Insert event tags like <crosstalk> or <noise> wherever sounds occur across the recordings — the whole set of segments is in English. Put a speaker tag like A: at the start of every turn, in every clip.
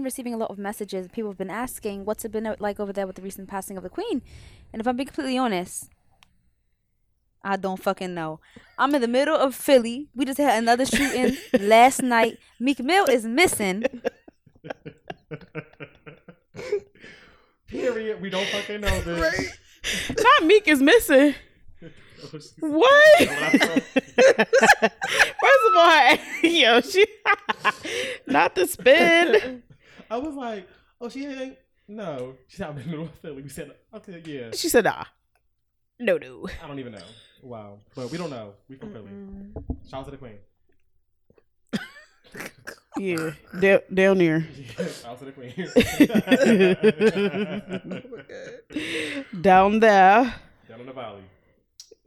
A: receiving a lot of messages. People have been asking, "What's it been o- like over there with the recent passing of the Queen?" And if I'm being completely honest, I don't fucking know. I'm in the middle of Philly. We just had another
B: <laughs>
A: shooting last night. Meek Mill is missing.
C: Period. We don't fucking know this. <laughs>
B: Not Meek is missing.
C: Oh,
B: What? <laughs> First of all, <laughs> yo, she not the spin.
C: <laughs> I was like, oh, she ain't. No, she's out in the middle of Philly. We said, okay, yeah.
B: She said, "Ah, no, no."
C: I don't even know. Wow. But we don't know. We from Philly. Shout out to the Queen. <laughs>
B: Yeah, down, down there,
C: Shout out to the Queen.
B: down there.
C: <laughs> Down in the valley.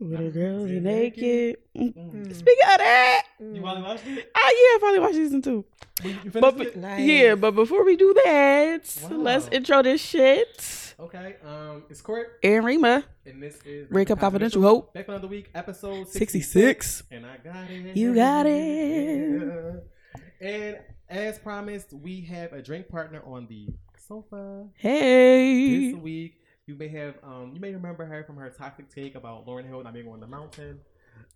B: With the girls are naked.
C: Mm.
B: Speaking of that,
C: You finally watched it?
B: oh yeah, I finally watched season two.
C: Well, You you
B: But,
C: finished it?
D: Nice.
B: yeah, but before we do that, let's
C: Wow.
B: intro this shit.
C: Okay. Um, it's Court,
B: Aaron Rima,
C: and this is
B: Red Cup Confidential Hope
C: Back of the week, episode
B: 66.
C: 66. And I got it.
B: You got it.
C: And as promised, we have a drink partner on the
B: <laughs>
C: sofa
B: Hey.
C: this week. You may have, um, you may remember her from her toxic take about Lauren Hill not being on the mountain.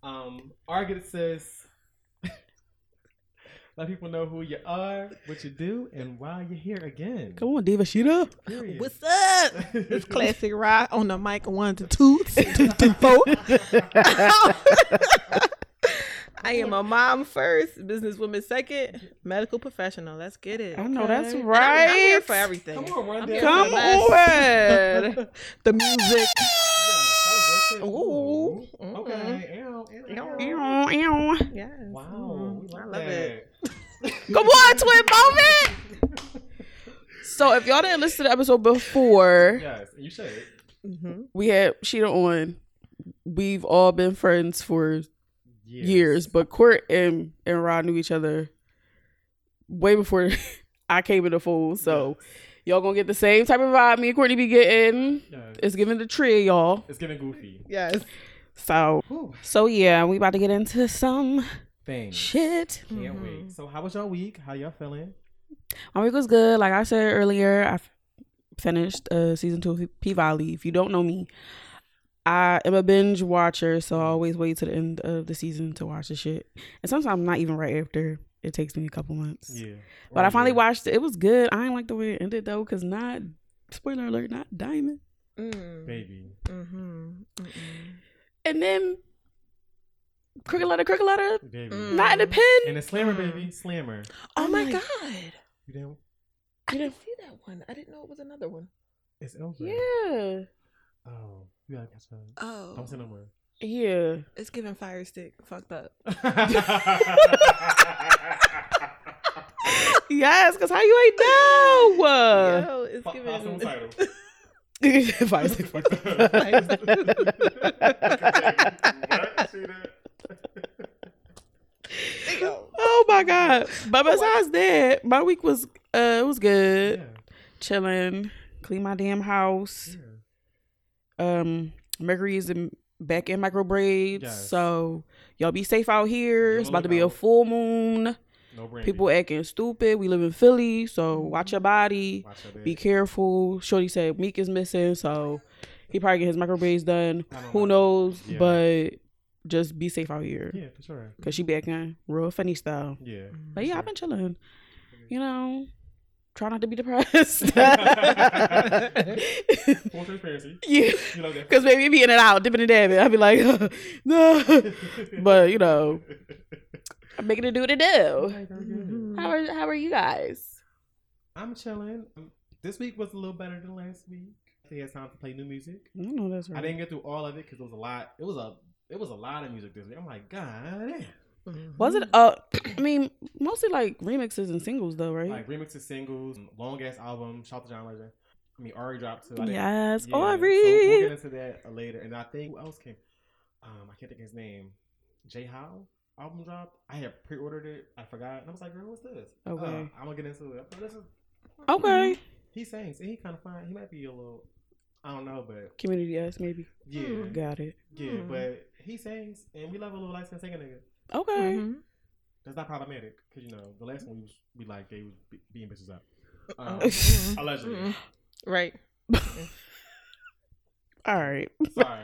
C: Um, our good sis, <laughs> let people know who you are, what you do, and why you're here again.
B: Come on, Diva, shoot up.
C: Period.
D: What's up?
C: <laughs>
B: <laughs>
D: It's classic rock on the mic one to two, two to four.
B: <laughs>
D: I am a mom first, businesswoman second, medical professional. Let's get it.
B: I know that's
D: And I'm,
B: right.
D: I'm here for everything.
C: Come on, run down.
B: Come on. <laughs> the music.
C: Ooh.
B: Ooh. Mm-hmm.
C: Okay. Ew, ew,
D: Ew.
C: ew.
B: Ew, ew.
D: Yes.
C: Wow.
B: Mm-hmm.
D: Mm,
C: we
D: I
C: like
D: love
C: that.
D: it.
B: <laughs> Come on, twin moment. So if y'all didn't listen to the episode before,
C: <laughs> Yes, you should.
D: Mm-hmm.
B: we had Sheeta on. We've all been friends for
C: Yes.
B: years, but Court and and Rod knew each other way before <laughs> I came in the fold. So y'all gonna get the same type of vibe me and Courtney be getting.
C: Yes.
B: It's giving the tree, y'all.
C: It's getting goofy.
D: Yes.
B: So
C: Whew.
B: so yeah, we about to get into some Mm.
C: Thanks.
B: shit. Mm-hmm.
C: Can't wait. So, how was your week? How y'all feeling?
B: My week was good. Like I said earlier, I f- finished uh, season two of P Valley. If you don't know me, I am a binge watcher, so I always wait to the end of the season to watch the shit. And sometimes not even right after. It takes me a couple months. But I finally watched it. It was good. I didn't like the way it ended though, because not spoiler alert, not Diamond.
D: Mm.
C: Baby.
D: Mm-hmm. Mm-mm.
B: And then Cricket Letter, Cricket Letter,
C: Baby.
D: Mm.
B: not in the pen.
C: And a slammer,
D: Mm.
C: baby. Slammer.
D: Oh, my
B: Like,
D: God.
C: You didn't.
D: I didn't see that one. I didn't know it was another one.
C: It's over.
B: Yeah.
C: Oh, you gotta catch up.
D: Oh.
C: Don't say no
B: <laughs>
C: more. <laughs>
B: Yeah.
D: It's giving fire stick fucked up.
B: Yes, because how you ain't know?
D: Yo, it's
C: Po- possible
D: giving.
C: title.
B: <laughs> If I was like, fuck
C: <laughs> What? See that?
B: <laughs> Oh my god! But besides that, my week was uh it was good.
C: Yeah,
B: Chilling, clean my damn house.
C: yeah.
B: Um, Mercury is in, back in micro braids,
C: Yes.
B: so y'all be safe out here. It's
C: Y'all
B: about to be a
C: look out.
B: full moon.
C: No brand.
B: People acting stupid. We live in Philly, so watch your body.
C: Watch your
B: Be
C: back.
B: careful. Shorty said Meek is missing, so he probably get his micro braids done.
C: I don't
B: Who
C: know.
B: knows?
C: Yeah.
B: But just be safe out here.
C: Yeah, for sure.
B: Cause she be acting real funny style.
C: Yeah.
B: But yeah, I've been chilling. You know, try not to be depressed. <laughs> yeah,
C: Full transparency. You know that.
B: cause baby, it be in and out, dipping and dabbing. I'd be like, <laughs> no. But
C: <laughs>
B: you know, I'm making it do what it do.
C: Okay, very good.
D: Mm-hmm.
B: How are how are you guys?
C: I'm chilling. Um, This week was a little better than last week. I think it's time to play new music.
B: I don't know that's
C: I didn't get through all of it because it was a lot. It was a it was a lot of music this week. I'm like, God, damn.
D: Mm-hmm.
B: Was it? Uh, I mean, mostly like remixes and singles though, right?
C: like remixes, singles, long ass album. Shout out to John Legend. I mean, Ari dropped too. I didn't-
B: yes,
C: Yeah,
B: Ori.
C: So we'll get into that uh, later. And I think who else came? Um, I can't think of his name. J Howe album dropped. I had pre-ordered it. I forgot, and I was like, "Girl, what's this?"
B: Okay.
C: Uh, I'm gonna get into it. But this is
D: Mm-hmm.
B: okay,
C: he sings and he kind of fine. He might be a little, I don't know, but
B: community yes, maybe.
C: yeah,
D: Mm.
B: Got it.
C: yeah.
D: Mm.
C: But he sings, and we love a little light skin singing nigga.
B: Okay.
D: Mhm.
C: That's not problematic because you know the last one we was, we like they was be- beating bitches up. Um,
D: Mm-mm.
C: allegedly.
D: Mm-mm. Mm-hmm. <laughs> Right.
B: All right.
C: Sorry.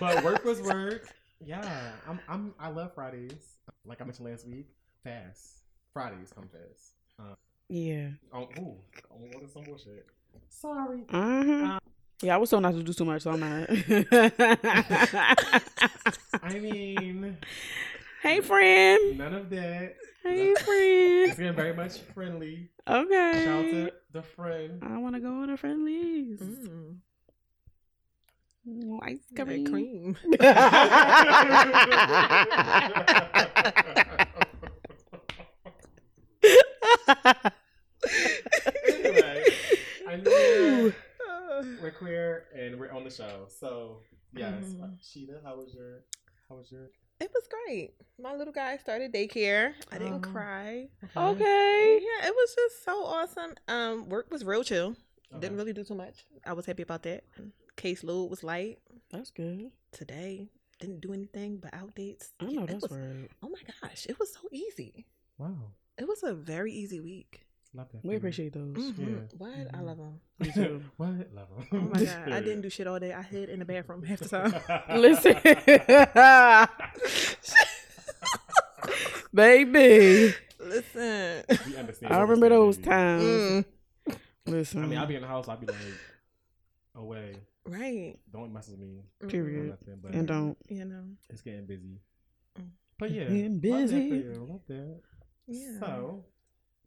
C: But work was work. Yeah. I'm I'm I love Fridays. Like I mentioned last week. Fast. Fridays come fast.
B: Yeah.
C: Oh ooh. I wanted some bullshit. Sorry.
D: Mm-hmm.
B: Uh-huh. Yeah, I was told not to do too much, so I'm not. <laughs>
C: I mean
B: hey, friend.
C: none of that.
B: Hey,
C: It's
B: friend.
C: been very much friendly. Shout out
B: Okay.
C: to the friend. <laughs>
B: I want to go on a friend list.
D: Mm.
B: No ice
D: That
B: cream. <laughs>
D: cream.
C: Anyway, I know
D: Uh,
C: we're queer and we're on the show. So yes.
D: Mhm.
C: Sheeta, how was your how was your
D: it was great. My little guy started daycare. I didn't
C: Oh.
D: cry.
B: Oh. Okay.
D: Yeah, it was just so awesome. Um, work was real chill.
C: Okay.
D: Didn't really do too much. I was happy about that. Caseload was light
B: That's good.
D: today. Didn't do anything but outdates.
B: I
D: Yeah,
B: know
D: it
B: that's
D: was-
B: right.
D: Oh my gosh, it was so easy.
C: Wow.
D: It was a very easy week.
C: Love that.
B: We appreciate those.
D: Mhm.
C: Yeah.
D: What I
B: Mm-hmm.
C: Mhm.
B: <laughs>
D: love him.
B: Me
C: <laughs>
B: too.
C: What? Love him.
D: Oh
C: <laughs>
D: my god, I didn't do shit all day. I hid in the bathroom <laughs> half
B: <laughs>
D: the
C: <laughs>
B: <laughs>
D: time.
B: Listen, baby.
D: Listen,
C: we understand.
B: I remember those
C: Understand,
B: times.
D: <laughs> Mm,
B: Listen,
C: baby. I mean, I'll be in the house. I'll be like, away.
D: right?
C: Don't mess with me.
D: Mm,
C: Or
B: Period.
C: nothing, but
B: and don't.
D: You know,
C: it's getting busy.
D: Mm.
C: But yeah, love
B: Getting
C: that for
B: busy.
C: you, love that.
D: yeah.
C: So,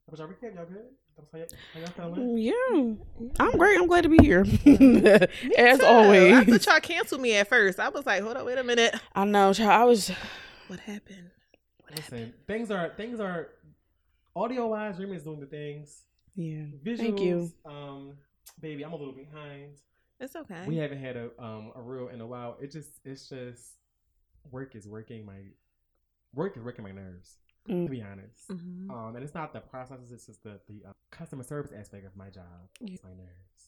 C: that was y'all recap. Y'all good? That was how y'all, how y'all feeling?
B: Mm, Yeah, I'm great. I'm glad to be here. <laughs> As
D: So, I
B: always,
D: thought y'all canceled me at first. I was like, hold up, wait a minute.
B: I know. Child, I was.
D: What happened? What
C: Listen, things are things are audio wise. Dream is doing the things.
B: Yeah,
C: Visuals,
B: Thank you.
C: Um, baby, I'm a little behind.
D: It's okay.
C: We haven't had a um a reel in a while. It just it's just work is working my work is working my nerves.
B: Mm.
C: To be honest,
D: Mhm.
C: um, and it's not the processes; it's just the the uh, customer service aspect of my job. It's my nerves.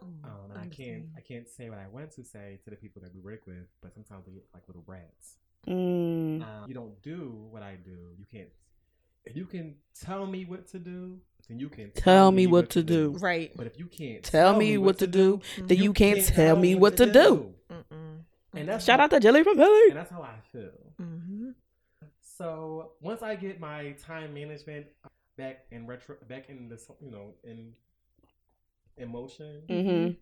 D: Oh,
C: Um, and I can't
D: understand.
C: I can't say what I want to say to the people that we work with, but sometimes they get like little rats.
B: Mm.
C: Um, you don't do what I do. You can't. If you can tell me what to do, then you can
B: Tell me what to do.
D: Right. Mm-hmm.
C: But if you can't
B: Tell me what to do, then you can't tell me what to do.
D: Mm-mm.
C: And that's
B: Shout out to Jelly from Philly.
C: and that's how I feel.
D: Mm-hmm.
C: So once I get my time management back in retro, back in this, you know, in in motion,
B: Mm-hmm.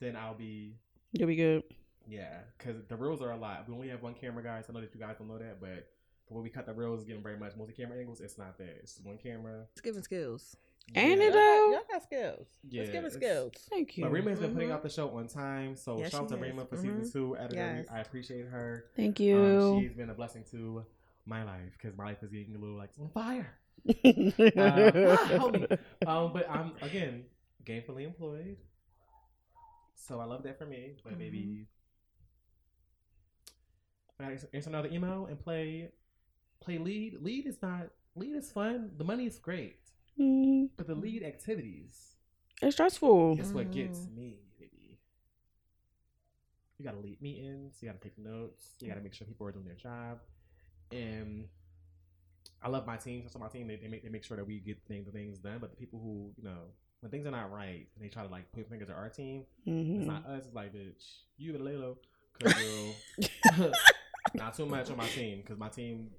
C: then I'll be
B: You'll be good.
C: yeah. Because the reels are a lot. We only have one camera, guys. I know that you guys don't know that, but the way we cut the reels is getting very much multi-camera angles. It's not that. It's just one camera.
D: It's giving skills.
B: Ain't it
C: Yeah.
D: Y'all got,
B: though?
D: y'all got skills.
C: Yeah,
D: Let's give it
C: it's-
D: skills.
B: Thank you.
C: But Rima has been putting
D: Mhm.
C: out the show on time, so
D: Yes,
C: shout out
D: she
C: to Rima
D: has.
C: for
D: Mhm.
C: season two editor. We-
D: Yes.
C: I appreciate her.
B: Thank
C: Um,
B: you.
C: she's been a blessing to my life because my life is getting a little like on fire. uh, <laughs> Um, but I'm again gainfully employed, so I love that for me. But maybe I gotta ans- answer another email and play, play lead. Lead is not lead is fun. The money is great,
B: <laughs> Mm,
C: but the lead activities
B: it's stressful.
C: is what gets
D: Mhm.
C: me. Baby. You gotta lead meetings. You gotta take notes. You gotta make sure people are doing their job. And I love my team. So my team they, they make they make sure that we get things the things done. But the people who you know when things are not right, and they try to like put fingers at our team.
B: Mhm.
C: It's not us. It's like bitch, you and Lalo. Cause girl, not too much on my team. Cause my team,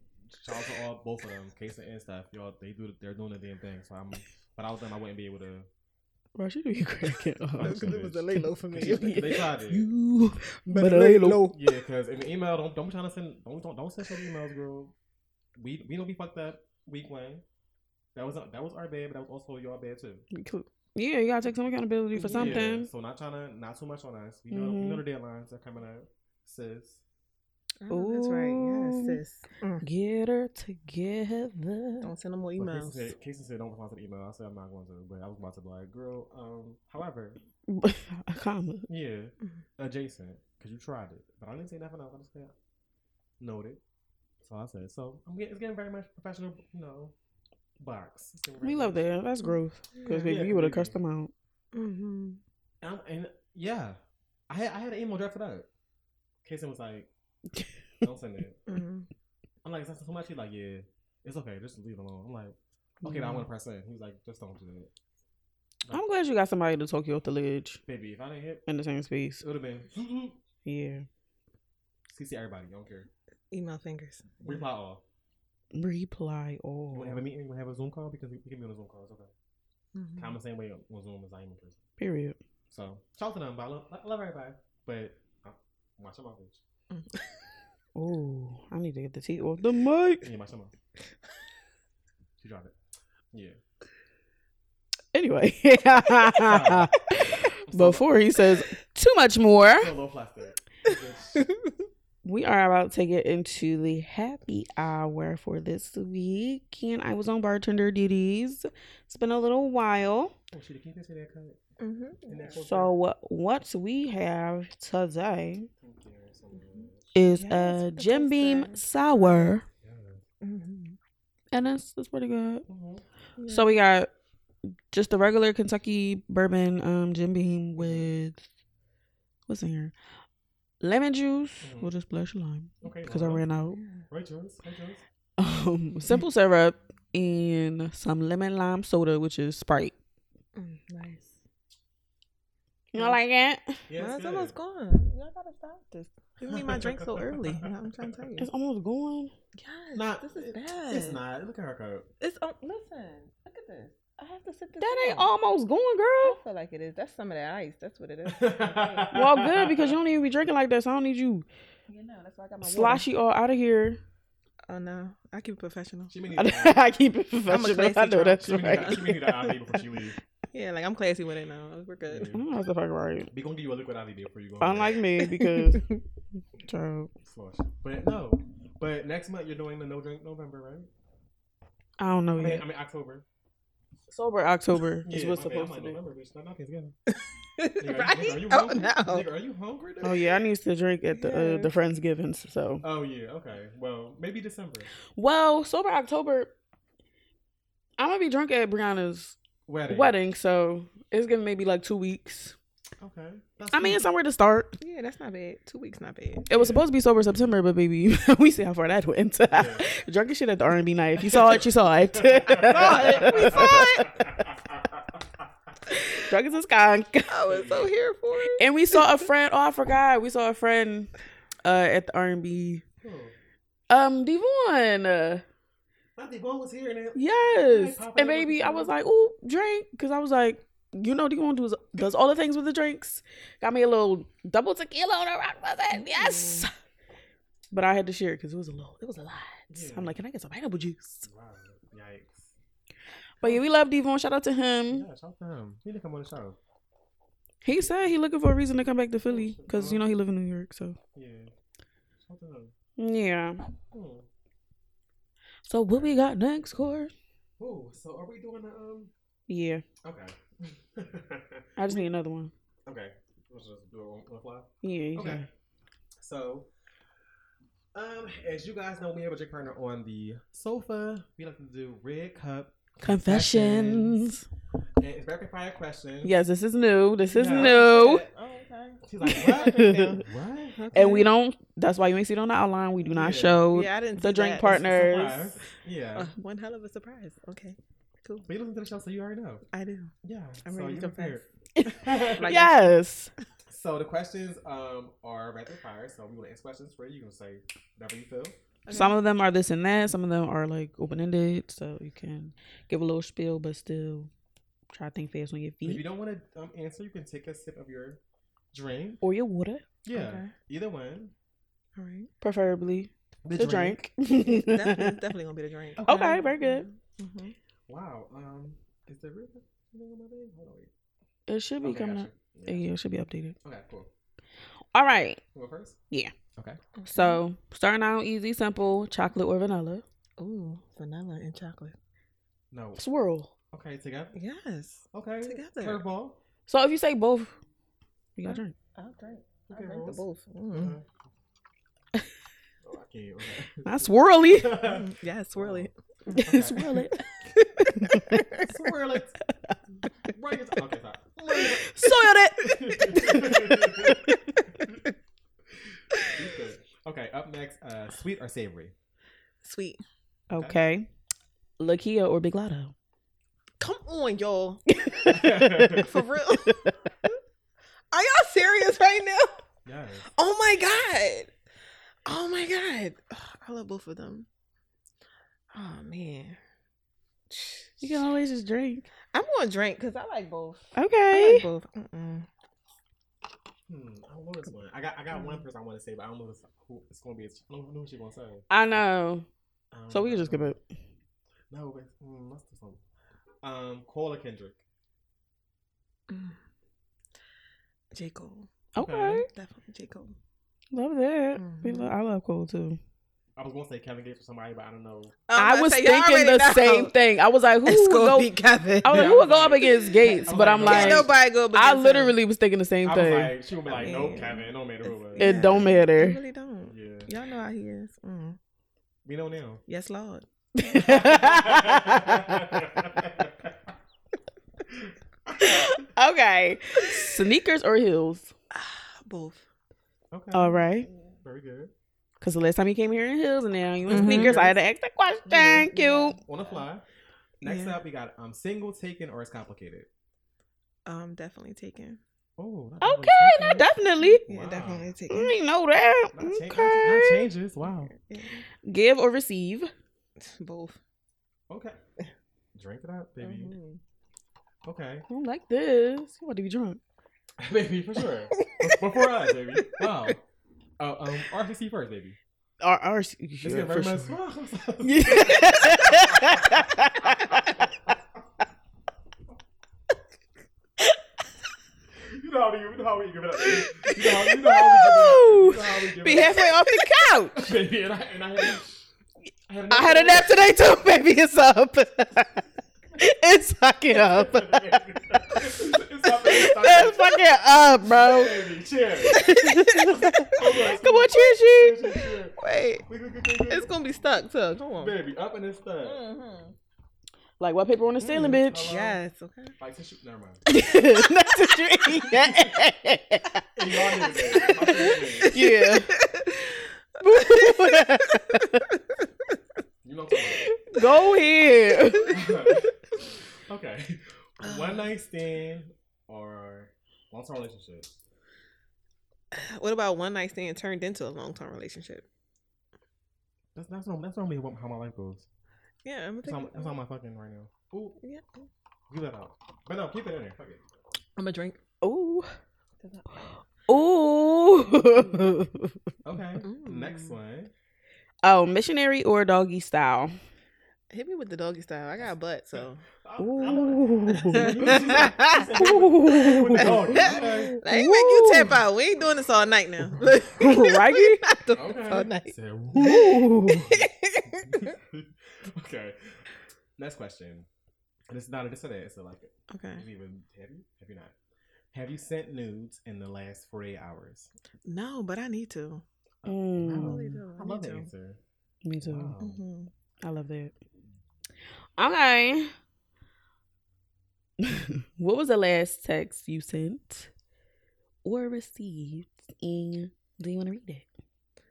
C: shout out to all both of them, Case and stuff. Y'all they do they're doing the damn thing. So I'm. Without them, I wouldn't be able to.
B: Bro, she do
C: <laughs>
B: you cracking up.
C: That's 'cause it was the lay
D: low
B: <laughs>
D: for
C: me. They tried it.
B: You better lay low.
C: Yeah, because in the email, don't don't be trying to send don't don't, don't send shitty emails, girl. We we don't be fucked up week one. That was that was our bad, but that was also your bad too.
B: Yeah, you gotta take some accountability for
C: Yeah,
B: something.
C: so not trying to not too much on us. We know we
B: Mhm.
C: know the deadlines are coming up, sis.
D: Oh, that's right.
B: Ooh.
D: Yes, sis. Mm.
B: Get her together.
D: Don't send them more
C: But
D: emails.
C: Casey said, Casey said don't respond to the email. I said I'm not going to, but I was about to be like, girl. Um, however,
B: A <laughs> comma.
C: yeah,
D: Mhm.
B: Mm-hmm.
C: adjacent because you tried it, but I didn't say nothing else. I just said noted. So I said, so I'm getting it's getting very much professional, you know, box. It's getting very
B: We love
C: much-
B: that. That's growth. Because
C: Yeah.
B: maybe you would have
C: maybe.
B: cussed them out.
D: Mm-hmm.
C: Um, and yeah, I had, I had an email drafted up. Kason was
B: <laughs>
C: like, "Don't send it."
D: Mm-hmm.
C: I'm like, "That's too much." He's like, "Yeah, it's okay. Just leave it alone." I'm like, Okay, now I'm gonna
B: Mm.
C: press in. He was like, just don't do it,
B: I'm glad you got somebody to talk you off the ledge
C: baby. If I didn't hit,
B: in the same space.
C: it would have been <laughs>
B: Yeah.
C: CC everybody. Don't care.
D: Email fingers.
C: Reply all.
B: Reply
C: You
B: all.
C: wanna have a meeting? You wanna have a Zoom call because we we can be on a Zoom call. It's okay.
B: Mm.
D: Mhm.
C: I'm the same way on Zoom as I am in person.
B: Period.
C: So shout out to them, but I love, I love everybody. But uh, watch your mouth, bitch.
B: Oh, I need to get the tea off the mic.
C: Yeah, watch
B: <laughs>
C: your mouth. She dropped it. Yeah. <laughs>
B: Anyway. <laughs>
C: Sorry. I'm still-
B: Before he says too much more, <laughs>
C: still a little flustered. Bitch.
B: we are about to get into the happy hour for this week. And I was on bartender duties. It's been a little while.
C: Oh, shit, can you say that cut?
D: Mhm.
C: In that corporate?
B: So what we have today
C: Thank you so
B: Mm-hmm.
C: much.
B: is
D: Yes,
B: a
D: it
B: Jim
D: is
B: Beam
D: good.
B: sour,
C: Yeah.
D: Mhm.
B: and that's that's pretty good.
C: Mhm.
B: So we got just the regular Kentucky bourbon um Jim Beam with what's in here? Lemon juice.
C: Mhm.
B: We'll just splash a lime
C: Okay.
B: because I ran out.
C: Right, Jones. Right, Jones.
B: Um, simple syrup and some lemon lime soda, which is Sprite.
D: Mm, nice.
B: You know, like it?
C: Yeah, it's
D: Mine's
C: good.
D: almost gone. Y'all gotta stop this. Give me my drink <laughs> so early. You know what I'm trying to tell you.
B: It's almost gone.
D: Yes,
C: Not-
D: this is
C: it-
D: bad.
C: It's not. Look at her cup.
D: It's oh, listen. Look at this. I have to sit this.
B: That ain't
D: down.
B: almost gone,
D: I
B: girl.
D: feel like it is. That's some of that ice. That's what
C: <laughs>
D: it is.
B: <laughs> Well, good because you don't even be drinking like that, so I don't need you
D: you know, that's why I got my
B: sloshy all out of here.
D: Water. Oh no, I keep it professional.
C: She may need to-
B: <laughs> I keep it professional.
D: classy
B: I know
D: drunk.
B: that's
C: she may need to-
B: <laughs> right.
C: she may need an IV before she leaves.
B: <laughs>
D: Yeah, like I'm classy with it now. We're good.
C: Yeah.
B: Mm, That's the fuck right.
C: We gonna give you a liquid IV before you go. home.
B: Unlike <laughs> me
D: <laughs>
B: because child,
C: Flush. But no. But next month you're doing the no drink November, right?
B: I don't know
C: I mean,
B: yet.
C: I mean October.
B: Sober October is
C: Yeah,
B: what's
C: my bad. I'm
B: supposed
C: like,
B: to be.
C: November, bitch. Not nothing
B: <laughs>
C: together. Nigga,
D: right?
C: Are you, nigga, are you
D: oh
C: hungry?
D: no.
C: Nigga, are you hungry? Dude?
B: Oh yeah, I need to drink at the uh,
D: Yeah.
B: the Friendsgivings. So
C: Oh yeah. Okay. Well, maybe December.
B: Uh, well, sober October. I'm gonna be drunk at Brianna's
C: Wedding.
B: wedding, so it's gonna maybe like two weeks.
C: Okay. That's
B: I mean,
C: cool.
B: it's somewhere to start.
D: Yeah, that's not bad. Two weeks, not bad.
B: It was supposed to be sober September, but baby, <laughs> we see how far that went.
C: Yeah.
B: <laughs> Drunk as shit at the R&B night. If you saw it, you saw it.
C: <laughs>
D: it. We saw
B: <laughs> Drunk as a skunk.
D: I was so here for it.
B: And we saw a friend. Oh, I forgot. We saw a friend uh, at the R&B.
C: Cool.
B: Um, Devon. Uh,
C: Not the one was here and it.
B: yes. And baby, I was like, ooh, drink. Because I was like, you know, Devon does, does all the things with the drinks. Got me a little double tequila on a rock muffin. Yes. But I had to share it because it was a little, it was a lot.
C: Yeah.
B: I'm like, can I get some pineapple juice?
C: Wow. Yikes.
B: But yeah, we love Devon. Shout out to him.
D: Mm-hmm.
C: Yeah, shout to him. He didn't come on the show.
B: He said he looking for a reason to come back to Philly because you know he live in New York. So
C: Yeah. Hmm. Shout to him.
B: yeah.
C: Cool.
B: So what we got next, Core?
C: Ooh, so are we doing the um?
B: Yeah,
C: Okay. <laughs>
B: I just need another one.
C: okay. Let's just do it on on the fly.
B: Yeah. you
C: Okay.
B: can.
C: So, um, as you guys know, we have a drink partner on the sofa. We like to do red cup
B: Confessions.
C: And it's rapid fire questions.
B: Yes, this is new. This is
C: Yeah.
B: new.
D: Oh, okay.
C: She's like, what?
B: and <laughs>
C: what? Okay.
B: we don't. That's why you ain't see it on the outline. We do not
C: Yeah.
B: show
D: Yeah, I didn't
B: the
D: see
B: drink
D: that.
B: partners.
C: Surprise. Yeah.
D: Uh, one hell of a surprise. Okay, cool.
C: But you listen to the show, so you already know.
D: I do.
C: Yeah.
D: I'm
C: so
D: ready
C: you
D: to
C: prepared.
B: <laughs>
D: Like-
B: yes.
C: <laughs> So the questions um are rapid fire. So we want to ask questions for you. You can say whatever you feel.
D: Okay.
B: Some of them are this and that. Some of them are like open ended, so you can give a little spiel, but still try to think fast on your
C: If you
B: feet
C: don't want to um, answer, you can take a sip of your drink.
B: or your water,
C: Yeah.
D: Okay.
C: Either one.
D: All right.
B: preferably
C: The,
B: the drink. <laughs>
D: Definitely, it's definitely gonna be the drink. Oh,
B: Okay, Mm-hmm. very good.
D: Mhm.
C: Wow. Um, is there really something on my thing? Hold on. Wait.
B: It should be
C: Okay,
B: coming
C: gotcha.
B: up.
C: Yeah.
B: Yeah, it should be updated.
C: Okay, cool.
B: All right.
C: You go first?
D: Okay.
B: So starting out easy, simple, chocolate or vanilla.
D: Ooh, vanilla and chocolate.
C: No.
B: Swirl.
C: Okay, together.
D: Yes.
C: Okay.
D: Together.
C: Curveball.
B: So if you say both, you gotta drink.
D: I'll drink. I'll
C: Okay,
D: drink the
C: Rose.
D: both. Mm.
C: Okay. oh, I can't.
B: Not swirly.
C: Okay.
D: Mm, Yeah, swirl
B: <laughs>
D: it.
C: Okay.
B: Swirl it.
C: Swirl it. Right. it's- Okay, stop.
B: Soiled it.
C: okay, up next, uh, sweet or savory?
D: Sweet.
B: Okay. Lakia or Big Lotto?
D: Come on, y'all. For
C: yes. <laughs>
D: real.
B: <laughs>
D: Are y'all serious right now? Oh my god. Oh my god. Ugh, I love both of them. Oh man.
B: You can always just drink.
D: I'm gonna drink because I like both. I like
B: Okay.
D: both. Mm-mm.
C: Hmm, I don't know this one. I got I got
B: Mm.
C: one person I want to say, but I don't know this, who it's gonna be. It's, I don't know what you're gonna say.
B: I know.
C: I don't
B: So we
C: know.
B: can just skip it.
C: No, but mm, what's this one? Um, Cole or Kendrick?
D: Mm. J. Cole.
B: Okay.
C: Okay.
D: Definitely J. Cole.
B: Love that. We
D: Mhm.
B: love, I love Cole too.
C: I was gonna say Kevin Gates or somebody, but I don't know.
D: I'm
B: I
D: about
B: was
D: to say, y'all
B: thinking
D: already
B: the
D: know.
B: same thing. I was like, who
D: It's
B: would
D: gonna
B: go?
D: be Kevin.
B: I was like,
C: Yeah,
B: who
C: I
B: would
C: was
B: go up
C: like-
B: against Gates?
C: I was
B: But
C: like,
B: I'm
C: yeah,
B: like,
D: Can't nobody go.
B: I
D: against him.
B: literally was thinking the same
C: I was
B: thing.
C: like, she would be like,
D: I
C: nope,
D: mean,
C: Kevin. It don't matter who it was.
B: It don't
D: They <laughs>
B: matter. <laughs>
D: really don't.
C: Yeah,
D: Y'all know how he is. Mm.
C: we know now.
B: <laughs>
C: <laughs>
D: Yes, Lord.
B: okay. Sneakers or heels?
D: Ah, both.
C: okay.
B: All right.
C: Very good.
B: Because the last time you came here in heels and now you in
D: Mhm.
B: sneakers, I had to ask that question.
D: Mm-hmm.
B: Thank you.
C: On the fly. Next
D: Yeah.
C: up, we got um, single taken or it's complicated.
D: Um, definitely taken.
C: Oh, not
B: Okay,
C: definitely
B: now
C: taken.
B: definitely.
D: Yeah,
C: Wow.
D: definitely taken.
B: We Mm, know that.
C: Not cha- not-
B: Okay.
C: not changes. Wow.
D: Yeah.
B: Give or receive.
D: Both.
B: <laughs>
C: Okay. Drink it up, baby.
B: Mm-hmm.
D: Mhm.
C: Okay. <laughs>
B: I don't like this. You want to be drunk.
C: baby, for sure. Before us, baby. Wow. Oh, um, RCC first, baby.
B: Or, or yeah,
C: Let's get
B: for
C: very much. <laughs>
B: sure. <laughs>
C: Yeah. You know how we, you know how we give it up. baby. You know how, you know how we give it up. You know how we give it
B: be
C: up.
B: halfway off the couch.
C: baby, and I, and I had, I had,
B: I had a nap today too, <laughs> baby. It's up. <laughs> it's fucking up.
C: <laughs> It's up, it's up.
B: That's fucking up, bro. <laughs>
C: Baby, cheers.
B: Come on, cheers, cheers.
C: Cheers, cheers,
D: Wait,
C: cheers.
D: it's gonna be stuck too. Come on.
C: Baby, up in this thing.
D: Mhm.
B: Like white paper on the ceiling,
C: Mm.
B: bitch.
D: Yes. Okay.
C: Like tissue. Never mind.
B: <laughs> That's a dream.
C: And y'all need it, baby. My favorite thing.
B: yeah.
D: <laughs>
C: You know what I'm
B: Go ahead.
C: talking about. okay. One night stand or long term relationship.
D: What about one night stand turned into a long term relationship?
C: That's that's not that's normally what- how my life goes.
D: Yeah, I'm
C: That's
D: gonna
C: on,
D: take.
C: that's on my fucking right now. Ooh,
D: Yeah,
C: leave that out. But no, keep it in there. Fuck it.
D: I'm a drink.
B: <laughs> Ooh. Ooh.
C: Okay.
D: Mm.
C: Next one.
B: oh, missionary or doggy style?
D: Hit me with the doggy style. I got a butt, so
C: <laughs> I- I wanna-
B: Ooh.
C: Okay.
D: I ain't make you
B: Ooh.
D: tap out. We ain't doing this all
C: <laughs>
D: night now.
B: Right?
D: <laughs> We not doing this all
C: Okay.
D: night.
C: Said, <laughs>
B: Ooh.
C: "Woo." okay. Next question. And it's not a this or that. It's a like
D: okay.
C: have you even have you have you not have you sent nudes in the last forty eight hours?
D: No, but I need to. I
B: Mm,
D: really do.
C: I
D: I
C: love
D: need
C: that
D: to.
C: answer. Mm-hmm.
B: me too.
C: Wow.
D: hmm
B: I love that. Okay. <laughs> what was the last text you sent or received? And do you want to read it?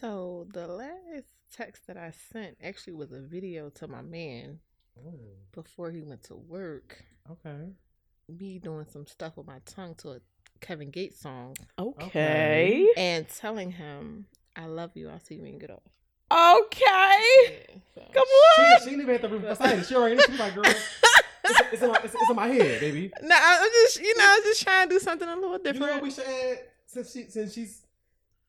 D: So the last text that I sent actually was a video to my man
C: Ooh,
D: before he went to work.
C: Oh, okay.
D: Me doing some stuff with my tongue to a Kevin Gates song
B: Okay.
D: and telling him, "I love you. I'll see you when you
C: <laughs>
D: get off."
B: Okay.
D: Yeah, so-
B: Come
C: She,
B: on.
C: she didn't even have to recite it. She already she's like, girl, it's,
D: <laughs>
C: it's, in my, it's, it's in my head, baby.
D: No, I- I'm just you know, I was just trying to do something a little
C: You know what
D: different.
C: we should add since she since she's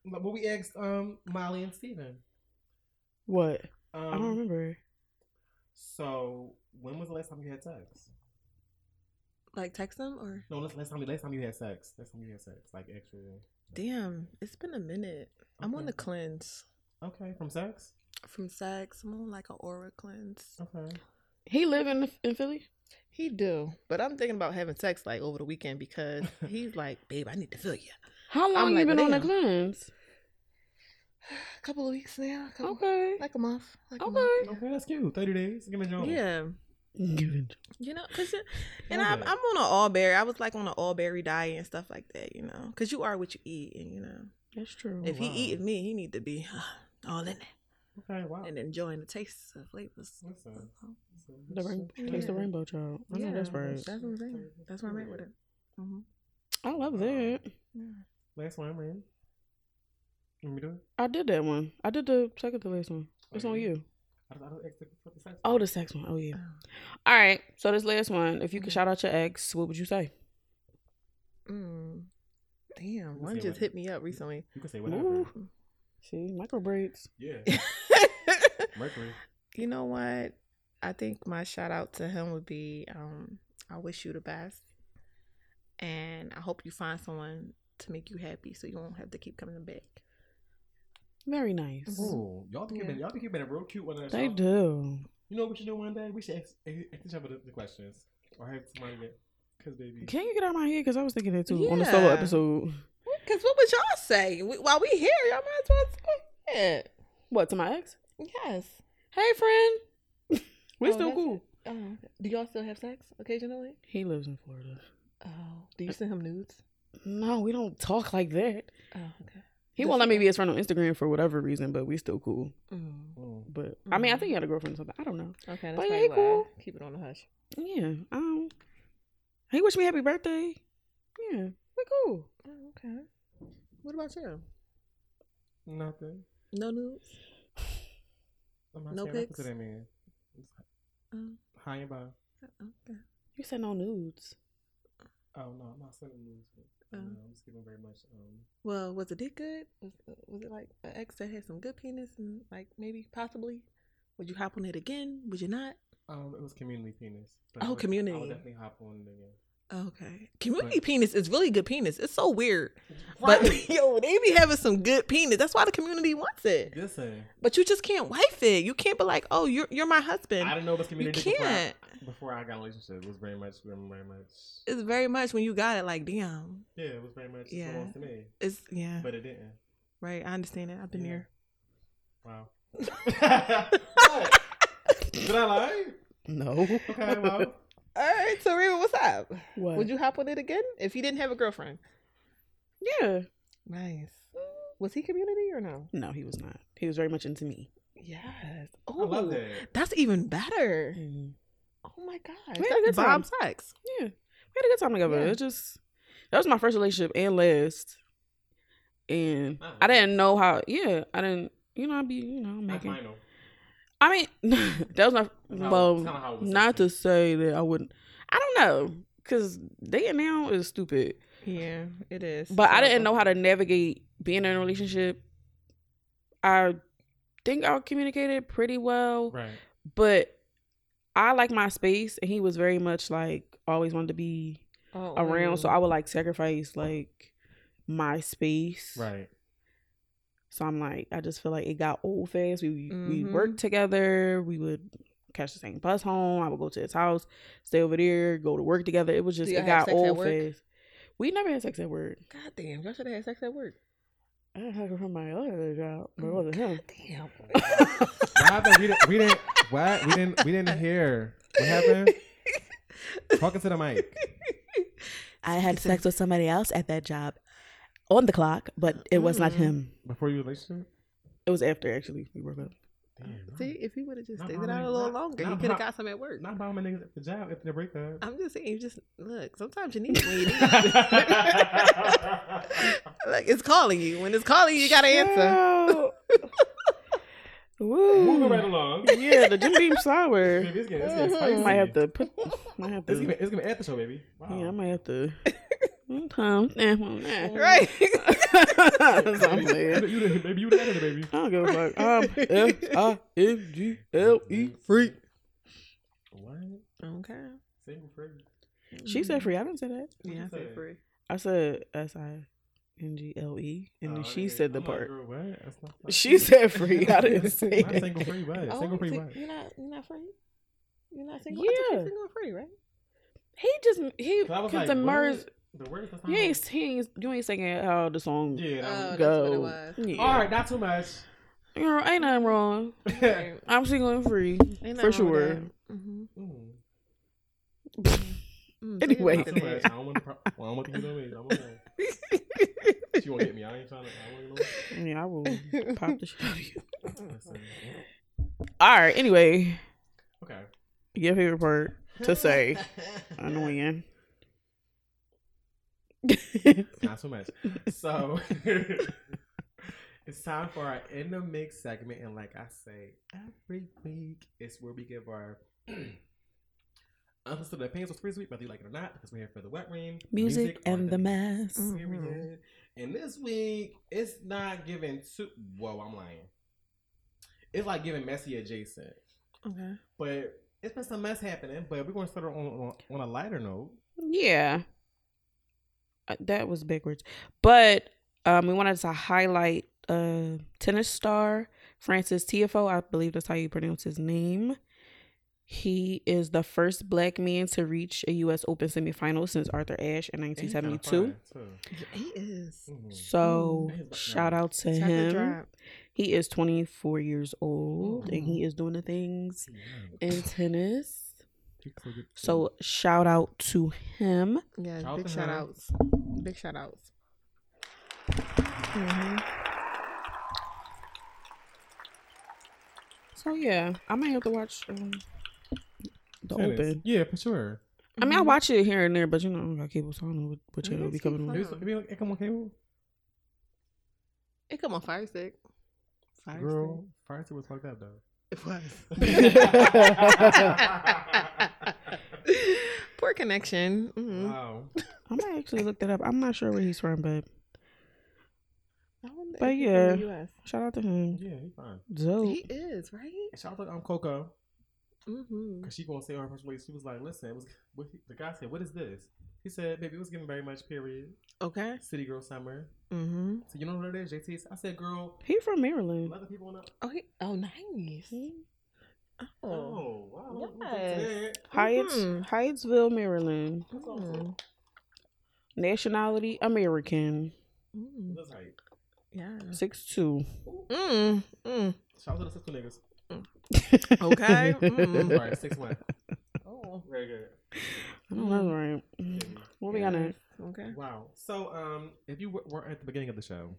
C: what we asked um Molly and Steven.
B: What?
C: Um,
B: I don't remember.
C: So when was the last time you had sex?
D: like text him or
C: No, last, last time last time you had sex. Last time you had sex, like actual.
D: damn, it's been a minute. I'm on
C: Okay.
D: the cleanse
C: Okay, from sex.
D: from sex. I'm on like an aura cleanse.
C: Okay.
B: He live in in Philly.
D: He do, but I'm thinking about having sex like over the weekend because <laughs> he's like, babe, I need to feel you.
B: How long
D: I'm
B: you
D: like,
B: been
D: well,
B: on the
D: damn.
B: cleanse?
D: A couple of weeks now, a couple-
B: Okay. <laughs>
D: like a month. Like a month.
B: Okay.
C: Okay, that's cute. Thirty days. Give me a job.
D: Yeah, you know, cause it- and I'm,
C: Okay.
D: I'm on an all berry. I was like on an all berry diet and stuff like that, you know, cause you are what you eat, and you know,
B: That's true.
D: if
C: wow.
D: he eating me, he need to be <sighs> all in it.
C: Okay, wow.
D: and enjoying the tastes of flavors.
C: Listen, listen,
B: The rain-
C: listen.
B: Taste the
D: Yeah.
B: rainbow child. I know that's right.
D: That's what I'm saying. That's where I'm at with it. hmm
B: I love that.
D: Yeah.
C: Last one, man. Let me do it.
B: I did that one. I did the second to last one.
C: Oh,
B: It's on
C: yeah?
B: you.
C: I don't, I don't expect what the sex
B: Oh,
C: was.
B: the sex one. Oh yeah.
D: Oh.
B: All right. So this last one, if you could shout out your ex, what would you say?
D: Mm. Damn,
C: can
D: one
C: say
D: just
C: what-
D: hit me up recently.
C: You can say whatever.
B: Ooh. See, micro braids.
C: Yeah.
D: <laughs>
C: Mercury.
D: you know what? I think my shout out to him would be um, I wish you the best. And I hope you find someone to make you happy so you won't have to keep coming back.
B: Very nice.
D: Mhm.
C: Ooh, y'all think you've been y'all think you've been a real cute one. of us,
B: They
C: y'all.
B: do.
C: You know what we should do one day? We should ask, ask each other the, the questions or have somebody get. Cause baby,
B: Can you get out of my head? Because I was thinking that too on the solo
D: Yeah.
B: episode.
D: Because what would y'all say? We, while we here, y'all might as well say it.
B: What to my ex?
D: Yes.
B: Hey, friend. <laughs> we
D: Oh,
B: still
D: that's-
B: cool.
D: Oh, do y'all still have sex occasionally?
B: He lives in Florida.
D: Oh, do you send him nudes?
B: No, we don't talk like that.
D: Oh, okay.
B: He
D: That's
B: won't let me
D: okay.
B: be his friend on Instagram for whatever reason, but we still cool.
D: Mm.
C: Mm.
B: But I mean, I
D: Mhm.
B: think he had a girlfriend or something. I don't know.
D: Okay, that's
B: But
D: probably
B: yeah,
D: why.
B: cool.
D: Keep it on the hush.
B: Yeah. Um. He wished me happy birthday. Yeah, we cool.
D: Oh, okay. What about you?
C: Nothing.
D: No nudes?
C: I'm not
D: No
C: saying nothing
D: pics?
C: to that man. It's
D: Oh,
C: high and by.
D: okay.
B: You said no nudes.
C: Oh no, I'm not sending news. But,
D: Oh.
C: no, I'm just giving very much. Um,
D: Well, was the dick good? Was, uh, was it like an ex that had some good penis and like maybe possibly? Would you hop on it again? Would you not?
C: um, it was community penis. but I
D: Oh,
C: would- I
D: community.
C: would definitely hop on it again.
D: Okay. Community
C: But-
D: penis is really good penis. It's so weird.
C: Right.
D: <laughs> But yo, they be having some good penis. That's why the community wants it.
C: Listen,
D: But you just can't wife it. You can't be like, oh, you're you're my husband.
C: I don't know what's
D: You
C: community before I,
D: can't.
C: before I got a relationship. It was very much, very, very much.
D: It's very much when you got it. Like, damn,
C: Yeah, it was very much.
D: Yeah.
C: Yeah. Belongs to me,
D: it's yeah,
C: but it didn't.
D: right. I understand it. I've been
C: Yeah.
D: there. <laughs>
C: Wow. What? Did I lie?
B: No.
C: Okay, well,
D: All right, so Reba, what's up?
B: <laughs> What?
D: Would you hop on it again if he didn't have a girlfriend?
B: yeah.
D: Nice. Was he community or no?
B: No, he was not. He was very much into me.
D: Yes.
C: I
D: Oh,
C: love that.
D: that's even better.
B: Mm.
D: Oh my god,
B: We had a good
D: that's bomb
B: time.
D: sex.
B: Yeah, we had a good time together.
D: Yeah.
B: It just that was my first relationship and last, and
C: Oh,
B: I didn't know how. Yeah, I didn't. You know, I'd be you know
C: Not
B: making.
C: final.
B: I mean, <laughs> that was my
C: That's how-
B: well.
C: that's kinda how it was
B: Not to
C: supposed
B: say that I wouldn't. I don't know, cause dating now is stupid.
D: Yeah, it is.
B: But I didn't know how to navigate being in a relationship. I think I communicated pretty well,
C: Right.
B: but I like my space, and he was very much like always wanted to be
D: oh,
B: around. So I would like sacrifice like my space.
C: Right.
B: So I'm like, I just feel like it got old fast. We we
D: Mhm.
B: worked together. We would catch the same bus home. I would go to his house, stay over there, go to work together. It was just
D: y'all
B: it got
D: have sex at
B: old
D: work?
B: fast. We never had sex at work.
D: God damn, y'all should have had sex at work.
B: I didn't have it from my other job, but it
D: Oh,
B: wasn't him.
D: Damn.
C: What happened? We didn't. We didn't. What? We didn't. We didn't hear. What
D: <laughs>
C: happened? Talking to the mic.
B: <laughs> I had sex with somebody else at that job on the clock, but
D: it was not Mm.
B: him.
C: Before your relationship?
B: It was after actually we broke up.
C: Damn,
D: See,
C: right.
D: if he would have just
C: Not
D: stayed it
C: my
D: out
C: nigga.
D: a little
C: Not-
D: longer, he
C: not
D: could
C: my-
D: have got some at work.
C: Not buying my niggas at the job after the breakup.
D: I'm just saying, you just look. Sometimes you need it when you need it.
C: That's
D: like it's calling you. When it's calling you, you gotta answer.
B: <laughs> Girl. Woo.
C: <laughs> Moving right along.
B: Yeah, the Jim Beam sour.
C: Baby, it's getting, it's getting
D: Mhm.
C: spicy.
B: might have to put. Might have
C: It's
B: to.
C: gonna, it's gonna end the show, baby. Wow.
B: Yeah, I might have <laughs> to. Sometimes, eh, well, nah. <laughs>
D: Right.
B: So I'm playing.
C: Baby, <laughs> you done- baby, you done edited, baby.
B: I don't give a <laughs> fuck. Um, F I N G L E free.
C: What?
D: okay.
C: Single free.
B: She said free. I didn't say that.
C: What'd
D: Yeah,
C: you
D: I said
C: say?
D: free.
B: I said S I N G L E, and then
C: Oh,
B: she
C: nigga.
B: said the
C: I'm like,
B: part.
C: girl, what? That's not-
B: She said free. I didn't say
C: <laughs> Not
B: that.
C: single free what?
D: Oh,
C: single free
D: see,
C: what?
D: You're not. You're not free. You're not single. Yeah. I thought you
B: Yeah.
D: were single and free, right?
B: He just he
C: 'Cause I was
B: because
C: like,
B: the
C: what?
B: Murs.
C: The words that's not-
B: You ain't singing. You ain't singing how the song
C: Yeah. that was-
D: Oh, that's what it
B: go.
D: was.
B: Yeah.
C: All right, not too much.
B: Girl, ain't nothing wrong. <laughs>
D: Right.
B: I'm single and free
D: Ain't
B: for
D: nothing wrong with
B: sure.
D: that. Mhm.
C: Mm.
D: <laughs> Mm, so you're
B: Anyway.
C: Not
D: not
C: too
D: single.
C: much. I don't want to. Pro- I don't want to get on me. I want
B: <laughs>
C: to. She won't hit me. I ain't trying to. I want to.
B: <laughs> Yeah, I will pop the shit out of you.
C: Listen.
B: All right. Anyway,
C: Okay.
B: your favorite part to say <laughs> annoying.
C: Not so much. So <laughs> it's time for our in the mix segment, and like I say every week, it's where we give our <clears throat> unsolicited opinions of this week, whether you like it or not, because we're here for the wet room,
B: Music
C: on
B: and the
C: mix.
B: mess.
D: Mm.
C: Period. And this week, it's not giving too. Whoa, I'm lying. It's like giving messy adjacent, <laughs>
D: Okay.
C: but it's been some mess happening. But we're going to start on, on on a lighter note.
B: Yeah. Uh, That was backwards. But um, we wanted to highlight uh, tennis star Francis TFO. I believe that's how you pronounce his name. He is the first black man to reach a U.S. Open semifinal since Arthur Ashe in
C: And he's kinda
B: 1972.
C: fine, too.
D: He is.
C: Mhm.
B: So
C: Mm.
B: shout out to
D: Chocolate
B: him.
D: drop.
B: He is 24 years old and he is doing the things <laughs> in tennis. So shout out to him.
D: Yeah,
C: Shout out
D: big
C: to
D: shout
C: him.
D: outs. Big shout outs. hmm
B: So yeah, I might have to watch um, the
C: Tennis.
B: open.
C: Yeah, for sure.
B: I mean, I watch it here and there, but you know, I don't got cable, so I don't know what, what
D: Yeah,
B: channel will be
D: that's
B: coming
D: keep
B: on.
C: Maybe, it's- maybe like it come on cable.
D: It come on Fire Stick. Fire
C: Girl, Fire Stick was fucked up
B: <laughs>
C: though. <laughs>
D: Stick. It <laughs> was. Poor connection. hmm
C: wow.
B: I might actually look that up. I'm not sure where he's from, but
D: I wonder
B: But Oh.
D: if he's from the US.
B: shout out to him.
C: Yeah, he's fine.
B: Dope.
D: He is, right?
C: And shout out to um, Coco.
D: Mm-hmm.
C: Cause she gonna say her first way. She was like, "Listen, it was what he- the guy said. What is this?" He said, "Baby, it was giving very much period.
D: Okay.
C: City girl summer.
D: Mm-hmm.
C: So you know what it is, JT." I said, "Girl,
B: He from Maryland.
C: other people want to."
D: Oh, he, oh, nice. Oh.
C: Oh, wow. look- look
D: Yes.
C: at that.
B: Hyatt,
D: Mhm.
B: Hyattsville, Maryland.
D: Mm.
B: Nationality American.
D: Mm.
C: That's right.
D: Yeah.
B: Six two. <laughs>
D: Mm. Mm.
C: Shout out to the sister niggas.
D: Okay. Mm.
C: All right, six one.
D: Oh.
C: Very good.
B: <laughs> I don't know, right?
C: Baby.
B: What we got
D: Yeah.
B: next?
D: Mm-hmm. Okay.
C: Wow. So, um, if you w- were at the beginning of the show,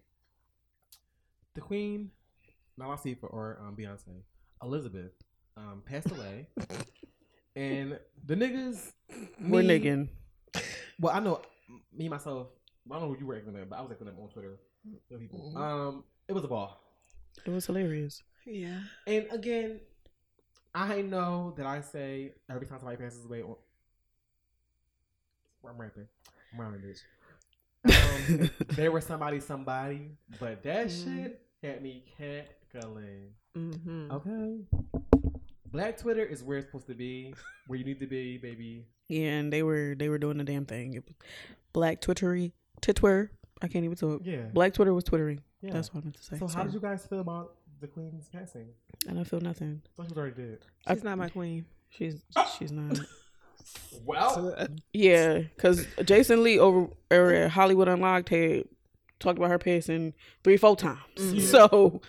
C: the Queen, now I see for or um, Beyonce, Elizabeth, um, passed away, and the niggas,
B: We're
C: me-
B: niggin.
C: Well, I know me myself. I don't know who you were acting up, but I was acting up on Twitter. with people.
D: Mhm.
C: Um, it was a ball,
B: It was hilarious.
D: Yeah.
C: and again, I know that I say every time somebody passes away on. I'm rapping. I'm rapping, bitch. <laughs> Um, there was somebody, somebody, but that
D: Mhm.
C: shit had me cackling.
D: Mm-hmm.
C: Okay. Black Twitter is where it's supposed to be, where you need to be, baby.
B: Yeah, and they were they were doing the damn thing. It was black twittery titwer. I can't even talk.
C: Yeah.
B: Black Twitter was twittering.
C: yeah.
B: That's what I meant to say.
C: so, how
B: Sorry.
C: did you guys feel about the Queen's passing?
B: And I feel nothing.
C: I thought you already did.
D: She's not my queen.
B: She's she's not.
C: Well,
B: Yeah, because Jason Lee over or at Hollywood Unlocked had talked about her passing three, four times. <laughs>
D: Mhm.
B: So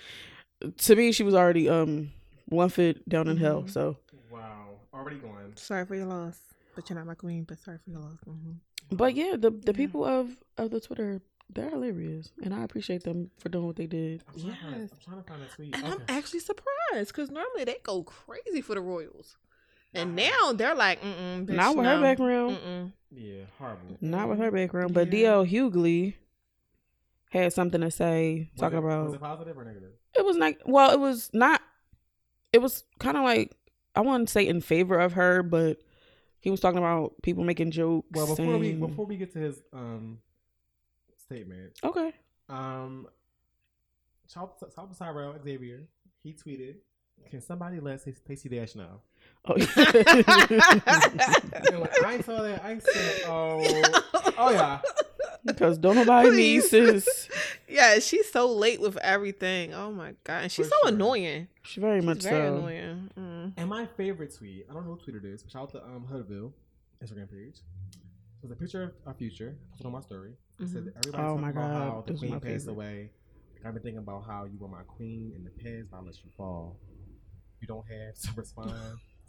B: to me, she was already um one foot down in hell.
D: Mhm.
B: So,
C: wow, already going.
D: Sorry for your loss, but you're not my queen. But sorry for your loss. Mm-hmm.
B: but yeah, the the
D: Yeah.
B: people of of the Twitter, they're hilarious, and I appreciate them for doing what they did.
C: I'm trying, to find,
D: Yes.
C: I'm trying to find a tweet.
D: And I'm
C: Okay.
D: actually surprised because normally they go crazy for the royals, and
C: Wow.
D: now they're like, mm-mm, bitch,
B: Not with her
D: no.
B: background.
D: <laughs> Mm-mm.
C: Yeah, horrible.
B: Not with her background, but
D: Yeah.
B: DL Hughley had something to say
C: Was
B: talking
C: it-
B: about
C: was it positive or negative?
B: it was like well it was not it was kind of like i wouldn't say in favor of her but he was talking about people making jokes
C: Well, before we
B: and-
C: before we get to his um statement,
B: okay <laughs>
C: Um, Charles Charles Tyrell Xavier, he tweeted, "Can somebody let Stacey- Stacey Dash know?"
B: oh.
C: And when I saw that, I said, "Oh, oh yeah,
B: because don't nobody need
D: Please.
B: sis
D: <laughs> yeah, she's so late with everything. Oh my god, and she's
C: For
D: so
C: sure.
D: annoying.
B: she very much
D: She's very
B: so
D: annoying. Mm.
C: And my favorite tweet, I don't know who tweeted this, but shout out to um, Hoodville Instagram page. It was a picture of our future. I put it on my story. It said
D: Mm-hmm.
C: that everybody's
B: Oh
C: talking
B: my
C: about
B: God,
C: how the
B: this is
C: queen
B: my
C: passed
B: favorite.
C: away. I've been thinking about how you were my queen in the past, but I let you fall. You don't have to <laughs> respond.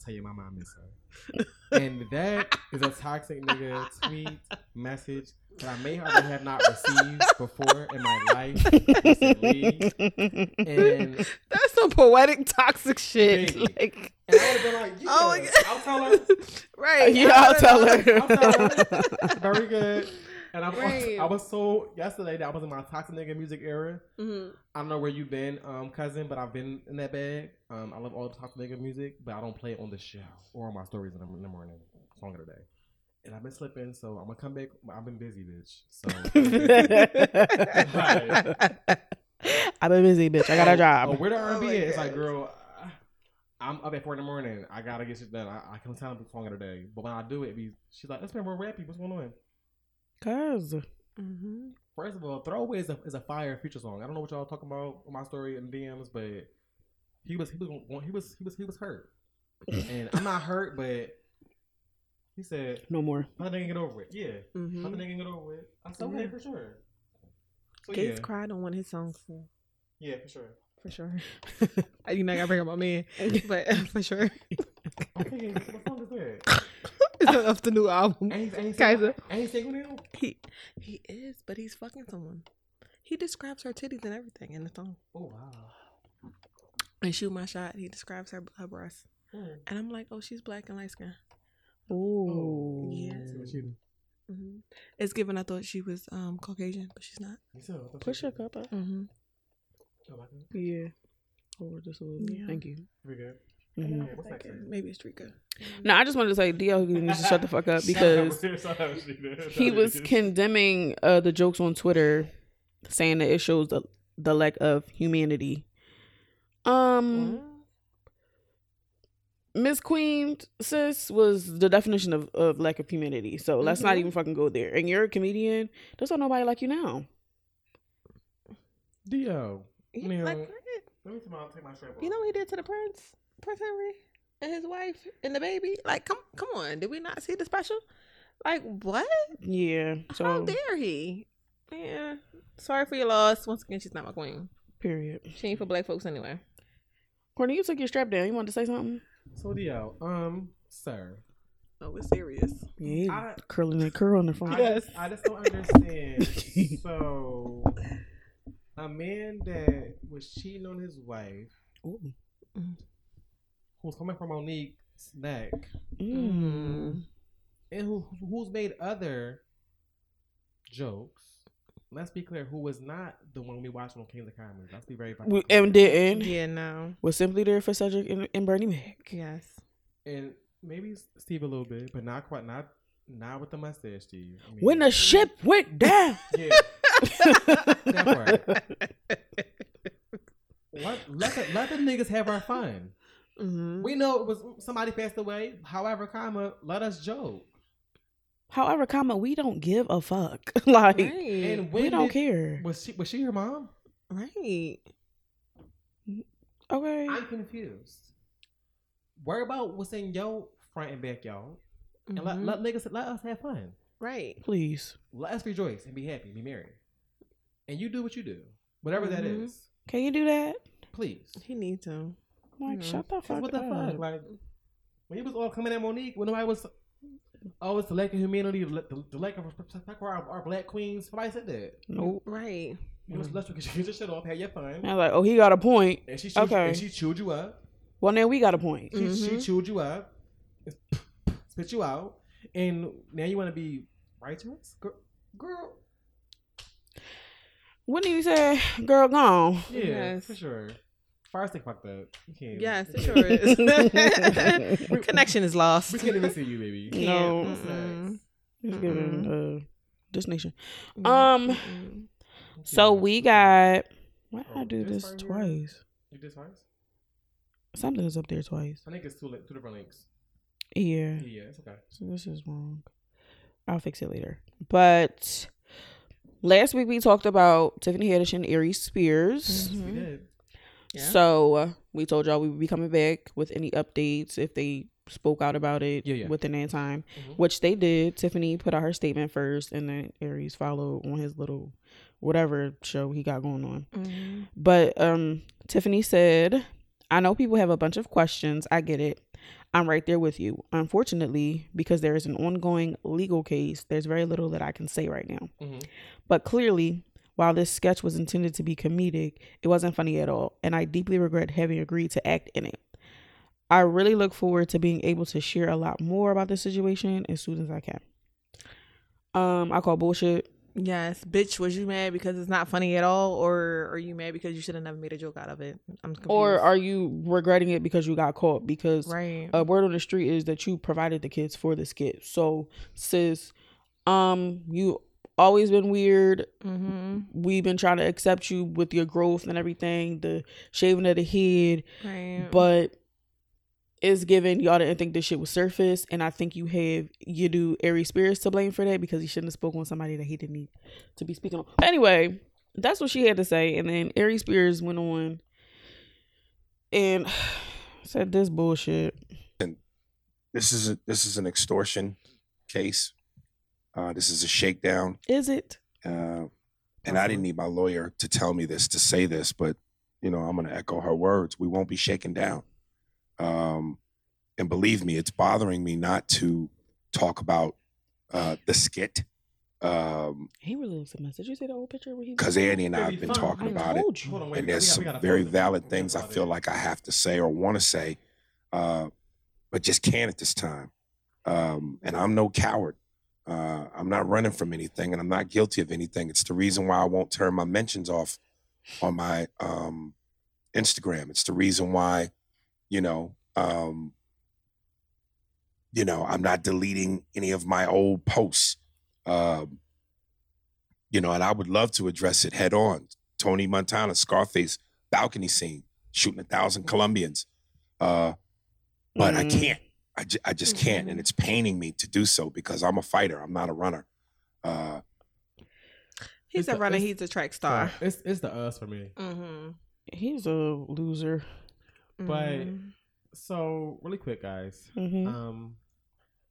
C: Tell your mama I miss her. and that is a toxic nigga tweet message that I may or may have not
B: <laughs>
C: received before in my life. Recently. And
D: That's some poetic toxic shit.
C: Baby.
B: <laughs>
D: Like,
C: And I would have been like, yeah.
D: Oh my God.
C: I'll tell her.
D: right?
B: yeah, I'll tell her.
C: I'll tell
B: <laughs>
C: her. Very good. And I'm,
D: Right.
C: I was so yesterday that I was in my toxic nigga music era.
D: Mhm.
C: I don't know where you've been, um, cousin, but I've been in that bag. Um, I love all the toxic nigga music, but I don't play it on the show or on my stories in the, in the morning, song of the day. And I've been slipping, so I'm gonna come back. I've been busy, bitch.
B: <laughs>
C: So
B: I've been busy, bitch. I got a
C: Oh,
B: job.
C: where the R&B
D: my
C: at? It's like,
D: God.
C: girl, I- I'm up at four in the morning. I gotta get shit done. I, I can't tell the song of the day, but when I do it, it be, she's like, "Let's make more rappy. What's going on?"
B: Cause
D: Mhm.
C: First of all, Throwaway is a, is a fire feature song. I don't know what y'all talking about on my story and DMs, but he was he was gon- he was he was he was hurt, and I'm not hurt, but he said,
B: no more.
C: "Let the nigga get over it." Yeah, let
D: Mhm.
C: the
B: Hmm.
C: nigga get over it. I said,
D: Yeah.
C: "Okay, for sure." So yeah,
D: Gates cried on one of his songs too,
C: yeah, for sure.
D: for sure. <laughs> I do not gotta bring up my <laughs> man, but for sure, <laughs>
C: Okay, what song is
B: <laughs>
C: that?
D: it's off the new album.
C: Ain't, ain't,
D: Kaiser.
B: uh,
C: ain't single now.
D: He he is, but he's fucking someone. He describes her titties and everything in the song.
C: Oh wow.
D: And shoot my shot. He describes her her breasts,
C: Mm.
D: and I'm like, oh, she's black and light skin.
B: Oh, Ooh.
C: Oh,
D: Yeah. hmm It's given. I thought she was um Caucasian, but she's not.
B: Push your cup up.
D: Mm-hmm.
C: Oh,
B: Yeah. Over just a little bit.
D: Yeah.
B: Oh, Thank you.
C: Pretty good.
B: Mhm.
C: Yeah, what's next?
D: Maybe it's Trika.
B: No, I just wanted to say DL Hughley needs to <laughs> shut the
C: <laughs>
B: fuck up because he was condemning uh, the jokes on Twitter, saying that it shows the the lack of humanity. Um, Miss Queen sis was the definition of, of lack of humanity. So let's not
D: Mhm.
B: even fucking go there. And you're a comedian. That's why nobody like you now.
C: Dio.
D: He-
C: Yeah.
D: like, what?
C: Let me take my, take my strap off.
D: you know what he did to the prince, Prince Henry, and his wife and the baby. Like, come come on, did we not see the special? Like, what?
B: Yeah. So
D: How dare he? Yeah. Sorry for your loss. Once again, she's not my queen.
B: period.
D: She ain't for black folks anyway.
B: Courtney, you took your strap down. You wanted to say something?
C: So Dio, um, sir,
D: Oh, it's serious.
B: Yeah. he's
C: I-
B: curling that curl on the phone.
C: I,
D: Yes.
C: I just
B: <laughs>
C: don't understand. so, a man that was cheating on his wife,
B: Ooh.
C: who's coming from Monique's neck,
B: Mm.
C: and who who's made other jokes. Let's be clear, who was not the one we watched on Kings of Comedy. Let's be very fucking
B: We,
C: clear.
B: and didn't.
D: Yeah, no.
B: was simply there for Cedric and, and Bernie Mac.
D: Yes.
C: and maybe Steve a little bit, but not quite, not not with the mustache, Steve. I mean,
B: When the ship went down.
C: yeah, <laughs> that part. What let the, let the niggas have our fun.
D: Mm-hmm.
C: We know it was somebody passed away. However, comma, let us joke.
B: However, comma, we don't give a fuck. <laughs> like
D: Right.
C: And when
B: we don't
C: did-
B: care.
C: Was she was she your mom?
D: Right.
B: Okay.
C: I'm confused. Worry about what's in your front and backyard, and let,
D: Mhm.
B: Mm-hmm.
C: let niggas let us have fun.
D: right.
B: Please.
C: Let us rejoice and be happy, be merry, and you do what you do, whatever that
B: Mm-hmm.
D: Mhm.
C: is.
B: Can you do that?
C: Please.
D: He needs to.
B: Like,
D: No.
B: shut the fuck
C: Cause what the
B: up.
C: fuck? Like when he was all coming at Monique, when I was, oh, it's the lack of humanity, the, the, the lack of respect for our, our black queens. Somebody said that.
B: nope.
D: Right.
C: You
B: Mm.
C: was let's get <laughs> your shit off, have your fun,
B: I was like, oh, he got a point.
C: and she chewed,
B: Okay. Mm-hmm.
C: and she chewed you up.
B: Well, now we got a point.
C: She,
D: Mm-hmm.
C: she chewed you up, spit you out, and now you want to be righteous, girl. girl
B: What do you say? Girl, gone.
C: yeah,
D: Yes.
C: for sure. Fire stick fucked up. You can't-
D: Yes,
C: you
D: <laughs>
C: can't-
D: it
C: <laughs>
B: <laughs>
D: sure is. Connection is lost.
C: We can't even see you, baby.
B: No.
D: Can't.
C: Mm-mm.
B: It's
D: Mm-mm.
B: giving uh, this nation.
D: Mm-mm.
B: Um,
D: Mm-mm.
B: So we got. Why did I
C: Oh,
B: do
C: this
B: this
C: right here?
B: twice?
C: You did twice.
B: Something is up there twice.
C: I think it's two, li- two different links.
B: Yeah.
C: Yeah, it's okay.
B: So this is wrong. I'll fix it later. But last week we talked about Tiffany Haddish and Ari Spears.
C: We
D: Mhm.
C: did.
D: Yeah.
B: So uh, we told y'all we would be coming back with any updates if they spoke out about it
C: Yeah, yeah.
B: within that time,
C: Mhm.
B: which they did. Tiffany put out her statement first, and then Aries followed on his little whatever show he got going on.
D: Mhm.
B: But um, Tiffany said, I know people have a bunch of questions. I get it. I'm right there with you. Unfortunately, because there is Mm-hmm. an ongoing legal case, there's very little that I can say right now.
C: Mhm.
B: But clearly, While this sketch was intended to be comedic, it wasn't funny at all, and I deeply regret having agreed to act in it. I really look forward to being able to share a lot more about this situation as soon as I can. Um, I call bullshit.
D: Yes, bitch. Was you mad because it's not funny at all, or are you mad because you should have never made a joke out of it? I'm confused.
B: Or are you regretting it because you got caught? Because
D: right?
B: a word on the street is that you provided the kids for this kid. So, sis, um, you always been weird.
D: mm-hmm.
B: We've been trying to accept you with your growth and everything, the shaving of the head,
D: Right.
B: but it's given y'all didn't think this shit was surface, and I think you have you do Aries spirits to blame for that because he shouldn't have spoken on somebody that he didn't need to be speaking on. Anyway, that's what she had to say, and then Aries Spears went on and <sighs> said this bullshit.
E: This is a, this is an extortion case. Uh, this is a shakedown.
B: Is it?
E: Uh, and I didn't need my lawyer to tell me this, to say this, but you know, I'm going to echo her words. We won't be shaken down. Um, and believe me, it's bothering me not to talk about uh, the skit because
B: He really looks a mess. Did you see the old picture where he
E: Andy and I
C: It'd
E: have
C: be
E: been
C: fun.
E: talking
B: I
E: about it.
B: told you.
C: Hold on, wait.
E: and
C: we
E: there's
C: got-
E: some
C: we gotta
E: very
C: pause it.
E: valid
C: We gotta
E: things I
C: pause
E: feel
C: it.
E: like I have to say or want to say, uh, but just can't at this time. Um, and I'm no coward. Uh, I'm not running from anything, and I'm not guilty of anything. It's the reason why I won't turn my mentions off on my um, Instagram. It's the reason why, you know, um, you know, I'm not deleting any of my old posts. Um, you know, and I would love to address it head on. Tony Montana, Scarface, balcony scene, shooting a thousand Colombians. Uh, but I
B: Mhm.
F: Mm-hmm.
E: can't. I, ju- I just can't.
D: Mhm.
E: And it's paining me to do so because I'm a fighter. I'm not a runner. Uh,
D: he's
C: It's
D: a
C: the-
D: runner.
C: it's-
D: He's a track
C: So,
D: star.
C: it's it's the us for me.
D: Mm-hmm.
B: He's a loser.
C: But- So really quick, guys.
D: Mm-hmm.
B: Mhm.
C: Um,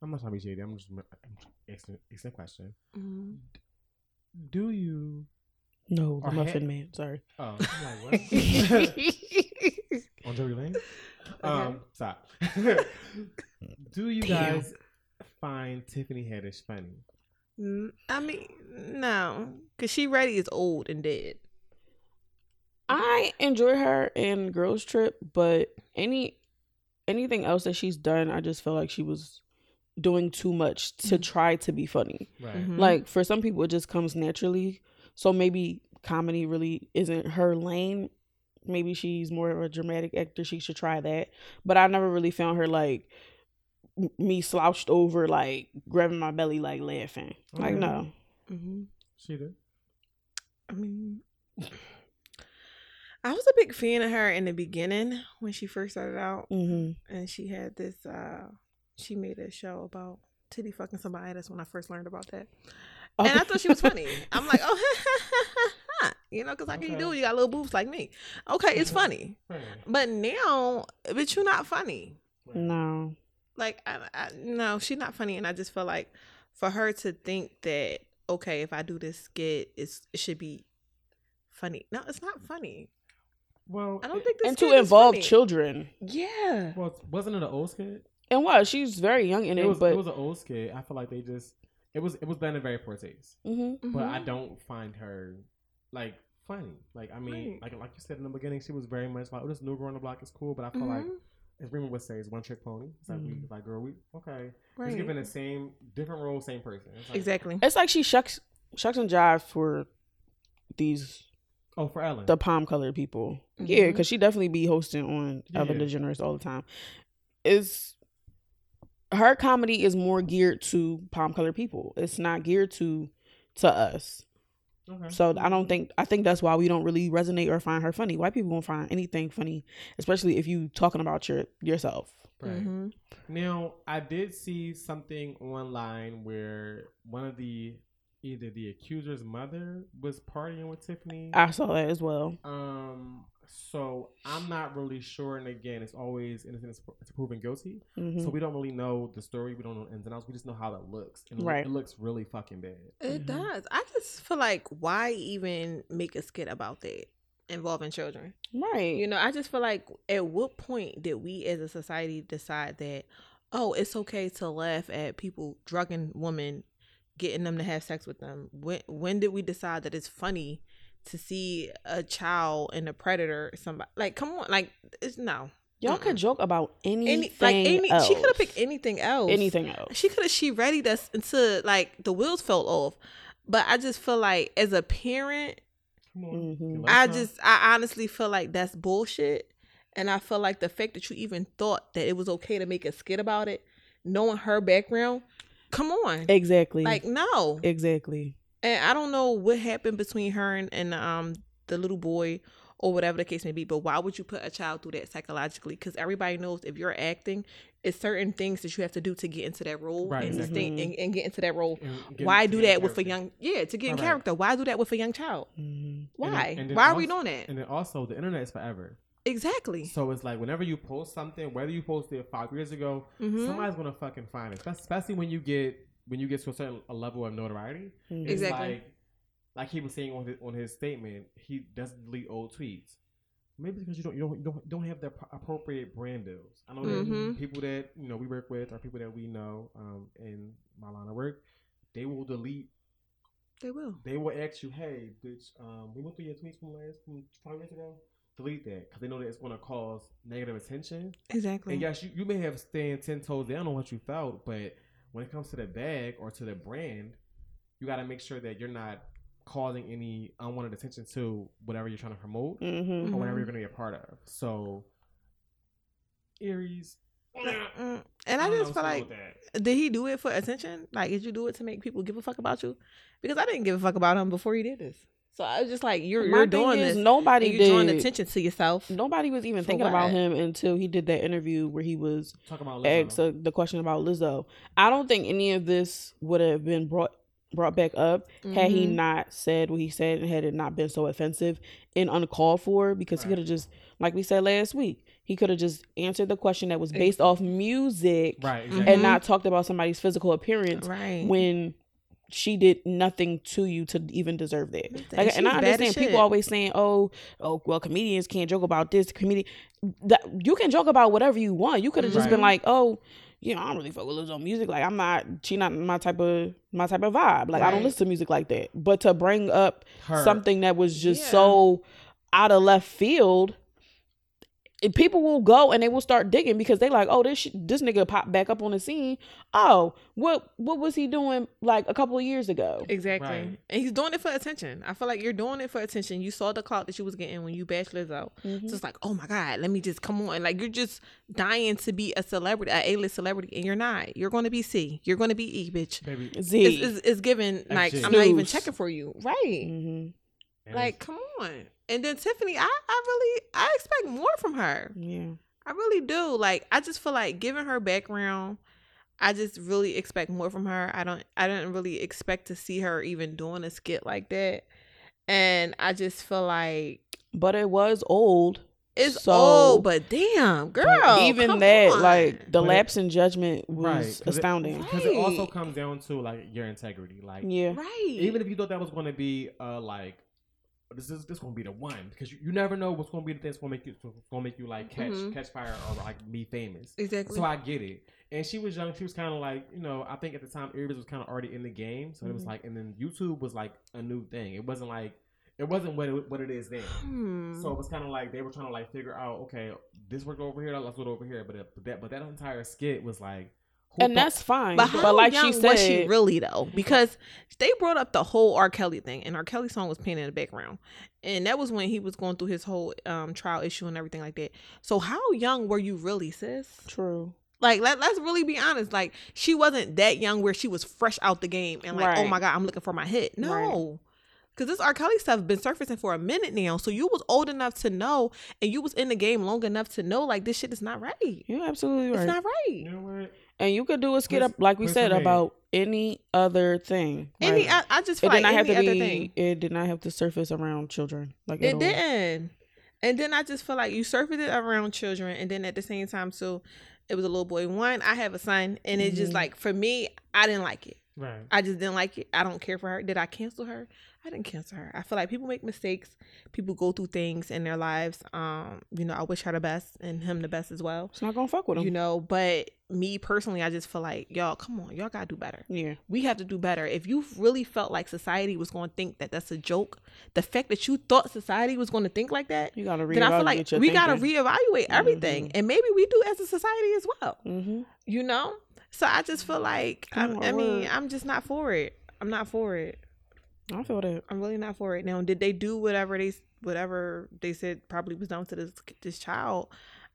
C: I'm not trying to be shady. I'm just I'm just asking, asking a question.
D: Mm,
C: Do you?
B: no, the
C: Or
B: muffin
C: ha-
B: man.
C: <laughs>
B: Sorry. <laughs>
C: Oh, I'm like what? <laughs>
D: <laughs> mm.
C: on Drury Lane. Um, stop. <laughs> Do you
D: Damn.
C: guys find Tiffany Haddish funny?
D: Mm, I mean, no, because she ready is old and dead.
B: I enjoy her in Girls Trip, but any anything else that she's done, I just feel like she was doing too much to
C: Mm-hmm.
D: Mhm.
B: try to be funny.
C: Right.
D: Mhm.
B: Like for some people, it just comes naturally. So maybe comedy really isn't her lane. Maybe she's more of a dramatic actor. She should try that. But I never really found her like m- me slouched over, like grabbing my belly, like laughing. Like
D: Mm-hmm.
C: Okay.
B: no,
D: Mhm.
C: She did.
D: I mean, I was a big fan of her in the beginning when she first started out,
B: mm-hmm.
D: and she had this. uh She made a show about titty fucking somebody. That's when I first learned about that, and I thought she was funny. I'm like, oh, <laughs> you know, because how can you do?
C: Okay.
D: it? You got little boobs like me. Okay, it's funny,
C: Right.
D: but now, but you're not funny.
C: Right.
B: <laughs> no.
D: like I, I no she's not funny and i just feel like for her to think that okay if i do this skit it's, it should be funny no it's not funny
C: Well,
D: i
C: it-
D: don't think this
B: and
D: skit
B: to
D: is
B: involve
D: funny.
B: children.
D: yeah
C: Well, it's- wasn't it an old skit?
B: And what she's very young in
C: It,
B: it,
C: was.
B: but
C: It was an old skit. I feel like they just. It was. It was done in very poor taste.
B: Mhm.
C: But I
D: Mhm.
C: don't find her like funny. Like I mean,
D: Right.
C: like like you said in the beginning, she was very much like, "Oh, this new girl on the block is cool," but I feel like.
D: Mhm.
B: Mm-hmm.
C: As Rima would say, it's one trick pony. It's like, we, like, girl, we okay. It's
D: Right.
C: given the same, different role, same person. It's like,
D: exactly
B: it's like she shucks shucks and jive for these
C: Oh, for Ellen.
B: the palm colored people. Yeah,
D: Mhm.
B: because she definitely be hosting on Ellen
C: Yeah.
B: DeGeneres all the time. It's her comedy is more geared to palm colored people. It's not geared to to us.
C: okay.
B: So I don't think I think that's why we don't really resonate or find her funny. White people won't find anything funny, especially if you talking about your yourself.
C: Right.
B: Mm-hmm.
D: Mhm.
C: Now, I did see something online where one of the either the accuser's mother was partying with Tiffany.
B: I saw that as well.
C: um, so I'm not really sure. And again, it's always innocent is- to proven guilty,
B: Mhm.
D: Mm-hmm.
C: so we don't really know the story. We don't know ins and outs. We just know how that looks, and it loo-
B: Right.
C: it looks really fucking bad.
D: it
B: Mhm.
D: does i just feel like why even make a skit about that involving children
B: right.
D: You know, I just feel like at what point did we as a society decide that, oh, it's okay to laugh at people drugging women, getting them to have sex with them? When when did we decide that it's funny to see a child and a predator. Somebody like, come on, like it's no.
B: Y'all could
D: Mm-mm.
B: joke about anything.
D: any like any. She could
B: else.
D: have picked anything else.
B: anything else.
D: She could have. She readied us until like the wheels fell off. But I just feel like as a parent,
C: Come on. Let us
B: Mhm.
D: Mm-hmm. I
C: know.
D: just I honestly feel like that's bullshit. And I feel like the fact that you even thought that it was okay to make a skit about it, knowing her background, come on.
B: Exactly.
D: Like no.
B: exactly.
D: and I don't know what happened between her and, and um the little boy or whatever the case may be, but why would you put a child through that psychologically? Because everybody knows if you're acting, it's certain things that you have to do to get into that role
C: Right,
D: and, to
B: exactly.
D: stay- and, and get into that role.
C: And get-
D: Why
C: to
D: do
C: get
D: that with a
C: character.
D: young yeah to get in
C: All right.
D: character? Why do that with a young child?
B: Mhm.
C: And then-
D: Why?
C: and then
D: why are we
C: also-
D: doing that?
C: And then also, the internet is forever.
D: Exactly.
C: So it's like whenever you post something, whether you posted it five years ago,
D: Mhm.
C: somebody's gonna fucking find it. Spe- Especially when you get when you get to a certain a level of notoriety.
B: Mhm.
C: It's
D: Exactly.
C: Like, like he was saying on his, on his statement, he doesn't delete old tweets. Maybe because you don't you don't you don't, you don't have the pro- appropriate brand deals. I know that
D: Mhm.
C: people that you know we work with or people that we know um, in my line of work, they will delete.
D: They will.
C: They will ask you, "Hey, bitch, um, we went through your tweets from last from five years ago. Delete that because they know that it's going to cause negative attention."
D: Exactly.
C: And yes, you, you may have stand ten toes down on what you felt, but when it comes to the bag or to the brand, you got to make sure that you're not causing any unwanted attention to whatever you're trying to promote
B: Mhm.
C: or whatever
D: Mhm.
C: you're going to be a part of. So, Aries,
D: Mm-mm. Mm. And I
C: don't know
D: just feel
C: what's
D: like
C: going on with that.
D: did he do it for attention? Like, did you do it to make people give a fuck about you? Because I didn't give a fuck about him before he did this. So I was just like, you're
B: My
D: you're
B: thing
D: doing
B: is
D: this.
B: Nobody
D: and you're
B: did.
D: drawing attention to yourself.
B: Nobody was even
D: For
B: thinking about
D: what?
B: him until he did that interview where he was
C: talking about Lizzo.
B: asked uh, the question about Lizzo. I don't think any of this would have been brought brought back up had he
D: Mhm.
B: not said what he said and had it not been so offensive and uncalled for because he
C: Right.
B: could have just like we said last week he could have just answered the question that was based off music
C: right? Exactly.
D: Mm-hmm.
B: and not talked about somebody's physical appearance
D: right.
B: when she did nothing to you to even deserve that.
D: Nothing.
B: Like,
D: She
B: and
D: was
B: I
D: bad as
B: understand
D: shit.
B: people always saying, "Oh, oh, well, comedians can't joke about this." Comedian, that you can joke about whatever you want. You could have just been
C: Right.
B: like, "Oh, you know, I don't really fuck with Lizzo music. Like, I'm not. She not my type of my type of vibe. Like, I
D: Right.
B: don't listen to music like that." But to bring up
C: Her.
B: something that was just
D: Yeah.
B: so out of left field it- people will go and they will start digging because they like oh this sh- this nigga popped back up on the scene oh what what was he doing like a couple of years ago
D: exactly.
C: Right.
D: And he's doing it for attention. I feel like you're doing it for attention. You saw the clout that you was getting when you bashed Lizzo.
B: Mm-hmm.
D: It's Just like, oh my God, let me just come on. Like you're just dying to be a celebrity, a A-list celebrity, and you're not. You're going to be C. You're going to be E, bitch.
C: Baby,
B: Z
D: It's, it's, it's given like
C: Snooze.
D: I'm not even checking for you, right?
B: Mhm.
C: and
D: Like, come on. And then Tiffany, I, I really I expect more from her.
B: yeah
D: I really do. Like, I just feel like given her background, I just really expect more from her. I don't I didn't really expect to see her even doing a skit like that. And I just feel like
B: but it was old
D: it's
B: So-
D: old, but damn, girl.
B: even
D: Oh, come
B: that
D: on.
B: like the
C: But it-
B: lapse in judgment was
C: Right, 'cause it-
B: astounding
C: because it also
D: Right.
C: comes down to like your integrity. Like,
B: yeah
D: right.
C: even if you thought that was going to be uh like this is this going to be the one because you, you never know what's going to be the thing that's going to make you going to make you like catch
B: Mm-hmm.
D: Mhm.
C: catch fire or like be famous.
D: exactly.
C: So I get it. And she was young. She was kind of like you know I think at the time Aries was kind of already in the game, so it was
B: Mhm.
C: like and then YouTube was like a new thing. It wasn't like it wasn't what it, what it is
B: <sighs>
C: now.
D: Hmm.
C: So it was kind of like they were trying to like figure out okay this worked over here let's do it over here but, it, but that but that entire skit was like who
B: and
C: thought-
B: that's fine
D: But
B: but,
D: how
B: like
D: young
B: she said
D: was she really though? Because they brought up the whole R. Kelly thing, and R. Kelly song was playing in the background, and that was when he was going through his whole um, trial issue and everything like that. So how young were you really, sis?
B: true
D: Like let let's really be honest. Like she wasn't that young where she was fresh out the game and like, oh
B: Right.
D: my god, I'm looking for my hit. No. Cause this R. Kelly stuff been surfacing for a minute now, so you was old enough to know, and you was in the game long enough to know, like this shit is not right.
B: you're absolutely
D: It's
B: right
D: not right.
C: you know what
B: and you could do a skit
C: Where's-
B: up like we
C: where's
B: said
C: the man?
B: about any other thing
D: Any,
B: Like,
D: I, I
B: it
D: just feel
B: did
D: like
B: not
D: any
B: have to
D: other
B: be.
D: thing.
B: It did not have to surface around children. Like at
D: It
B: all.
D: didn't. And then I just feel like you surfaced it around children, and then at the same time, so it was a little boy. One, I have a son, and it just
B: Mhm.
D: like for me, I didn't like it.
C: Right.
D: I just didn't like it. I don't care for her. Did I cancel her? I didn't cancel her. I feel like people make mistakes. People go through things in their lives. Um, you know, I wish her the best and him the best as well.
B: It's not gonna fuck with him.
D: You know, but me personally, I just feel like y'all, come on, y'all gotta do better.
B: yeah.
D: We have to do better. If you really felt like society was gonna think that that's a joke, the fact that you thought society was gonna think like that,
B: You gotta read.
D: then I feel like we gotta reevaluate everything, and maybe we do as a society as well
B: Mm-hmm.
D: you know so i just feel like I,
B: Oh,
D: I mean
B: word.
D: i'm just not for it i'm not for it
B: I feel that.
D: i'm really not for it now did they do whatever they whatever they said probably was done to this this child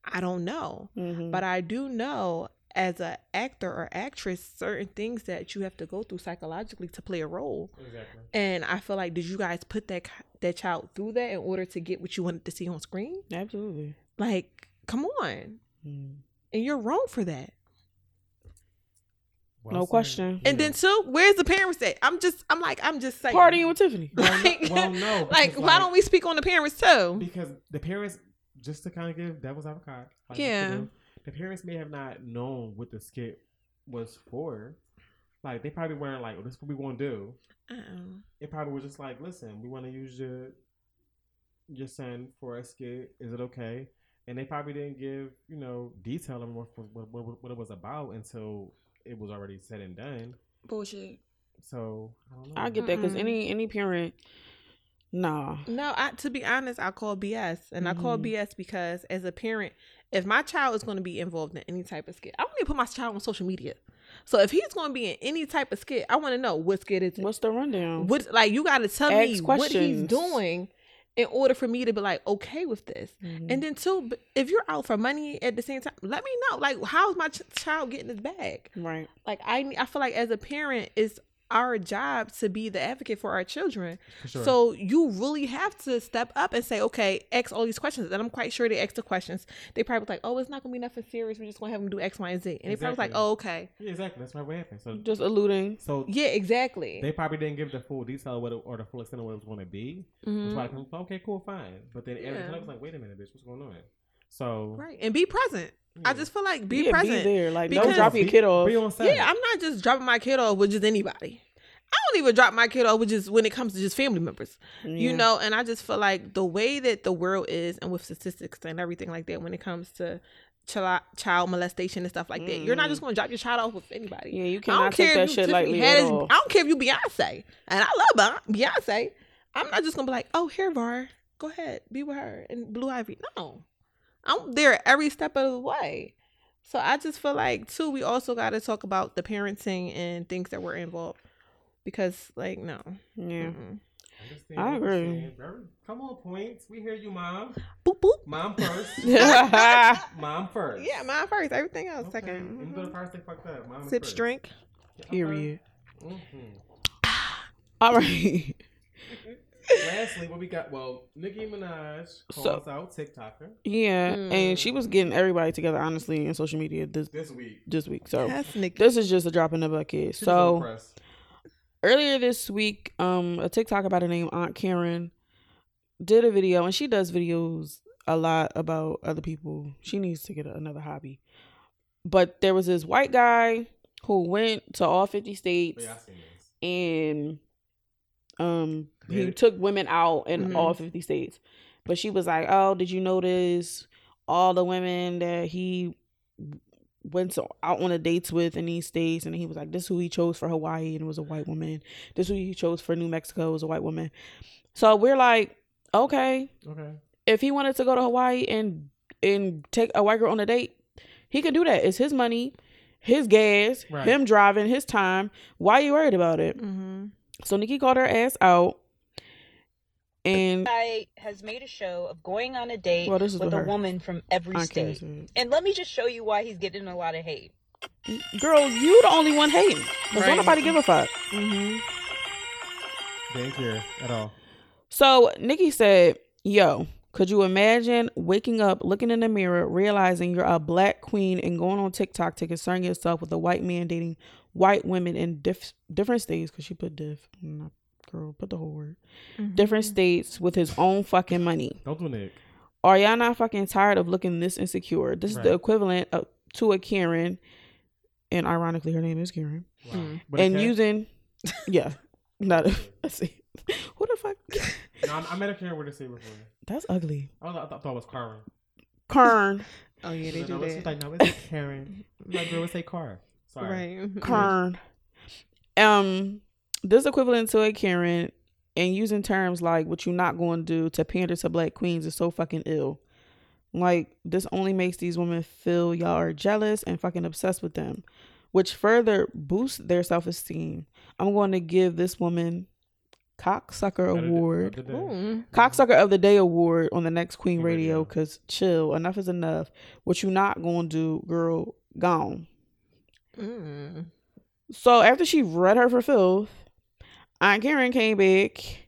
D: i don't know
B: Mm-hmm.
D: but i do know as an actor or actress certain things that you have to go through psychologically to play a role
C: Exactly.
D: and i feel like did you guys put that ki- that child through that in order to get what you wanted to see on screen
B: Absolutely.
D: like come on
C: Mm-hmm.
B: Mm.
D: and you're wrong for that
C: Well
B: No
C: said.
B: question.
D: And then two, where's the parents at? I'm just, I'm like, I'm just saying.
B: Partying with Tiffany.
D: <laughs> Like,
C: Well, <laughs> no.
D: like,
C: because,
D: why don't we speak on the parents too?
C: Because the parents, just to kind of give devil's avocado. like,
D: Yeah.
C: you know, The parents may have not known what the skit was for. Like they probably weren't like, "This is what we want to do."
D: Uh-uh.
C: It probably was just like, "Listen, we want to use your your son for a skit. Is it okay?" And they probably didn't give you know detail on what what, what, what it was about until it was already said and done.
D: Bullshit.
C: So I don't know.
B: I get that because
D: Mm-mm.
B: any any parent, nah.
D: No, I, to be honest, I call BS, and I call
B: Mhm.
D: BS because as a parent, if my child is going to be involved in any type of skit, I want to put my child on social media. So if he's going to be in any type of skit, I want to know what skit is it.
B: What's the rundown?
D: What like you got to tell
B: Ask
D: me
B: questions.
D: what he's doing in order for me to be like okay with this.
B: Mhm.
D: And then too, b- if you're out for money at the same time, let me know. Like, how's my ch- child getting this bag?
B: right.
D: Like, I ne- I feel like as a parent, it's our job to be the advocate for our children.
C: For sure.
D: So you really have to step up and say, okay, ask all these questions. And I'm quite sure they asked the questions. They probably was like, oh, it's not gonna be nothing serious. We're just gonna have them do X, Y, and Z. And they probably was like,
C: Exactly.
D: oh, okay,
C: yeah, exactly. That's probably what happened. So
B: Just alluding.
C: so
D: yeah, exactly.
C: They probably didn't give the full detail of what it, or the full extent of what it was going to be. That's
D: Mhm.
C: why they come, okay, cool, fine. But then every
D: Yeah.
C: time I was like, wait a minute, bitch, what's going on? So
D: Right, and be present. I
C: yeah.
D: just feel like be
B: yeah, Be
D: present.
B: there. Like don't
D: Because-
B: drop your kid off.
C: Be on set.
D: Yeah, I'm not just dropping my kid off with just anybody. I don't even drop my kid off with just when it comes to just family members, you
B: Yeah.
D: know. And I just feel like the way that the world is, and with statistics and everything like that, when it comes to child child molestation and stuff like that,
C: Mm.
D: you're not just going to drop your child off with anybody.
B: Yeah, you
D: I
B: cannot
D: don't
B: take
D: care
B: that
D: if you
B: shit
D: Tiffany
B: lightly at
D: Haddish-
B: all.
D: I don't care if you Beyonce, and I love Be- Beyonce. I'm not just gonna be like, oh, here, Var, go ahead, be with her and Blue Ivy. No, I'm there every step of the way. So I just feel like too, we also got to talk about the parenting and things that were involved because, like, no,
B: Yeah.
D: Mm-mm.
C: Understand
B: I
C: what you're
B: agree.
C: saying, bro. Come on, points. We hear you, mom.
D: boop boop. <laughs>
C: Mom first.
B: yeah.
C: mom first.
D: Yeah, mine first, everything else
C: Okay. And the
D: second.
C: first they fucked up. Mom
D: Mhm.
C: is
D: Sips
C: first.
D: drink.
C: Yeah, okay.
B: <laughs> Period.
C: Mhm.
B: All right. <laughs>
C: Lastly, what we got? Well, Nicki Minaj calls
B: So-
C: out TikToker
B: Yeah,
D: Mm.
B: and she was getting everybody together honestly in social media this
C: this week.
B: this week. So
D: That's Nick.
B: this is just a drop in the bucket.
C: She was
B: so
C: impressed.
B: earlier this week, um, a TikToker by the name Aunt Karen did a video, and she does videos a lot about other people. She needs to get another hobby. But there was this white guy who went to all fifty states
C: Yeah, I seen this.
B: and um he
C: Did-
B: took women out in
D: Mhm.
B: all 50 states but she was like oh did you notice all the women that he went to, out on a dates with in these states and he was like this who he chose for hawaii and it was a white woman this who he chose for new mexico was a white woman so we're like okay
C: Okay.
B: if he wanted to go to Hawaii and and take a white girl on a date, he could do that. It's his money, his gas,
C: Right.
B: him driving, his time. Why you worried about it?
D: Mm-hmm.
B: So Nikki called her ass out, and
G: I has made a show of going on a date
B: Well, this is
G: with
B: with
G: a
B: her.
G: woman from every
B: I can't
G: state.
B: answer
G: And let me just show you why he's getting a lot of hate.
B: it. girl, you the only one hating. 'Cause
D: Right.
B: Don't nobody give a fuck.
D: Mm-hmm.
C: Didn't care at all.
B: So Nikki said, "Yo." Could you imagine waking up, looking in the mirror, realizing you're a black queen and going on TikTok to concern yourself with a white man dating white women in diff- different states? Because she put diff, not girl, put the whole word.
D: Mm-hmm.
B: different
G: Mm-hmm.
B: states with his own fucking money.
C: Don't do Nick.
B: Are y'all not fucking tired of looking this insecure? This is the
C: Right.
B: equivalent of to a Karen and ironically, her name is Karen,
C: Wow.
D: Mm.
C: But
B: Hmm. and
C: it's-
B: using, yeah, <laughs> not let's see, who the fuck?
C: No, I, I met a Karen with a saber before.
B: That's ugly.
C: I, was, I thought, thought it was Karen.
B: Kern,
D: Oh yeah,
C: She's like,
D: they do
C: no, it's- she's
D: that.
C: like, no,
B: <laughs>
C: it's Karen. My girl would say car. Sorry.
D: Right.
B: Kern, um, this equivalent to a Karen, and using terms like "what you're not going to do" to pander to black queens is so fucking ill. Like this only makes these women feel y'all are jealous and fucking obsessed with them, which further boosts their self esteem. I'm going to give this woman cocksucker
C: Not a d-
B: award.
C: not a day.
D: Mm.
B: Cocksucker of the Day award on the next Queen
C: Queen
B: Radio
C: Radio.
B: because chill, enough is enough. What you not gonna do, girl, gone.
D: Mm.
B: So after she read her for filth, Aunt Karen came back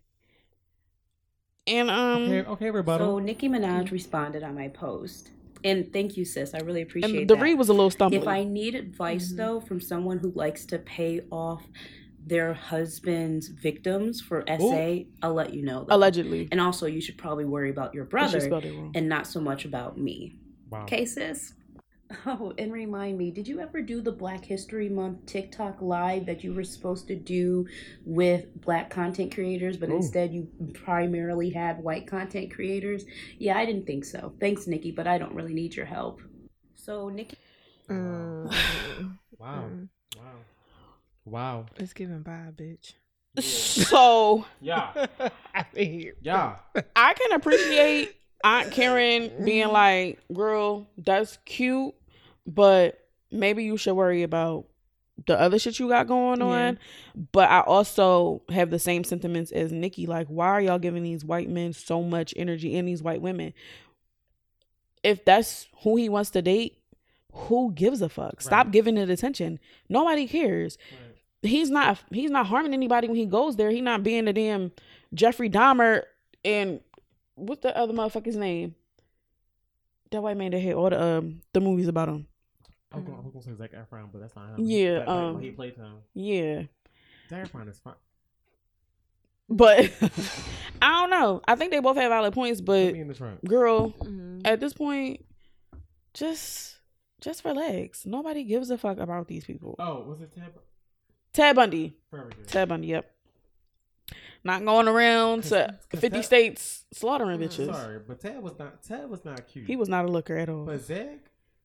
B: and um
C: Okay, okay,
H: So
C: rebuttal.
H: Nicki Minaj responded on my post. And thank you, sis. I really appreciate
B: and the
H: that.
B: read was Mm-hmm. a little stumbling.
H: If I need advice though from someone who likes to pay off their husband's victims for SA, I'll let you know. though.
B: allegedly.
H: And also, you should probably worry about your
B: But she
H: brother
B: spelled it wrong.
H: and not so much about me.
C: wow.
H: Okay, sis. Oh, and remind me, did you ever do the Black History Month TikTok live that you were supposed to do with black content creators, but
C: Ooh.
H: instead you primarily had white content creators? Yeah, I didn't think so. Thanks, Nikki, but I don't really need your help. So, Nikki.
C: Wow.
B: Um,
D: Mm.
C: Wow.
D: Mm.
C: Wow.
B: <laughs>
C: Wow.
D: It's giving by, bitch.
B: So
C: Yeah.
D: I mean,
B: <laughs>
C: Yeah.
B: I can appreciate Aunt Karen being like, girl, that's cute, but maybe you should worry about the other shit you got going
D: Yeah.
B: on. But I also have the same sentiments as Nikki. Like, why are y'all giving these white men so much energy and these white women? If that's who he wants to date, who gives a fuck? Stop
C: Right.
B: giving it attention. Nobody cares.
C: Right.
B: He's not he's not harming anybody when he goes there. He not being a damn Jeffrey Dahmer and what's the other motherfucker's name? That white man that had all the um the movies about him.
C: I was gonna, I was gonna say Zac Efron, but that's not him.
B: Yeah,
C: That- that-
B: um,
C: when he played him.
B: Yeah.
C: Zac Efron is fine.
B: But <laughs> I don't know. I think they both have valid points,
C: Put
B: but
C: me Mm-hmm. in the trunk.
B: girl,
D: mm.
B: at this point, just just relax. Nobody gives a fuck about these people.
C: Oh, was it Ted?
B: Ted Bundy.
C: Very good.
B: Ted Bundy, yep. Not going around to
C: Cause- cause
B: fifty
C: that- Mm-hmm.
B: states slaughtering
D: Mm,
B: bitches.
C: Sorry, but Ted was not. Ted was not cute.
B: He was not a looker at all.
C: But Zac,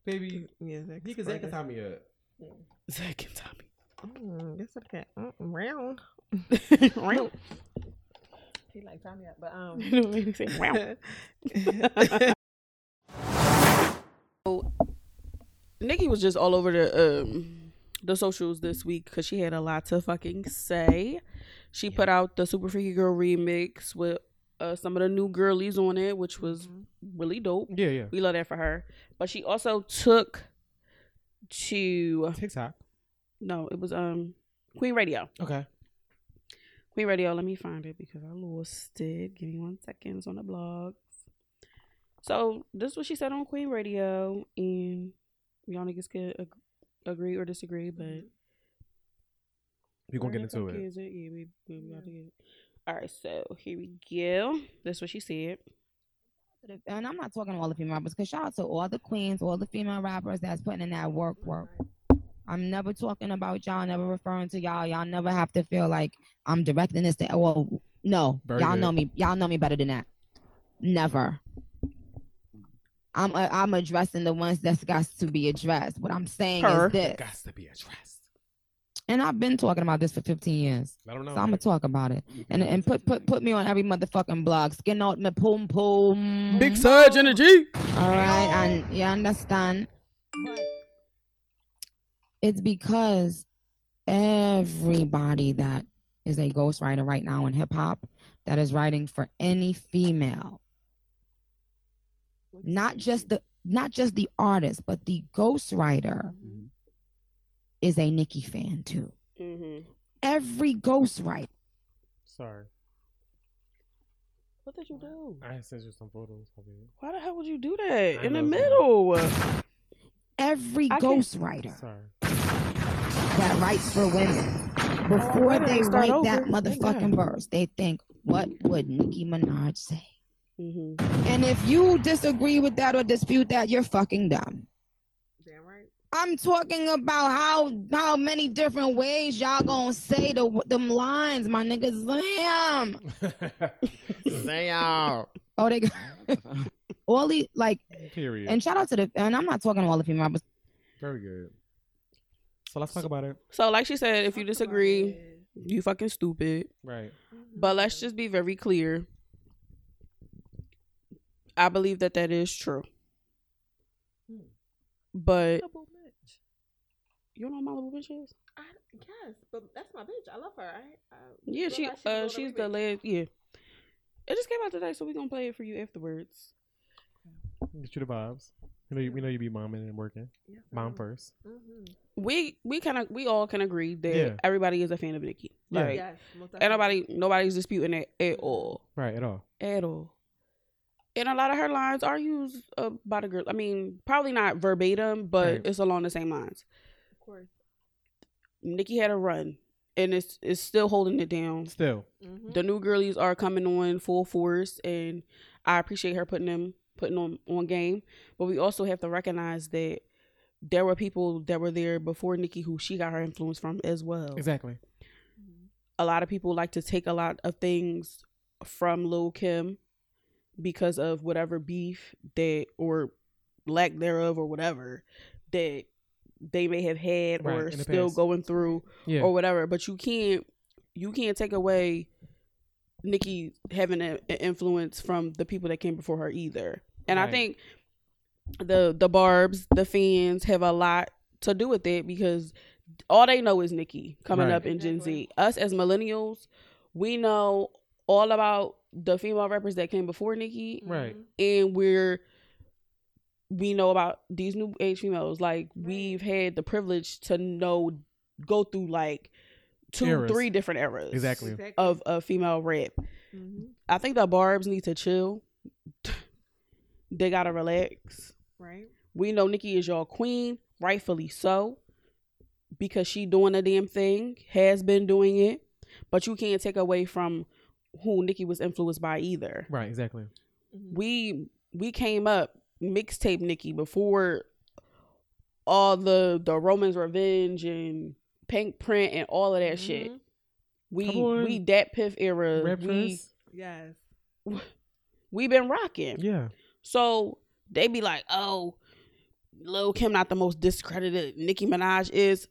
C: baby,
D: Yeah, Zach's
C: he could Zac can
D: brother.
C: tie me up.
B: Zach and <laughs> Tommy.
D: Mm, that's okay. Mm,
B: <laughs>
D: round.
B: Round.
D: He like Tommy up, but
B: <laughs> You know what I'm saying? Round.
D: <laughs> um.
B: Nikki was just all over the um the socials this week because she had a lot to fucking say. She put out the Super Freaky Girl remix with uh, some of the new girlies on it, which was really dope.
C: Yeah, yeah.
B: We love that for her. But she also took to
C: TikTok.
B: no, it was um Queen Radio.
C: Okay.
B: Queen Radio, let me find it because I lost it. Give me one second. It's on the blogs. So this is what she said on Queen Radio, and y'all niggas could ag- agree or disagree, but
C: We gonna get
B: where the
C: into
B: fuck
C: it.
B: is it? Mm-hmm. Yeah, we, we about to get it. All right, so here we go. That's what she said.
I: and I'm not talking to all the female rappers, because shout out to all the queens, all the female rappers that's putting in that work, work. I'm never talking about y'all, never referring to y'all. Y'all never have to feel like I'm directing this to. Well, no,
C: Very
I: y'all
C: good.
I: know me. Y'all know me better than that. Never. I'm uh, I'm addressing the ones that's got to be addressed. What I'm saying
B: Her.
I: is this,
C: Got to be addressed.
I: and I've been talking about this for 15 years.
C: I don't know.
I: So I'm gonna talk about it, and and put
C: <laughs>
I: put put me on every motherfucking blog. Skin out my poom poom.
B: surge energy.
I: All right, and you understand. It's because everybody that is a ghostwriter right now in hip hop that is writing for any female, not just the not just the artist, but the ghostwriter is a Nicki fan too.
B: Mm-hmm.
I: Every ghostwriter.
C: Sorry,
B: What did you do?
C: I had sent you some photos. of it.
B: Why the hell would you do that
C: I
B: in the
C: know, girl.
B: middle?
I: every
B: I can-
I: ghostwriter
C: Sorry.
I: that writes for women before
B: wait a
I: they
B: minute, start
I: write that
B: over. Thank God.
I: motherfucking verse, they think, "What would Nicki Minaj say?"
B: Mm-hmm.
I: And if you disagree with that or dispute that, you're fucking dumb.
D: Damn right.
I: I'm talking about how how many different ways y'all gonna say the them lines, my niggas. Damn.
C: Damn.
I: Oh, they got all these like.
C: <laughs> Period.
I: And shout out to the. And I'm not talking to all the female rappers.
C: Very good. So let's talk about it.
B: So, like she said, if you disagree, you fucking stupid.
C: Right.
B: But let's just be very clear. I believe that that is true. Hmm. But
D: Malibu bitch.
B: you don't know Malibu bitch is?
D: I, yes, but that's my bitch. I love her. I, I
B: Yeah,
D: love
B: she
D: how
B: uh
D: wrote
B: she's
D: a
B: the
D: remix.
B: lead. Yeah, it just came out today, so we are gonna play it for you afterwards.
C: Get you the vibes. We know you, we know you be momming and working.
D: Yes, I
C: Mom
I: Mm-hmm.
D: know.
C: first.
D: Mhm.
B: We we kind of we all can agree that
C: Yeah.
B: everybody is a fan of Nicki.
C: Yeah.
B: Like,
D: Yes, most
B: and
D: definitely.
B: nobody nobody's disputing it at all,
C: Right, at all.
B: at all. And a lot of her lines are used uh, by the girl. I mean, probably not verbatim, but
C: Right.
B: it's along the same lines.
D: Of course.
B: Nicki had a run, and it's it's still holding it down.
C: Still.
D: Mhm.
B: The new girlies are coming on full force, and I appreciate her putting them putting on on game. But we also have to recognize that there were people that were there before Nikki who she got her influence from as
I: Oh.
B: well.
C: Exactly.
B: A lot of people like to take a lot of things from Lil Kim because of whatever beef that or lack thereof or whatever that they may have had
C: Right,
B: or
C: in the
B: still
C: past.
B: going through
C: Yeah.
I: Oh.
B: or whatever. But you can't you can't take away Nikki having a- an influence from the people that came before her either. And I
C: Right.
B: think the the Barb's, the fans have a lot to do with it because all they know is Nikki coming
C: Right.
B: up in Gen Z. Us as millennials, we know all about the female rappers that came before Nikki
C: Right.
D: Mhm.
B: and we're we know about these new age females like we've had the privilege to know go through like two
C: Eras.
B: three different eras
C: Exactly.
B: of of female rap
D: Mhm.
B: i think the barbs need to chill <laughs> they gotta relax
D: Right.
B: we know nikki is your queen rightfully so because she doing a damn thing has been doing it but you can't take away from who nikki was influenced by either
C: Right, exactly.
D: Mhm.
B: we we came up mixtape Nikki before all the the Romans Revenge and Pink Print and all of that shit.
D: Mhm.
B: We
C: Mm-hmm. Come on.
B: we dat piff
I: Uh,
B: era. We
C: Raptors.
D: Mm-hmm. Yes.
B: we been rocking.
C: Yeah.
B: So they be like, oh, Lil Kim not the most discredited. Nicki Minaj is.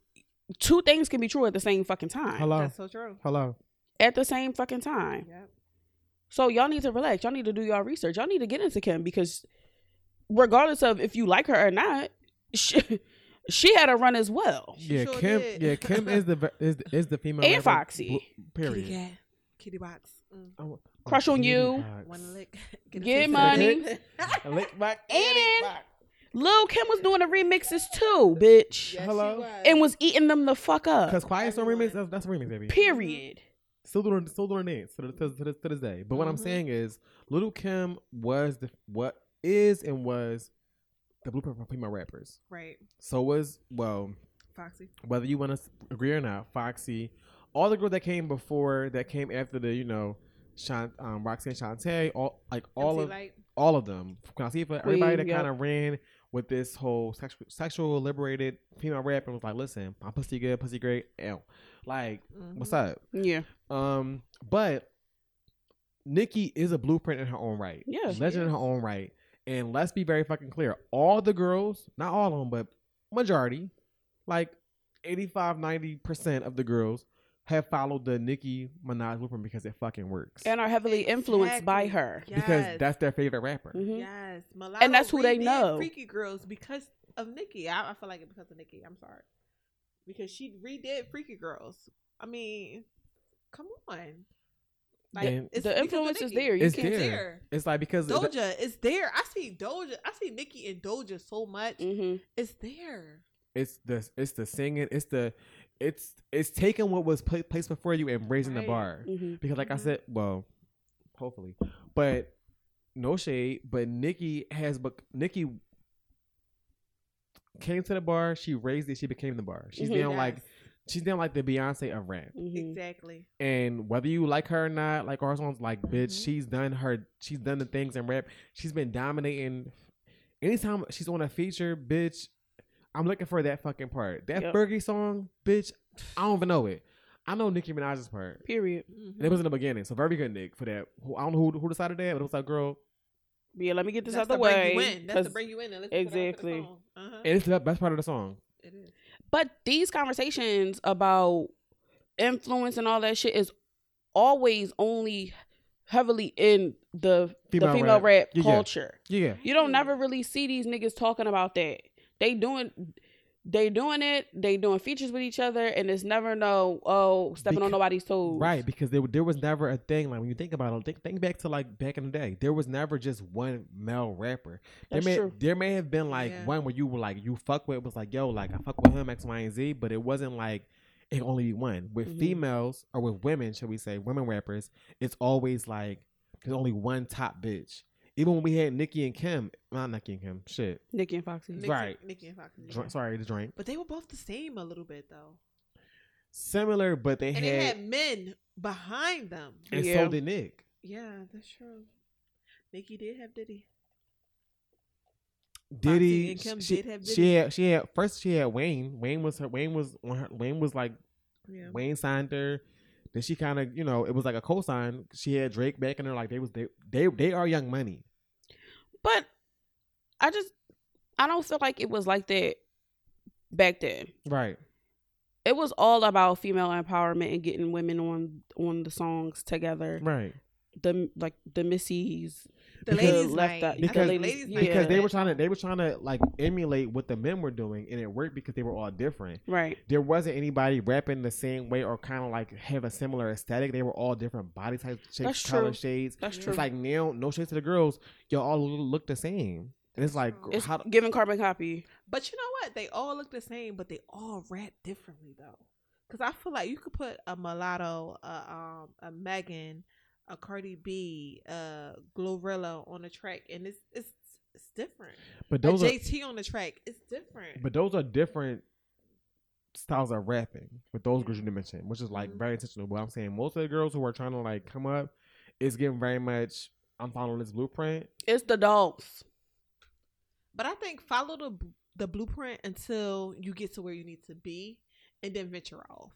B: Two things can be true at the same fucking time.
C: Hello.
D: That's so true.
C: Hello.
B: At the same fucking time.
D: Yep.
B: So y'all need to relax. Y'all need to do y'all research. Y'all need to get into Kim because, regardless of if you like her or not, she, <laughs> she had a run as well.
D: She
C: Yeah,
D: sure
C: Kim.
D: did.
C: Yeah, Kim is the
B: <laughs>
C: ve- is is the female
B: And
C: rapper,
B: Foxy.
C: bl- Period.
D: cat. Kitty box. Mm.
C: I want-
B: Crush on
C: Kitty
B: You.
C: Box.
D: One lick. <laughs>
B: Get
D: a taste of
B: money.
D: <laughs> it.
C: Lick my
B: And Lil Kim was doing the remixes too, bitch,
D: Yes, she
C: Hello?
D: was.
B: and was eating them the fuck
C: Because
B: up.
C: Quiet Storm remix, that's, that's a remix, baby.
B: Period.
C: Still doing, still doing it to, the- to, to, this- to this day. But what I'm
B: Mm-hmm.
D: Mhm.
C: saying is, Little Kim was the what is and was the blueprint for female rappers.
D: right.
C: So was well,
D: Foxy.
C: whether you want to agree or not, Foxy, all the girls that came before, that came after the, you know, Shan, um, Roxanne Shante, all like all
D: MC
C: of
D: Light.
C: all of them, Concefa, everybody
B: Queen,
C: that
B: yep.
C: kind of ran with this whole sexual, sexual liberated female rap and was like, listen, I'm pussy good, pussy great, ew. like,
D: Mm-hmm.
C: what's
B: Mm-hmm.
C: up?
B: Yeah,
C: Um, but Nikki is a blueprint in her own right.
B: Yeah. She
C: legend in her own right. And let's be very fucking clear: all the girls, not all of them, but majority, like 85, 90 percent of the girls have followed the Nicki Minaj blueprint because it fucking works.
B: and are heavily influenced by
D: Exactly.
B: her.
D: Yes.
C: because that's their favorite rapper.
B: Mhm.
D: Yes, Malala
B: And that's who they
D: redid
B: know.
D: Freaky Girls because of Nikki. I, I feel like it because of Nikki. I'm sorry, because she redid Freaky Girls. I mean, come on,
C: And
D: it's because
B: the
D: of
B: influence is
D: Nicki.
B: there. You
C: It's
B: can't.
C: there. It's like because of the-
D: Doja is there. I see Doja. I see Nikki and Doja so much.
B: hmm
D: It's there.
C: it's the it's the singing, it's the it's it's taking what was pla- placed before you and raising the
D: Right.
C: bar.
B: hmm
C: Because like I
D: Mhm.
C: said, well, hopefully, but no shade. But Nikki has, but Nikki came to the bar. She raised it. She became the bar. She's
B: Mhm.
C: down
D: Mm-hmm. Yes,
C: like she's down like the Beyonce of rap.
B: hmm
D: exactly.
C: And whether you like her or not, like our songs, like bitch,
D: Mhm.
C: she's done her. She's done the things in rap. She's been dominating. Anytime she's on a feature, bitch. I'm looking for that fucking part. That
B: Yep.
C: Fergie song, bitch. I don't even know it. I know Nicki Minaj's part.
B: Period.
C: And it was in the beginning, so very good Nick for that. Who- I don't know who, who decided that, but it was that girl.
B: But yeah, let me get this
D: That's
B: out the
D: to bring
B: way.
D: you in. That's
B: 'cause-
D: to bring you in. And listen to the rest of the
B: Exactly.
D: song. Uh-huh.
C: And it's the best part of the song.
D: It is.
B: But these conversations about influence and all that shit is always only heavily in the
C: Female
B: the female
C: rap.
B: rap,
C: Yeah, yeah.
B: culture.
C: Yeah.
B: You don't never really see these niggas talking about that. They doing they doing it, they doing features with each other, and it's never no oh stepping
C: Becau-
B: on nobody's toes.
C: Right, because there there was never a thing like when you think about it. Think, think back to like back in the day, there was never just one male rapper. There
B: That's
C: may
B: true.
C: there may have been like
D: Yeah.
C: one where you were like you fuck with it was like yo like I fuck with him X Y and Z, but it wasn't like it only be one
D: Mm-hmm.
C: with
B: Mhm.
C: females or with women. Should we say women rappers? It's always like there's only one top bitch. Even when we had Nicki and Kim, not Nicki and Kim, shit.
B: Nicki and Foxy.
D: Nicki,
C: Right.
D: Nicki and Foxy.
C: Dr- Sorry, the drink.
D: But they were both the same a little bit though,
C: Similar, but they
D: and
C: had,
D: they had men behind them.
C: and
B: Yeah.
C: so did Nick.
D: Yeah, that's true. Nicki did have Diddy.
C: Diddy,
D: and Kim
C: she,
D: did have
C: she
D: Diddy.
C: had she had first she had Wayne. Wayne was her. Wayne was on her. Wayne was like
D: Yeah.
C: Wayne signed her. Then she kind of you know it was like a co-sign. She had Drake back in her like they was they they they are Young Money.
B: But I just I don't feel like it was like that back then.
C: Right.
B: It was all about female empowerment and getting women on on the songs together.
C: Right.
B: The like the Missy's
D: The
C: Because-
D: ladies
B: left out-
D: night. I think
C: because-
D: ladies night
C: Because
B: Yeah.
C: they were trying to they were trying to like emulate what the men were doing and it worked because they were all different.
B: right.
C: There wasn't anybody rapping the same way or kind of like have a similar aesthetic. They were all different body types, shapes,
B: That's
C: color
B: true.
C: shades.
B: That's
D: It's
B: true.
C: It's like now, no shade to the girls, y'all all look the same, and it's like
D: That's
B: it's
C: how
B: giving carbon copy.
D: But you know what? They all look the same, but they all rap differently though. Because I feel like you could put a mulatto, a um, a Megan, a Cardi B, a Glorilla on a track, and it's it's it's different.
C: But those
D: a
C: are
D: JT on the track, it's different.
C: but those are different styles of rapping with those girls you mentioned, which is like
D: Mhm.
B: Mm-hmm.
C: very intentional. But I'm saying most of the girls who are trying to like come up, it's getting very much. I'm following this blueprint.
B: It's the dogs.
D: But I think follow the b- the blueprint until you get to where you need to be, and then venture off.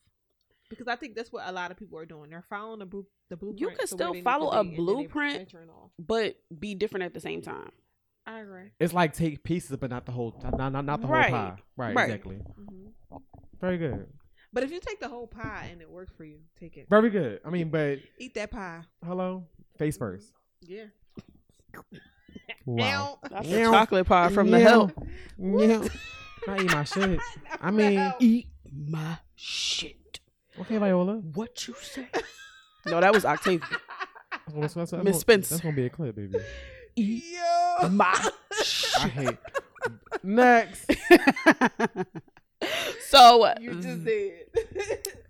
D: Because I think that's what a lot of people are doing. They're following the, blu- the
B: can
D: blueprint. to where
B: still
D: they need to
B: follow a
D: be, and then they
B: blueprint.
D: venturing off.
B: but be different at the same time.
D: I agree.
C: It's like take pieces, but not the whole, not not, not the
B: Right.
C: whole pie. Right,
B: Right.
C: exactly.
B: Mm-hmm.
D: hmm
C: Very good,
D: But if you take the whole pie and it works for you, take it.
C: very good. I mean, but
D: Eat that pie.
C: hello, face first.
D: Yeah.
C: Wow.
B: That's
C: Yeah.
B: a chocolate pie from the
C: Yeah.
B: hill.
C: <laughs> Yeah. I
D: <laughs>
C: eat my shit. I mean,
B: Eat my shit.
C: Okay, Viola.
B: What you
D: <laughs>
B: say? no, that was Octavia.
C: That's- that's- that's
B: Miss
C: gonna-
B: Spencer.
C: That's gonna be a clip,
B: <laughs>
C: baby.
B: Eat
D: Yo.
B: my
C: I hate.
B: <laughs>
C: Next.
B: so
D: <laughs> <laughs> You
C: Mm.
D: just <laughs> did.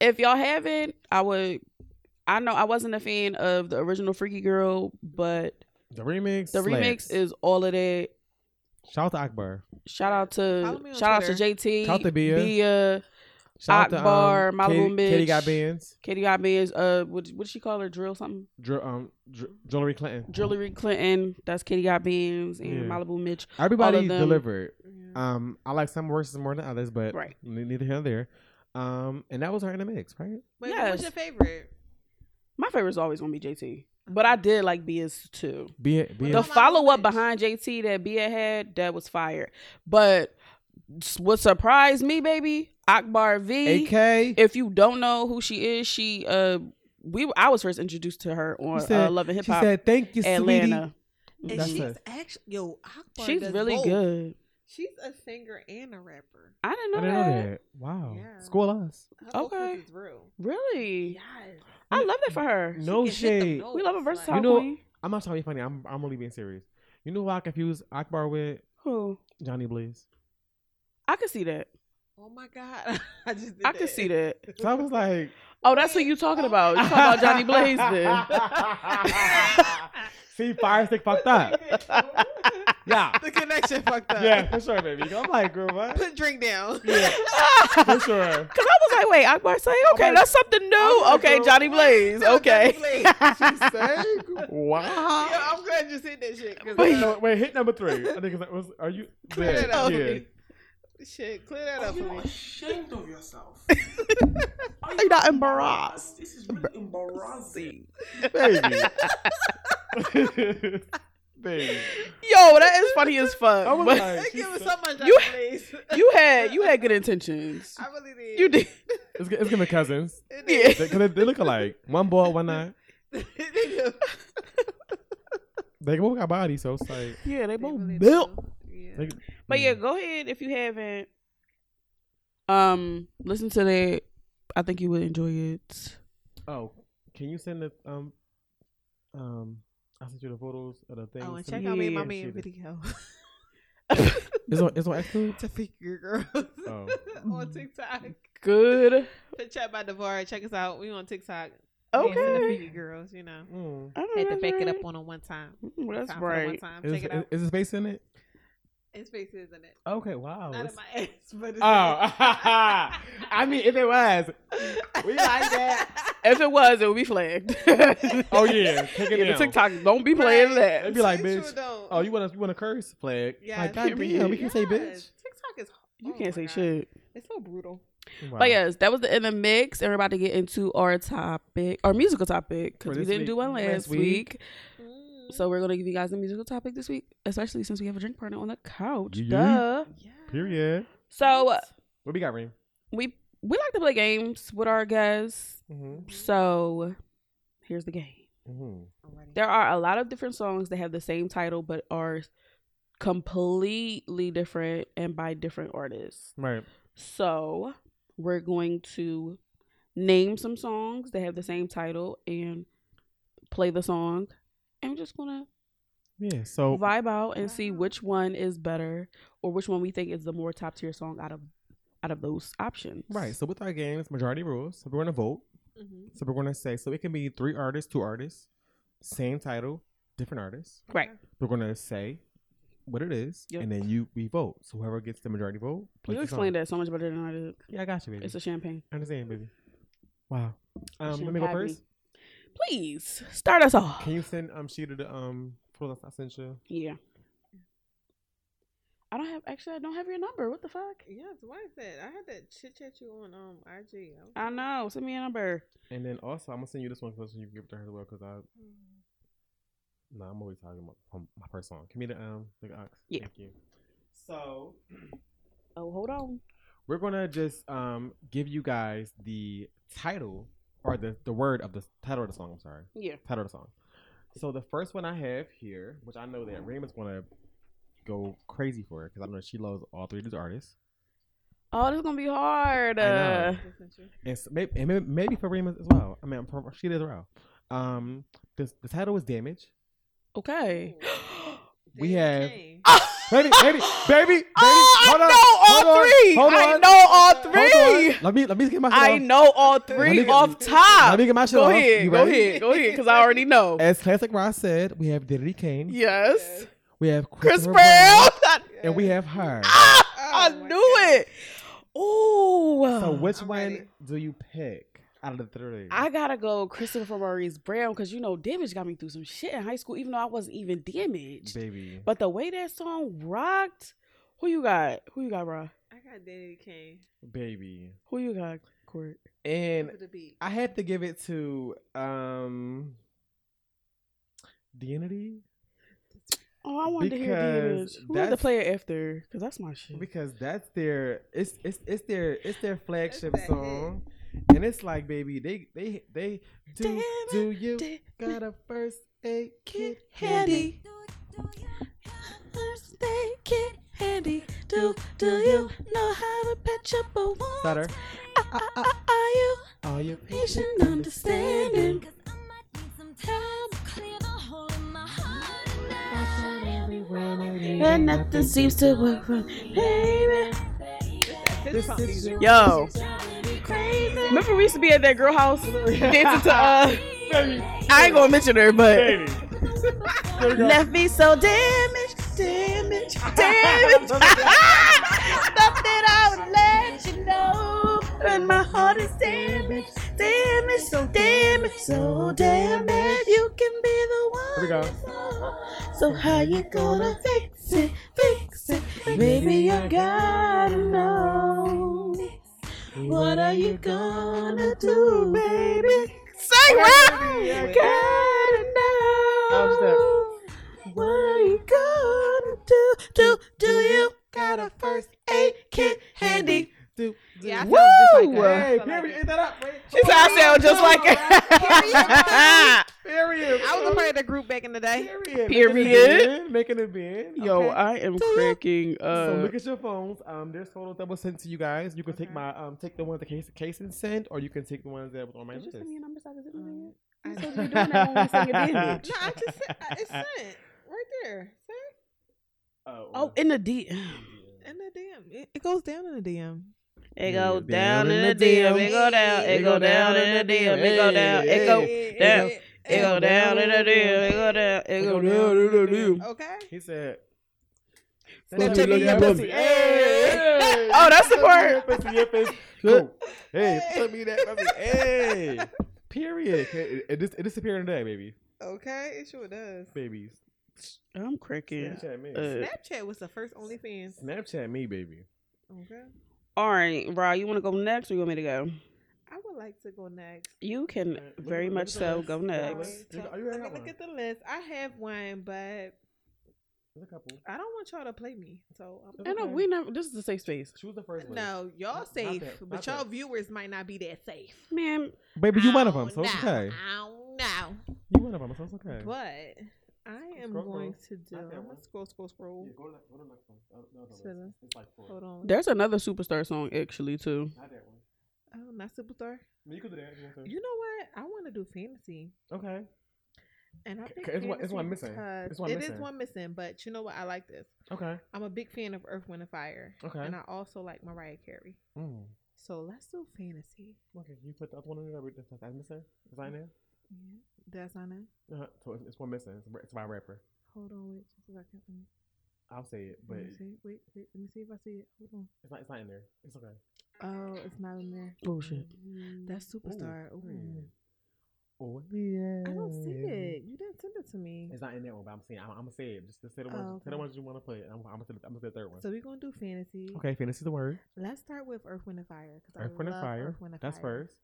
B: if y'all haven't, I would. I know I wasn't a fan of the original Freaky Girl, but
C: The remix.
B: the
C: slaps.
B: remix is all of that.
C: Shout out to Akbar.
B: Shout out
D: Follow
B: to
D: me on
B: shout out to
D: Twitter.
B: JT,
C: Shout out to Bia.
B: Bia
C: Shout
B: Akbar,
C: out to Katie,
B: Malibu
C: Katie
B: Bitch.
C: got bands.
B: Katie Ibanez. Uh, what what did she call her? Drill something?
C: Dr- um, Dr- Jewelry Clinton.
B: Drillery Clinton. That's Katie Ibanez and
C: Yeah.
B: Malibu Mitch.
C: Everybody
B: all of them.
C: delivered.
D: Yeah.
C: Um, I like some worse more than others, but
B: Right.
C: ne- neither here nor there. Um, and that was her in the mix, right?
D: Wait, what was
B: yes.
D: your favorite?
B: My favorite's always gonna be JT, but I did like Bia's too.
C: Be it, be
D: Yeah.
B: The
C: it.
D: Malibu
B: follow up
D: Mitch.
B: behind JT that Bia had that was fire. But s- what surprised me, baby, Akbar V.
C: AK.
B: If you don't know who she is, she uh we I was first introduced to her on
C: She said-
B: uh, Love and Hip
C: she
B: Hop
C: said, "Thank you,
B: Atlanta.
D: And
C: That's
D: she's
C: her.
D: actually yo. Akbar
B: She's
D: does
B: really
D: both.
B: good.
D: She's a singer and a rapper.
B: I didn't
C: sweetie."
B: know,
C: I didn't
B: that.
C: know that. Wow.
D: Yeah.
C: School us.
D: Her vocals
B: Okay.
D: is real.
B: Really,
D: Yes.
B: I love that for her.
C: No
D: She can hit them
C: shade.
D: notes,
B: We love a
D: like-
B: versatile
C: You know-
B: queen.
C: I'm not trying to be funny. I'm I'm really being serious. You know who I confuse Akbar with
B: Who?
C: Johnny Blaze?
B: I could see that.
D: Oh my god. <laughs> I just. Did
B: I could see that.
C: So I
D: <laughs>
C: was like,
B: Oh, that's who you talking about. You talking about Johnny Blaze then?
C: <laughs>
B: <laughs>
D: <laughs>
C: See, Fire Stick fucked up. Yeah.
D: the connection fucked up.
C: Yeah, for sure, baby. I'm like, girl, what?
D: Put drink down. <laughs>
C: Yeah,
B: Because
C: for sure.
B: I was like, wait, Akbar say, okay,
C: like-
B: that's something new.
C: like,
B: okay,
C: girl,
B: Johnny Blaze. Okay.
C: She sang? Wow.
D: Yo,
B: Uh-huh.
D: I'm glad you said that shit. 'cause,
C: Wait,
D: uh,
C: no, wait, hit number three. I think it's like, was, are you
D: Clear
C: there?
D: it up.
C: Yeah.
D: Shit, clear that up for me.
J: ashamed of
F: <laughs>
J: yourself? Are
B: you not embarrassed?
J: This is really embarrassing.
D: <laughs>
C: Baby. <laughs> Baby.
B: Yo, that is funny as fuck.
C: I was
B: but
C: like,
D: Give us so much
B: You-
D: you, please.
B: you had you had good intentions.
D: <laughs> I really did.
B: You did.
C: it's, g- it's giving cousins.
D: It
B: Yeah.
D: is.
C: They, 'cause they, they look alike. One boy, one eye.
D: <laughs> They
C: They both got bodies, so it's like.
B: Yeah, they both
D: really
B: built.
D: do. Yeah.
C: They,
B: But yeah, go ahead if you haven't. Um, listen to that. I think you would enjoy it.
C: Oh, can you send the um um? I sent you the photos of the things.
D: Oh, and
C: to
D: check
C: me.
D: out me and
C: Yeah,
D: my
C: shit.
D: man video
B: <laughs>
C: It's on. It's on Xtube.
D: to figure <laughs> girls
C: Oh.
D: on TikTok.
B: Good.
D: To chat by Devar, check us out. We on TikTok. Dancing to
B: Okay.
D: figure girls, you know.
C: Mm.
B: I don't
D: Had to
B: that's
D: back it
B: right.
D: up on a one time.
B: Mm, That's
D: time for the One
B: right.
D: time.
C: Is,
D: Check it out.
C: is, is it space in it?
D: It's basically isn't it?
C: Okay. Wow. Oh,
D: Not in
C: it's-
D: my <laughs> ass, but it's
C: Oh, <laughs> I mean, if it was, we like
B: <laughs>
C: that.
B: If it was, it would be <laughs> flagged.
C: Oh <laughs> yeah, take it
B: Yeah, the
C: down.
B: TikTok. Don't be playing
D: Right.
C: It'd
B: that.
C: be like,
D: You
C: bitch.
D: sure don't.
C: Oh, you want to you want to curse flag?
D: Yeah,
C: Like, God
B: period.
C: damn, we can say bitch.
D: Yes. TikTok is.
B: You
D: oh
B: can't
D: my
B: say
D: God.
B: shit.
D: It's so brutal.
C: Wow.
B: But yes, that was the end of mix, and we're about to get into our topic, our musical topic,
C: For
B: because we
C: this
B: didn't
C: week.
B: do one
C: Last
B: last,
C: week.
B: week.
D: Mm.
B: So we're gonna give you guys a musical topic this week, especially since we have a drink partner on the couch.
C: Yeah.
B: Duh.
D: yeah.
C: Period.
B: So
C: What we got, Reem?
B: we we like to play games with our guests.
C: Mm-hmm.
B: So here's the game.
C: Mm-hmm.
B: There are a lot of different songs that have the same title but are completely different and by different artists.
C: Right.
B: So we're going to name some songs that have the same title and play the song. And we're just gonna
C: Yeah. So
B: vibe out and see
D: Wow.
B: which one is better or which one we think is the more top tier song out of out of those options.
C: right. So with our games, majority rules. So we're gonna vote.
D: Mm-hmm.
C: So we're gonna say so it can be three artists, two artists, same title, different artists.
B: Right.
C: We're gonna say what it is,
B: Yep.
C: and then you we vote. So whoever gets the majority vote. plays
B: You
C: the
B: explained
C: song.
B: that so much better than I did.
C: Yeah, I got you, baby.
B: It's a champagne.
C: I understand, baby. Wow. Um, let
B: shouldn't
C: me go
B: have me.
C: first.
B: Please start us off.
C: Can you send um Sheeta the um photos I sent you?
B: yeah. I don't have actually I don't have your number. What the fuck?
D: Yes, why is that? I had to chit chat you on um IG. I was
B: I know. Send me a number.
C: And then also I'm gonna send you this one so you can give it to her as well because I no I'm always talking about um, my first song. Give me the um the ox.
B: Yeah.
C: Thank you. So
B: Oh, hold on.
C: we're gonna just um give you guys the title or the the word of the title of the song. I'm sorry.
B: Yeah.
C: title of the song. So the first one I have here, which I know that Raymond's gonna go crazy for because I know she loves all three of these artists.
B: Oh, this is gonna be hard.
C: I
B: Uh,
C: know.
D: just sent you.
C: And, s maybe, and maybe, maybe for Raymond as well. I mean, for she as well. Um, this, the title is Damage.
B: okay.
C: We
D: Damn
C: have-
D: Kane.
B: <laughs>
C: Baby, baby, baby, baby.
B: <gasps> Oh,
C: hold
B: I
C: on,
B: know all
C: hold on,
B: three.
C: Hold
B: I
C: on,
B: know all
C: hold
B: three.
C: on. Let me let me get my shit
B: I
C: off.
B: know all
C: Let me
B: three
C: get-
B: off top.
C: Let me get my shit
B: Go
C: off.
B: ahead,
C: You
B: go
C: ready?
B: ahead, go ahead, because I already know.
C: As Classic Ross said, we have Diddy Kane.
B: Yes,
C: We have
B: Chris
C: Christopher
B: Brown. <laughs>
C: Brown.
D: Yes.
C: And we have her.
B: Ah,
D: Oh
B: I
D: my
B: knew
D: God.
B: it. Oh,
C: So which
D: I'm
C: one
D: ready.
C: do you pick out of the three?
B: I gotta go Christopher Maurice Brown because you know damage got me through some shit in high school, even though I wasn't even damaged.
C: baby.
B: But the way that song rocked, who you got? Who you got, bro?
D: I got Danny Kane.
C: baby.
B: Who you got, Court?
C: And
D: Over the beat.
C: I had to give it to um Deity
B: Oh, I wanted to hear
C: Because
B: damage. We had to
C: that's-
B: play it after because that's my shit.
C: because that's their it's it's it's their it's their flagship
D: that hit.
C: song. And it's like baby, they they they do,
B: Damn
C: do you
B: Damn
C: got a first aid kit handy?
B: handy. Thursday, kid handy. Do do you know how to pet your bones?
C: Stutter.
B: Are, are, are, are you
C: All your
B: patient,
C: patient
B: understanding?
C: understanding.
B: And nothing seems to work for baby.
C: This is
B: Yo, remember we used to be at that girl <laughs> house dancing to uh. I ain't gonna mention her, but left me so damaged, damaged, <laughs> damaged. Nothing I would let you know, but my heart is damaged, damaged, so damaged, so damaged. You can be the one.
C: Here we go.
B: So how you gonna fix it, fix it,
D: Baby, you gotta know. What are you gonna do, baby? Sing right! Gotta know.
B: Oh
D: What are you gonna do? Do, do you got a first aid kit handy?
C: Do, do.
D: Yeah, I
B: Woo!
D: sound just like
C: Hey,
D: her. I feel
C: period.
D: like-
C: Ain't that up, right?
B: She said I sound just like
D: Period.
C: Period.
D: I was a part of the group back in the day.
C: Period.
B: Period. Uh,
C: Making a bin.
B: Yo, I am cracking
C: so
B: up.
C: look at your phones. Um, there's photos that was sent to you guys. You can take my um, take the ones that Case Kason sent, or you can take the ones that was on my
B: Did you
C: list.
B: send me your number so I could zip my thing
D: I-
B: up? Mm-hmm. You told me you
D: <laughs>
B: doing that when
C: <laughs>
B: we sang a band.
D: No, I just sent, I- it's sent right there. Sent
B: Oh, in the <sighs> DM.
D: in the DM. It, it goes down in the DM.
B: It go down in the DM. It go down. It go down in the DM. It go down. It go. down. It go down in the DM. It go down. It go down in the DM.
D: Okay.
C: <laughs> He said.
D: That should be your pussy.
C: Hey.
B: Oh, that's the
C: Your
B: part.
C: pussy, your pussy. Cool. <laughs> Hey, put me that pussy. Hey. Period. It, it, dis- it disappeared today, baby.
D: Okay, it sure does.
C: Babies.
B: I'm cracking.
C: Snapchat me.
B: Uh,
D: Snapchat was the first OnlyFans.
C: Snapchat me, baby.
D: Okay.
B: All right, Ra, you want to go next or you want me to go?
D: I would like to go next.
B: You can
C: Look-
B: very
C: look
B: much
C: at the
B: so
C: list.
B: go
C: Look at the
D: Sorry.
B: next.
C: list. Did- Are you
D: Let
C: ready?
D: me
C: Got
D: look
C: one.
D: at the list. I have one, but
C: There's a couple.
D: I don't want y'all to play me. So I'm
B: And no, we never. This is a safe space,
C: She was the first one.
D: no, y'all
C: Not
D: safe,
C: that- not
D: but y'all
C: that.
D: viewers might not be that safe. Oh,
B: man.
C: Baby, you one of
D: I
C: them, so
D: don't
C: it's
D: know.
C: okay.
D: I don't know.
C: You one of them, so it's okay.
D: But I am
C: Scroll, scroll.
D: going to do.
C: Not
D: I'm
C: that
D: gonna
C: one.
D: scroll, scroll, scroll.
C: go to, go to the next one. Oh, no,
D: it's Shoulda. this.
C: It's like
D: Hold on.
B: There's another superstar song actually too.
C: Not that one.
D: Oh, not superstar.
C: you could do that. if you want to.
D: You know what? I want to do fantasy,
C: Okay.
D: and I
C: C-
D: think
C: it's one- it's
D: fantasy
C: one missing.
D: because
C: It's one
D: it is
C: missing.
D: one missing, But you know what? I like this.
C: Okay.
D: I'm a big fan of Earth, Wind, and Fire.
C: Okay.
D: And I also like Mariah Carey.
C: Mm.
D: So let's do fantasy.
C: Okay, you put the other one in there. That's, that's missing. Is that in there?
D: Yeah. That's on it.
C: Uh-huh. So it's, it's one missing. It's, it's my rapper.
D: Hold on, wait just a second. Let me,
C: I'll say it, but
D: let me see. Wait, wait, let me see if I see it. Hold on.
C: it's not. It's not in there. It's okay.
D: Oh, it's not in there.
B: Oh shit.
D: That's superstar. Ooh.
C: period. Oh yeah.
D: I don't see it. You didn't send it to me.
C: It's not in that one, but I'm saying I'm, I'm gonna say it. Just, just say the
D: Oh,
C: ones. Say
D: okay.
C: the ones you want to play. I'm, I'm gonna say the, I'm gonna say the third one.
D: So we're gonna do fantasy.
C: okay, fantasy the word.
D: Let's start with Earth, Wind, and Fire. 'cause I
C: Earth, Wind, and
D: love
C: Fire.
D: Earth, Wind, and
C: That's
D: Fire.
C: first.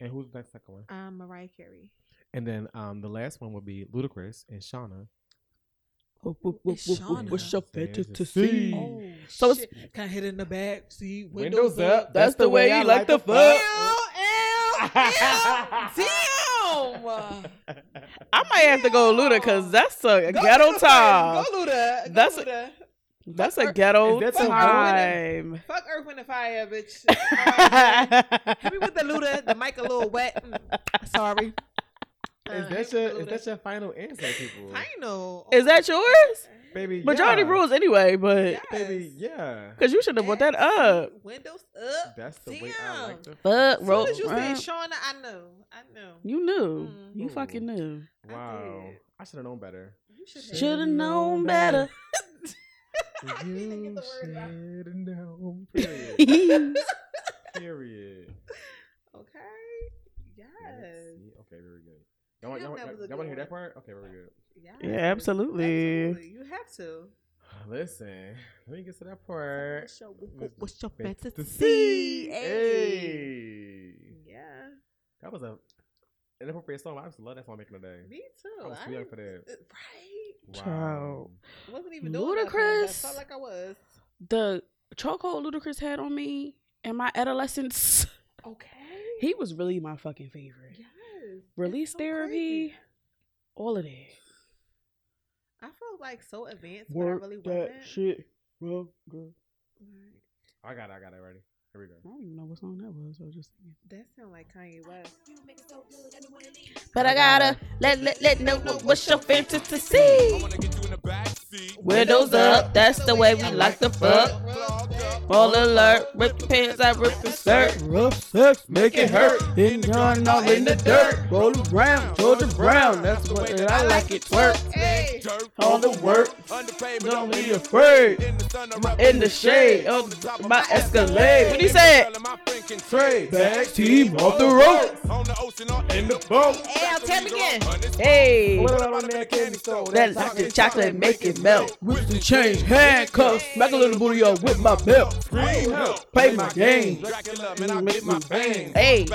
C: And who's the next second one?
D: Um, Mariah Carey.
C: And then um, the last one would be Ludacris and Shauna.
B: Whoop, whoop, whoop,
D: It's
B: whoop, whoop,
D: Shauna.
B: What's your
C: Say
B: better
C: it's a
B: to
C: C.
B: see?
C: Oh,
B: So it's-
D: shit. Can I hit in the back? See,
C: Windows up.
B: That's the way you like the fuck.
D: Oh,
C: <laughs>
D: Damn!
B: I might have to go Luda because that's a ghetto time.
D: Go Luda. Go
B: That's-
D: Luda.
B: That's
D: Is
B: a
D: that
B: ghetto
C: the one?
B: time.
D: Fuck Earth, Wind, and
C: <laughs>
D: Fire, bitch. Alright, man. Hit me with the Luda. The mic a little wet. Mm, Sorry. Uh,
C: Is that your is that your final answer, people?
D: Final.
B: Is that yours?
C: Baby,
B: Majority
C: yeah.
B: rules anyway, but
D: Yes.
C: Baby, yeah.
B: because you should have brought that up.
D: Windows up.
C: That's the way I like
D: Damn.
C: the
B: Fuck,
D: As
B: roll.
D: soon as you
B: uh,
D: said Shauna, I know. I know.
B: you knew.
D: Mm.
B: You fucking knew. <laughs>
D: I
C: Wow,
D: did.
C: I should have known better.
D: You should have.
B: Should have known better. <laughs>
D: <laughs> I can't even get the words out.
C: shoulda
D: <laughs>
C: known. Period.
B: That's
C: Period.
D: Okay. Yes.
C: Let's see. Okay, very good. Y'all, want-
D: Damn,
C: y'all, want-
D: that was a
C: y'all,
D: good
C: want to hear
D: one.
C: that part? Okay, very good.
D: yes.
B: Yeah, absolutely.
D: Absolutely. You have to.
C: Listen, let me get to that part.
D: What's your, what-
C: Mr.
D: what's your better to
C: Fantasy.
D: see? Hey.
C: Hey.
D: Yeah.
C: That was a inappropriate song. I used to love that song back in the day.
D: Me too.
C: I was too young for
D: didn't-
C: that.
D: uh, <laughs> Right.
C: Wow.
B: Child.
D: Wasn't even doing nothing, but I
B: Ludacris.
D: felt like I was.
B: the chokehold Ludacris had on me in my adolescence.
D: Okay.
B: He was really my fucking favorite.
D: Yes.
B: Release
D: It's so
B: therapy,
D: crazy.
B: all of that.
D: I felt like so advanced,
B: Work
D: but I really wasn't.
B: that shit, bro, girl.
D: Right.
C: I got it. I got it already. Here we go.
B: I don't even know what song that was. I was just singing.
D: That sound like Kanye West.
B: But I gotta let let let know know what's your fantasy to see. Windows up, that's the way we like the fuck.
D: Fuck.
B: All alert, rip the pants, I rip the skirt.
F: Rough sex, make it hurt. In John, all in the dirt. Roll around, Georgia Brown. That's what that I like it work. All the work, don't be afraid.
B: In the shade of my Escalade. What he said?
F: Trade back, team off the rope. In the boat.
D: I'll tap again.
B: Hey,
F: That
B: that like the chocolate make it melt.
F: Whip the change, handcuffs, smack a little booty up with my belt. Scream help, play my game. Make my bang.
B: Hey,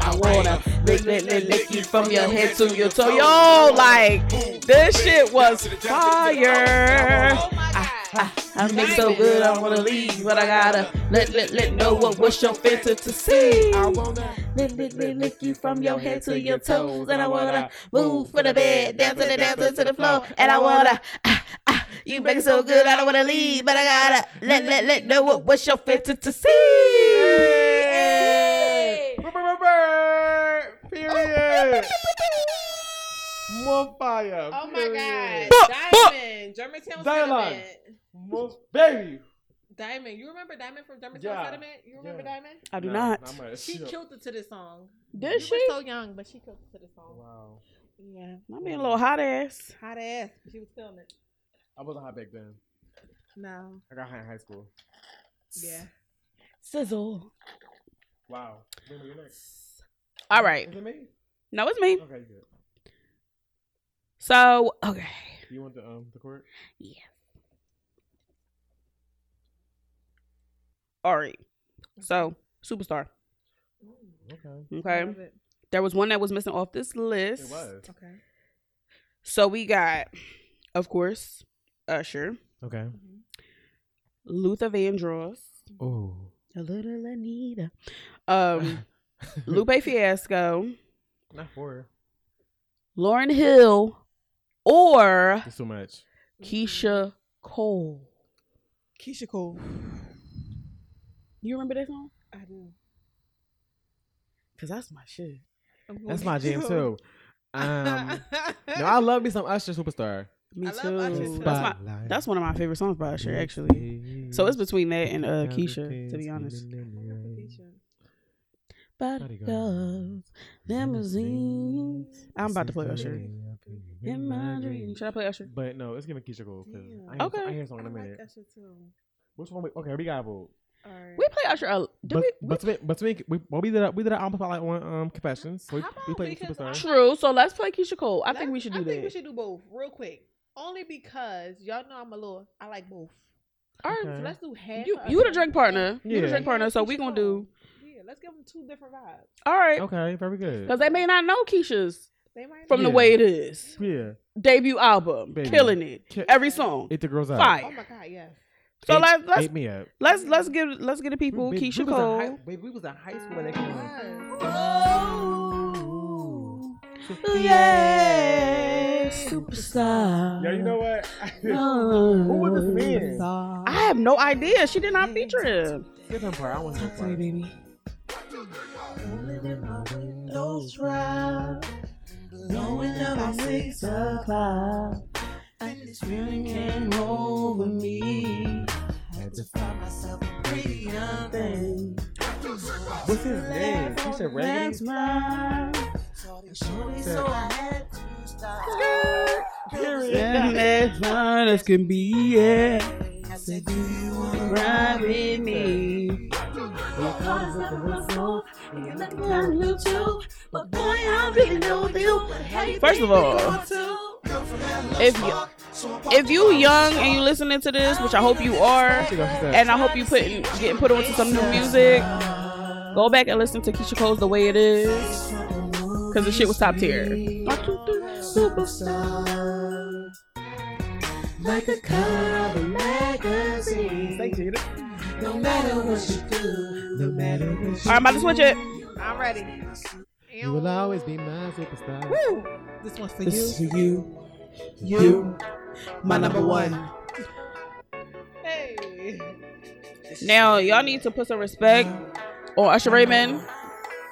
F: I
B: wanna lick, lick, lick, lick you from your head to your toe. Yo, like this shit was fire.
D: Oh my god.
B: I make so good, I wanna leave, but I gotta let let let know what what's your fantasy. I wanna lick, lick, lick, lick you from your head to your toes, and I wanna move from the bed down to the down to, to the floor, and I wanna. ah, ah, You make it so good, I don't wanna leave, but I <laughs> gotta let let let know what what's your fantasy.
C: Period. More fire.
D: Oh my
C: period.
D: god. Diamond. Germantown
C: Dialogue.
D: Sediment.
C: More baby.
D: Diamond. You remember Diamond from Germantown
C: Yeah.
D: Sediment? You remember
C: Yeah.
D: Diamond?
B: I
C: No, not much.
D: She
C: No.
D: killed it to this song.
B: Did
D: you were so young, but she killed it to this song.
C: Wow.
D: Yeah.
B: I mean, a little hot ass.
D: Hot ass. She was feeling it.
C: I wasn't hot back then.
D: No.
C: I got high in high school.
D: Yeah.
B: Sizzle.
C: Wow. Wait, wait, wait.
B: All right.
C: Is it me?
B: No, it's me.
C: Okay, good.
B: So, okay.
C: You want the um the court?
B: All right. So, Superstar.
C: Okay.
B: Okay.
D: Love it.
B: There was one that was missing off this list.
C: Mm-hmm. It was.
D: Okay.
B: So, we got, of course, Usher,
C: Okay.
B: Luther Vandross,
C: Oh.
B: a little Anita,
C: <laughs>
B: <laughs> um, Lupe Fiasco,
C: Not horror.
B: Lauren Hill, or
C: It's too much.
B: Keisha Cole.
D: Keisha Cole.
B: You remember that song?
D: I do.
B: Because that's my shit.
D: I'm going
C: That's
D: with <laughs>
C: my jam
B: <laughs>
D: you.
C: too. Um, no, I love me some Usher superstar.
B: Me
D: I
B: too.
D: love Usher, too.
B: That's, my, that's one of my favorite songs by Usher, actually. So it's between that and uh, Keisha, to be honest.
D: Keisha.
B: Body goes, limousine. I'm about to play Usher. In my dream. Should I play Usher?
C: But no, it's giving Keisha Cole. 'cause
D: Damn.
C: I hear,
B: Okay.
C: I hear a song in a
D: I like
C: minute.
D: Usher too.
C: Which one? We, okay, we got a vote.
D: All right.
B: We play Usher. A, do
C: but,
B: we, we-
C: but to make- but to make- we, well, we did a, we did an album spotlight on um Confessions. So we,
D: How
C: we
D: about
C: played
D: because
C: Superstar.
D: I-
B: true. So let's play Keisha Cole. I
D: Let's-
B: think we should
D: I
B: do
D: think we
B: that.
D: should do both real quick. Only because y'all know I'm a little. I like both.
B: All right.
C: Okay.
D: So let's do half.
B: You
D: of
B: you the
D: Usher.
B: drink partner. You the
C: Yeah.
B: drink partner. So
D: Keisha
B: we gonna
D: Cole.
B: do
D: Yeah, let's give them two different vibes.
B: all right.
C: Okay, very good.
B: Because they may not know Keisha's
D: They might
B: from the
C: Yeah.
B: way it is.
C: yeah,
B: Debut album,
C: Baby.
B: killing it.
C: Ki-
B: Every song.
C: it the girls out.
B: Fire.
D: Oh my god, yes.
B: So
C: Ate-
B: let's let's
C: ate me up.
B: let's let's give let's get the people
C: We- we- we
B: Keisha
C: was in high-
B: Cole.
C: Baby, we was in high school when they came. out.
B: Yeah, superstar.
C: Yeah, you know what? Who was this man?
B: I have no idea. She did not feature him.
C: Skip him part. I want to part. What's his name? Keisha Ray.
B: That's fine as can be, yeah. I said, do you wanna ride with me? <laughs> First of all, if you if you young and you listening to this, which I hope you are,
C: She got that.
B: and I hope you putting getting put onto some new music. Go back and listen to Keisha Cole's "The Way It Is" because the shit was top tier.
C: Thank you.
B: All right, I'm about to switch it.
D: I'm ready.
C: You will always be my superstar.
D: This one's for
F: This
D: you.
F: is for you, you, my number one.
D: Hey.
B: Now y'all need to put some respect on Usher Raymond,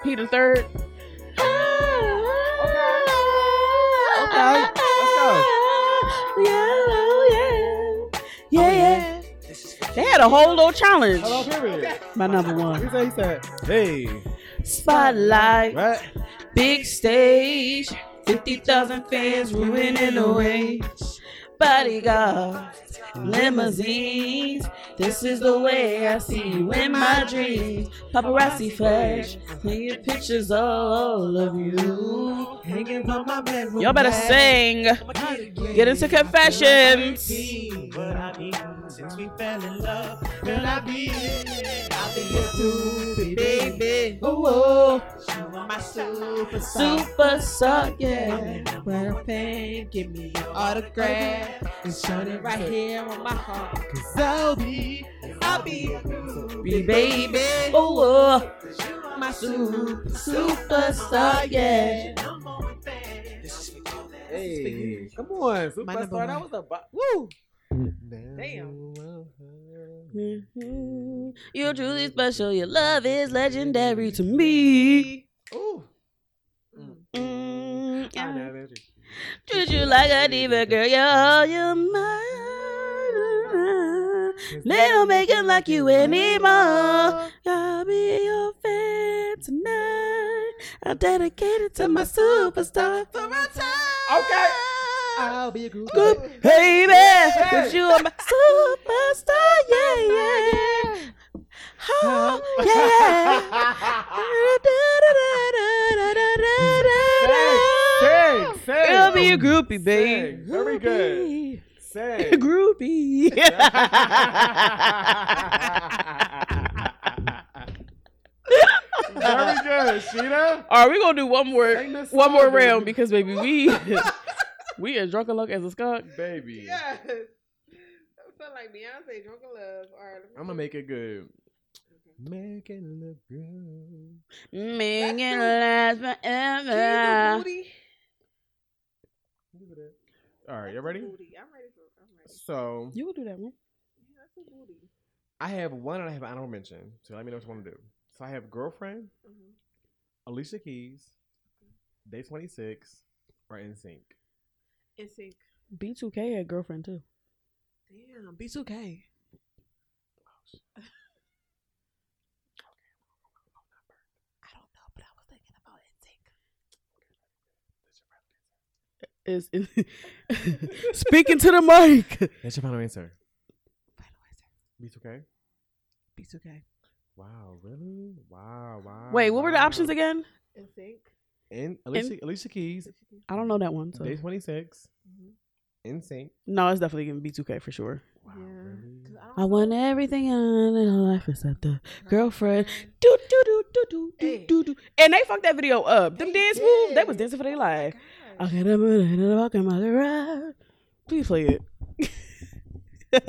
B: He the Third.
C: Okay, let's go.
B: Yeah, yeah, yeah, yeah. They had a whole little challenge.
C: Hello, period.
B: My number one.
C: He said, he said, hey,
B: Spotlight,
C: right?
B: big stage, 50,000 fans ruining the way. Bodyguards, limousines, this is the way I see you in my dreams. Paparazzi flash, hanging pictures all of you.
F: Hanging from my bedroom.
B: Y'all better sing. Get into confessions.
F: But I mean, since we fell in love, girl, I be I'll be here too, baby. Oh, oh. you are my super
B: Super suck, yeah.
F: Wear a pen, give me your autograph, and show it right here on my heart. Cause I'll be, I'll be a groovy
B: Baby,
F: baby.
B: oh, oh.
F: you are my
B: Super,
F: super,
B: super star, yeah.
F: This is for you. This is for you.
C: Hey, come on,
D: My number
C: superstar. That was
D: one.
C: a bo- woo.
D: Damn.
B: You're truly special. Your love is legendary to me.
C: Ooh.
B: Mm,
C: I
B: yeah.
C: know that is-
B: Treat you like a diva, girl. You're all you're mine. They don't make it like you anymore. I'll be your fan tonight. I'm dedicated to my superstar for a time.
C: Okay. I'll be a groovy.
B: Good baby, cause you are
C: <laughs>
B: my superstar, yeah, yeah. Oh, yeah, yeah.
C: Sing, sing, <laughs> sing.
B: It'll be a groupie, babe.
C: Sing. Very good.
B: Groupie.
C: Sing.
B: Groupie. <laughs>
C: Very good, Sheena.
B: All right, we're gonna do one more,
C: Sing this
B: one more
C: song, baby.
B: round because baby, we we as drunk a luck as a skunk.
C: Baby.
D: Yes. <laughs> I feel like Beyonce drunk in love. All right,
C: I'm gonna make it good. Make it look good.
B: Make it
D: true.
B: last
D: Gina
B: forever.
D: Booty.
C: Give it a- All right, you ready?
D: Booty. I'm ready for. I'm ready.
C: So
B: You will do that one.
D: Yeah, that's a booty.
C: I have one and I have an honorable mention. So let me know what you want to do. So I have girlfriend,
D: Mhm.
C: Alicia Keys, Day 26, or In Sync.
D: And sync.
B: B2K had girlfriend too.
D: Damn, B2K. I don't know, but I was thinking about NSYNC.
B: Is <laughs> speaking to the mic.
C: That's your final answer.
D: Final answer.
C: It's okay.
D: B2K.
C: Wow, really? Wow, wow.
B: Wait, what were the
C: wow.
B: options again?
D: NSYNC.
C: In Alicia, Alicia Keys,
B: I don't know that one. So
C: Day 26, Mm-hmm. In Sync.
B: no, it's definitely gonna be 2K for sure.
C: Wow,
D: Yeah.
C: really?
D: 'Cause
B: I want everything in life except the
D: don't-
B: girlfriend. Do do do do do do
D: Hey.
B: do do. And they fucked that video up. Them
D: They
B: dance moves, they
D: did.
B: was dancing for their
D: Oh my
B: life. I
D: gosh.
B: get up and I walk in my ride. Please play it.
D: Oh,
B: <laughs>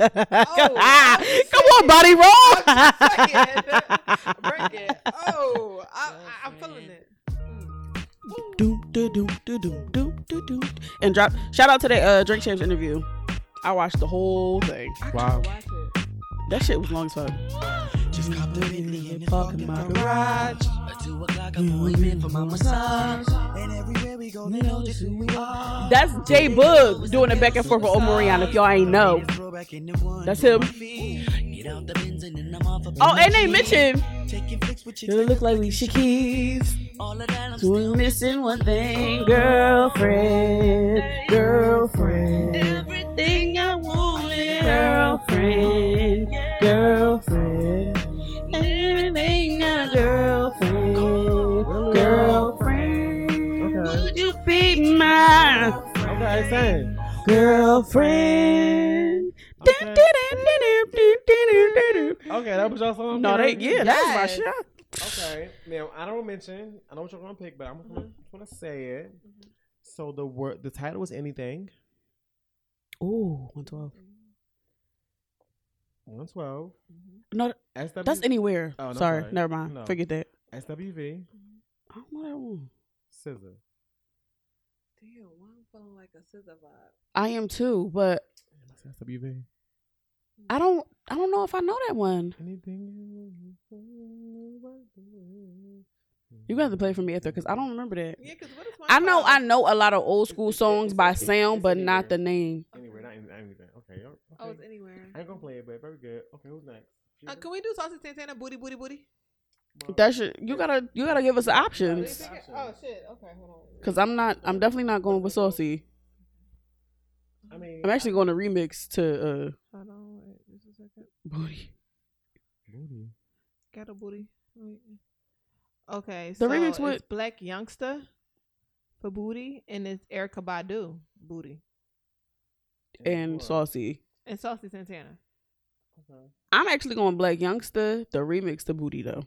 D: I
B: Come on, body <laughs>
D: was
B: roll.
D: Break it. Oh, I, I, I'm feeling it.
B: Doom, doom, doom, doom, doom, doom, doom, doom. And drop. Shout out to the uh, Drink Champs interview. I watched the whole thing.
C: Wow.
D: Watch it.
B: That shit was long as fuck.
F: Just cop the Bentley and it's
B: Park in
F: parking
B: my
F: my garage. A two o'clock appointment for my massage. And everywhere we go, they know just who we are.
B: That's Jay Boog doing a back and forth with Omarion. If y'all ain't
F: Oh.
B: know, that's him. Oh, and they mentioned. It look like we should keep. We're missing one thing, girlfriend, girlfriend. Everything I wanted, girlfriend, girlfriend. Everything I girlfriend, girlfriend.
C: Okay.
B: Would you be my
C: Okay, same.
B: girlfriend?
C: Okay.
B: No,
C: Okay, that was y'all song.
B: they yeah, that was
D: Yes.
B: my shot.
C: Okay. Now I don't mention. I know what you're gonna pick, but I'm gonna,
D: Mm-hmm.
C: just gonna say it. So the word, the title was anything.
B: Ooh, 112.
C: One twelve.
B: No,
C: SW.
B: that's anywhere.
C: Oh, no,
B: sorry,
C: sorry.
B: never mind.
C: No.
B: Forget that.
C: SWV.
B: I don't know that one.
C: Scissor.
D: Damn, why I'm feeling like a scissor vibe.
B: I am too, but
C: That's SWV.
B: I don't. I don't know if I know that one.
C: Anything. you
B: You gonna have to play it for me after because I don't remember that.
D: Yeah, because what is my
B: I know. I
D: problem?
B: know a lot of old school songs by sound, but not the name.
C: Anywhere, not, any- not anything. Okay. okay.
D: Oh, it's anywhere.
C: I ain't gonna play it, but very good. Okay. Okay, who's next?
D: Uh, can we do Saucy Santana booty booty booty?
B: That should you gotta you gotta give us the options.
D: Oh shit. Okay, hold on.
B: Cause I'm not I'm definitely not going with saucy.
C: I mean,
B: I'm actually going to remix to uh
D: Hold on. Wait just a second.
B: booty.
D: Got a booty. Wait. Okay.
B: The
D: so
B: remix
D: it's
B: with-
D: Black Youngster for booty, and it's Erica Badu booty,
B: and saucy.
D: and Saucy Santana.
B: I'm actually going Black Youngster, the remix to Booty though.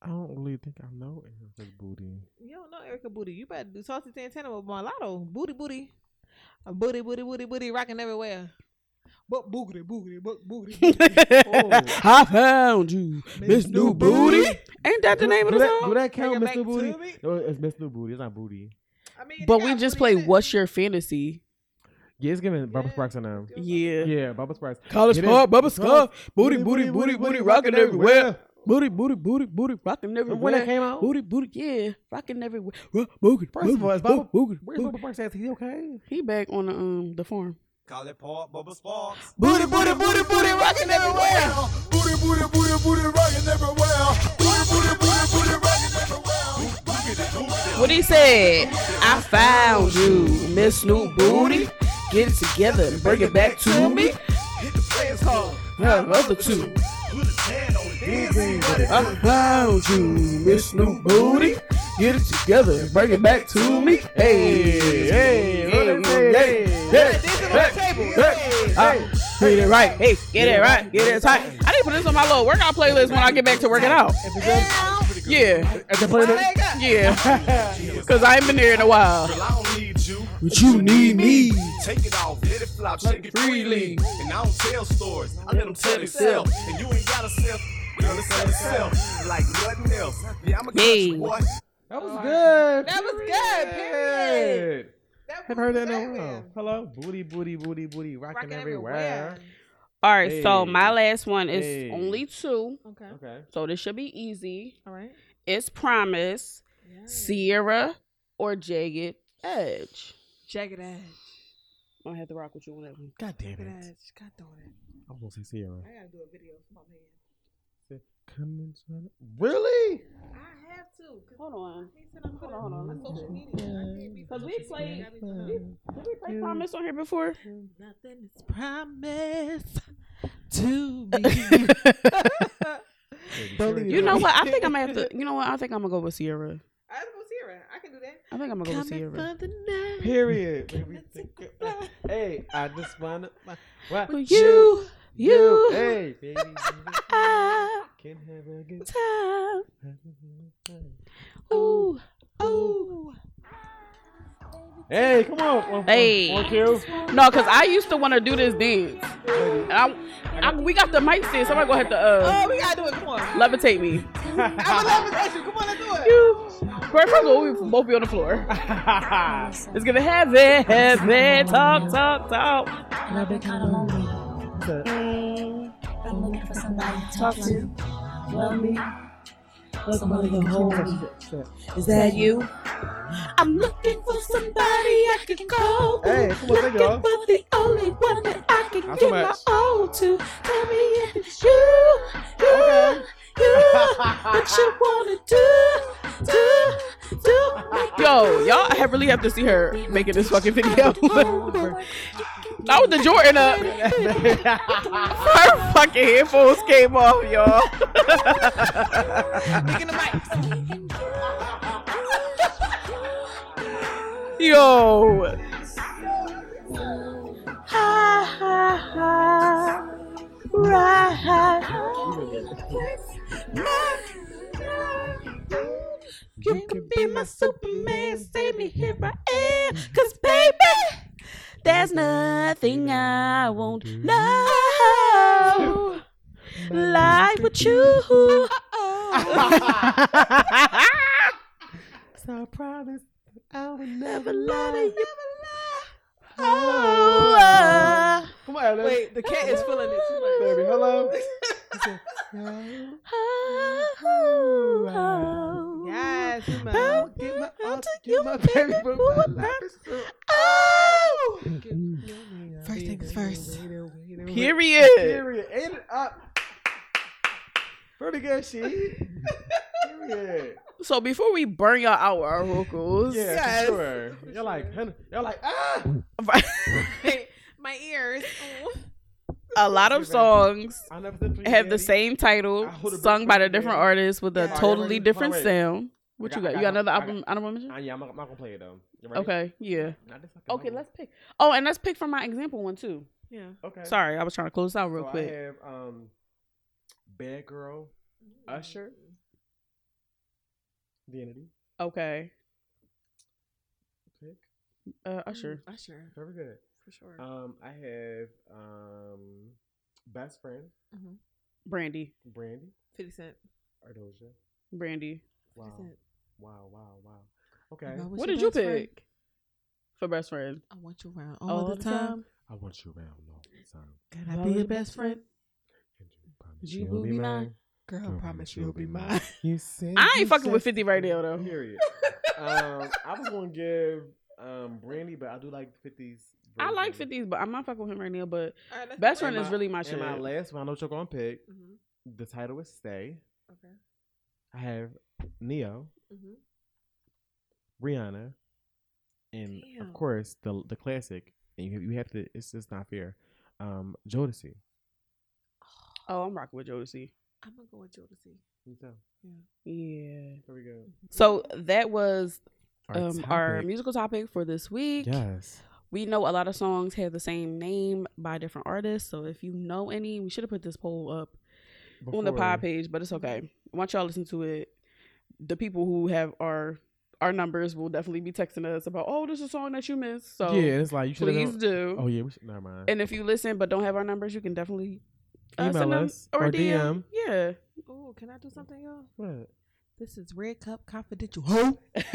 C: I don't really think I know Erica's booty.
D: You don't know Erica Booty. You better do Saucy Santana with Mulatto booty booty, a booty booty booty booty rocking everywhere. But boogity boogity but
B: <laughs>
D: boogity. boogity.
B: I found you, Miss New Booty. Ain't that the name of
C: do
B: the
C: that,
B: song?
C: Do that count,
D: Bring it back
C: Mr. Booty?
D: to me.
C: No, it's Mr. Booty. It's not booty.
D: I mean,
B: But
D: they
B: we
D: got
B: just
D: booty
B: played
D: in it.
B: What's Your Fantasy?
C: Yeah, it's giving Bubba
D: Yeah.
C: Sparks and them.
B: Yeah.
C: Yeah, Bubba Sparks.
B: College
C: It is.
B: Park, Bubba
C: It's
B: Scuff,
C: Bubba.
B: booty, booty, booty, booty, rocking everywhere. Booty, booty, booty, booty, rocking everywhere.
C: Remember when that came out?
B: Booty, booty, yeah, rocking everywhere. Ro- Boogie,
C: First of all, is
B: boogie,
C: Bubba,
B: boogie,
C: where's
B: boogie.
C: Bubba Sparks at? Is he okay?
B: He back on the um the farm.
F: Call it Paul Bubba Sparks.
B: Booty, booty, booty, booty, rocking everywhere.
F: Booty, booty, booty, booty, rocking everywhere. Booty, booty, booty, booty, rocking everywhere.
B: What he said? I found you, Miss New Booty. Get it together and bring it back to me.
F: Hit the players hard.
B: Now another two.
F: Put a tan on it. Then see what it
B: I found you, Miss New Booty. Get it together and bring it back to me. Hey, hey, hey, hey, hey, hey, hey. Get it right. Hey, get it right. Get it tight. I need to put this on my little workout playlist when I get back to working out. Yeah, yeah. Cause I ain't been there in a while.
F: Well, I don't need you.
B: But you need me.
F: Take it off, let it flop, shake it freely. And I don't tell stories, I let them tell themselves. And you ain't gotta sell, girl, it's on itself. Like nothing else. Yeah, I'm a country
B: Yay.
F: boy.
C: That was good.
D: That was good, period. That
C: I've heard that in a
D: booty
C: while.
D: banging.
C: Hello, booty, booty, booty, booty, rocking,
D: Rocking
C: everywhere.
D: everywhere.
B: All right, so
C: Hey.
B: my last one is
C: Hey.
B: only two,
D: Okay.
C: Okay.
B: so this should be easy.
D: All right.
B: It's Promise,
D: Yeah.
B: Sierra, or Jagged Edge.
D: Jagged edge.
B: I'm gonna have to rock with you on that one.
C: God damn
D: Jagged
C: it!
D: edge. God darn it.
C: I'm gonna say Sierra.
D: I gotta do a video for my man.
C: Come and try to- Really?
D: I have to. 'cause
B: Hold on.
D: he said I'm gonna
B: Hold on, hold on.
D: my social media. I can't be
B: Cause we
D: social
B: played-
D: media. I be-
B: Did we play Promise on here before?
D: Nothing is promised to me.
B: you
C: Don't leave it
B: know
C: out.
B: what? I think I'm gonna have to. <laughs> You know what? I think I'm gonna go with Sierra.
D: I go Sierra. I can do that.
B: I think I'm gonna go with Sierra.
D: the night.
C: Period.
D: Come
C: Baby,
D: and
C: think
D: take
C: it back. Hey, I just wanna. What?
B: With you, you,
C: Hey,
B: <laughs>
C: baby. you just
B: I,
C: Can have a good
B: time.
C: time.
B: Ooh,
D: Ooh.
C: Hey, come on. on-
B: Hey.
C: On cue.
B: No, cause I used to want to do this dance. And I, I, we got the mic set. Somebody gonna have to uh,
D: Oh, we gotta do it. Come on.
B: levitate me.
C: <laughs>
D: I'm gonna love with you. Come on, let's do it.
B: You. First of all, we both be on the floor. Let's give it heavy, heavy, talk, talk, talk.
K: talk to, love me, or somebody to hold me. Is that you? I'm looking for somebody I can call. to.
C: Hey, come on, thank y'all.
K: Looking for the only one that I can
C: Not so
K: give my
C: much.
K: all to. Tell me if it's you, you, you. What you wanna do, do, do?
B: Yo, y'all have really have to see her making this fucking video.
K: Over.
B: I was the Jordan uh,
C: <laughs>
B: up. Her fucking headphones came off, y'all.
D: Picking the mic.
B: Yo.
K: <laughs> You can be my Superman, save me, here I am. Cause baby, there's nothing I won't
C: <laughs>
K: know. Like with you.
C: So I promise I will
K: Never
C: never
K: lie to
C: lie.
K: you. Oh,
C: Come on, Ellen.
D: Wait, the cat is feeling it too much.
C: Baby,
K: <laughs>
C: hello.
K: oh, oh.
D: Yes, too much.
K: Oh,
C: Give my,
K: I'll
C: I'll
K: take
C: give my baby, but my life is so
K: Oh,
C: Give me a
D: first.
B: Period.
C: Period. Ain't it up? Pretty good,
K: <laughs>
C: she. Period.
B: So before we burn y'all out with our vocals,
C: Yeah, <laughs> for
B: <laughs>
C: sure. You're like, "Hen- you're like, ah.
D: <laughs> My ears.
B: a lot of songs
C: I never said please,
B: have the
C: Daddy.
B: same title, sung by the different artists with a
C: Yeah. Alright,
B: totally
C: wait,
B: different
C: wait.
B: sound. What
C: I
B: you
C: got-
B: got?
C: I
B: You got
C: got-
B: another
C: I
B: album honorable mention?
C: Uh, yeah, I'm not, I'm not gonna play it though. You ready?
B: Okay, yeah.
C: Not this fucking
B: Okay,
C: album.
B: let's pick. Oh, and let's pick from my example one too.
D: Yeah.
C: Okay.
B: Sorry, I was trying to close this out real
C: So I
B: quick.
C: have um, Bad Girl, Usher, Vanity.
B: Okay.
C: Pick.
B: Uh,
C: Mm-hmm.
B: Usher.
D: Usher.
C: Very good.
D: For sure.
C: Um, I have um, Best Friend,
D: Mhm.
B: Brandy.
C: Brandy,
D: 50 Cent.
C: Ardosia.
B: Brandy.
C: Wow.
D: it.
C: Wow, wow, wow. Okay.
D: If I was
B: What
D: your
B: did you
D: best friend,
B: pick? For best friend.
D: I want you around all, the, time.
C: I want you around all the time.
D: Can I be your best friend?
C: Promise
D: You
C: you'll
D: will be mine. Girl,
C: Girl,
D: promise you'll be mine.
C: <laughs>
D: <laughs>
C: You said
B: I ain't
C: you
B: fucking with
C: said-
B: 50 right now, though. <laughs>
C: Period. um, I was gonna give um Brandy, but I do like 50s.
B: I like
C: version.
B: 50s, but I'm not fucking with him right now. But
D: All right, let's
B: best
D: go.
B: friend is
C: my-
B: really my
C: and
B: shit.
C: my last one, I know what you're gonna pick.
D: Mhm.
C: The title is Stay.
D: Okay.
C: I have Neo,
D: Mhm.
C: Rihanna, and
D: Damn.
C: of course the the classic. And you, you have to. It's just not fair. Um, Jodeci.
B: Oh, I'm rocking with Jodeci.
D: I'm going to go with Jodeci.
C: You too.
B: Yeah.
C: There we go.
B: So that was
C: Our
B: um, our
C: topic.
B: musical topic for this week.
C: Yes.
B: We know a lot of songs have the same name by different artists. So if you know any, we should have put this poll up on the
C: Before-
B: pod page, but it's okay. Once y'all listen to it, the people who have our our numbers will definitely be texting us about, oh, this is a song that you missed. So
C: yeah, it's like you should
B: please
C: have.
B: do.
C: Oh yeah, we should, never mind.
B: And if you listen but don't have our numbers, you can definitely uh,
C: Email
B: send them-
C: us
B: or,
C: or
B: DM.
C: DM.
B: Yeah.
D: Oh, can I do something, y'all?
C: What?
D: This is Red Cup Confidential. Ho!
B: <laughs>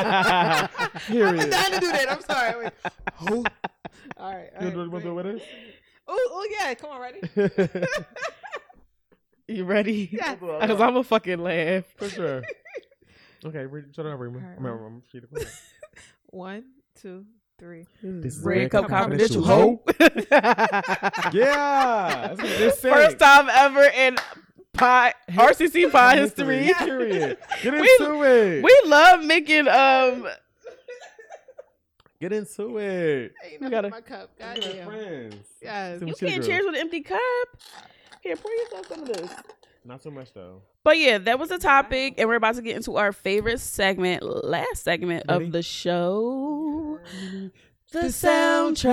C: Period.
D: I've been dying to do that. I'm sorry. Wait. Ho! All right.
C: You wanna do it with us?
D: Oh, oh yeah. Come on, ready?
C: <laughs>
B: You ready?
D: Yeah.
B: Because I'm a fucking laugh.
C: For sure. Okay, read, shut up, Rima.
D: Alright.
C: Remember, I'm she the queen.
D: One, two, three.
C: This is
B: Red
C: Red
B: Cup
C: Cup
B: Confidential,
C: Confidential,
B: ho.
C: <laughs>
B: <laughs>
C: Yeah, that's what this
B: First time ever in pod, RCC pod history.
C: Period. Get
B: <laughs> We-
C: into it.
B: We love making um
C: Get into it.
D: Ain't
B: You
D: nothing
B: gotta-
D: in my cup.
C: Look at our
D: Goddamn.
C: friends.
D: Yes.
C: Too
B: you
C: much
B: can't
C: sugar.
B: cheers with an empty cup. Here, pour yourself some of this.
C: Not so much though.
B: But yeah, that was the topic, and we're about to get into our favorite segment, last segment
C: Ready?
B: of the show. The soundtrack.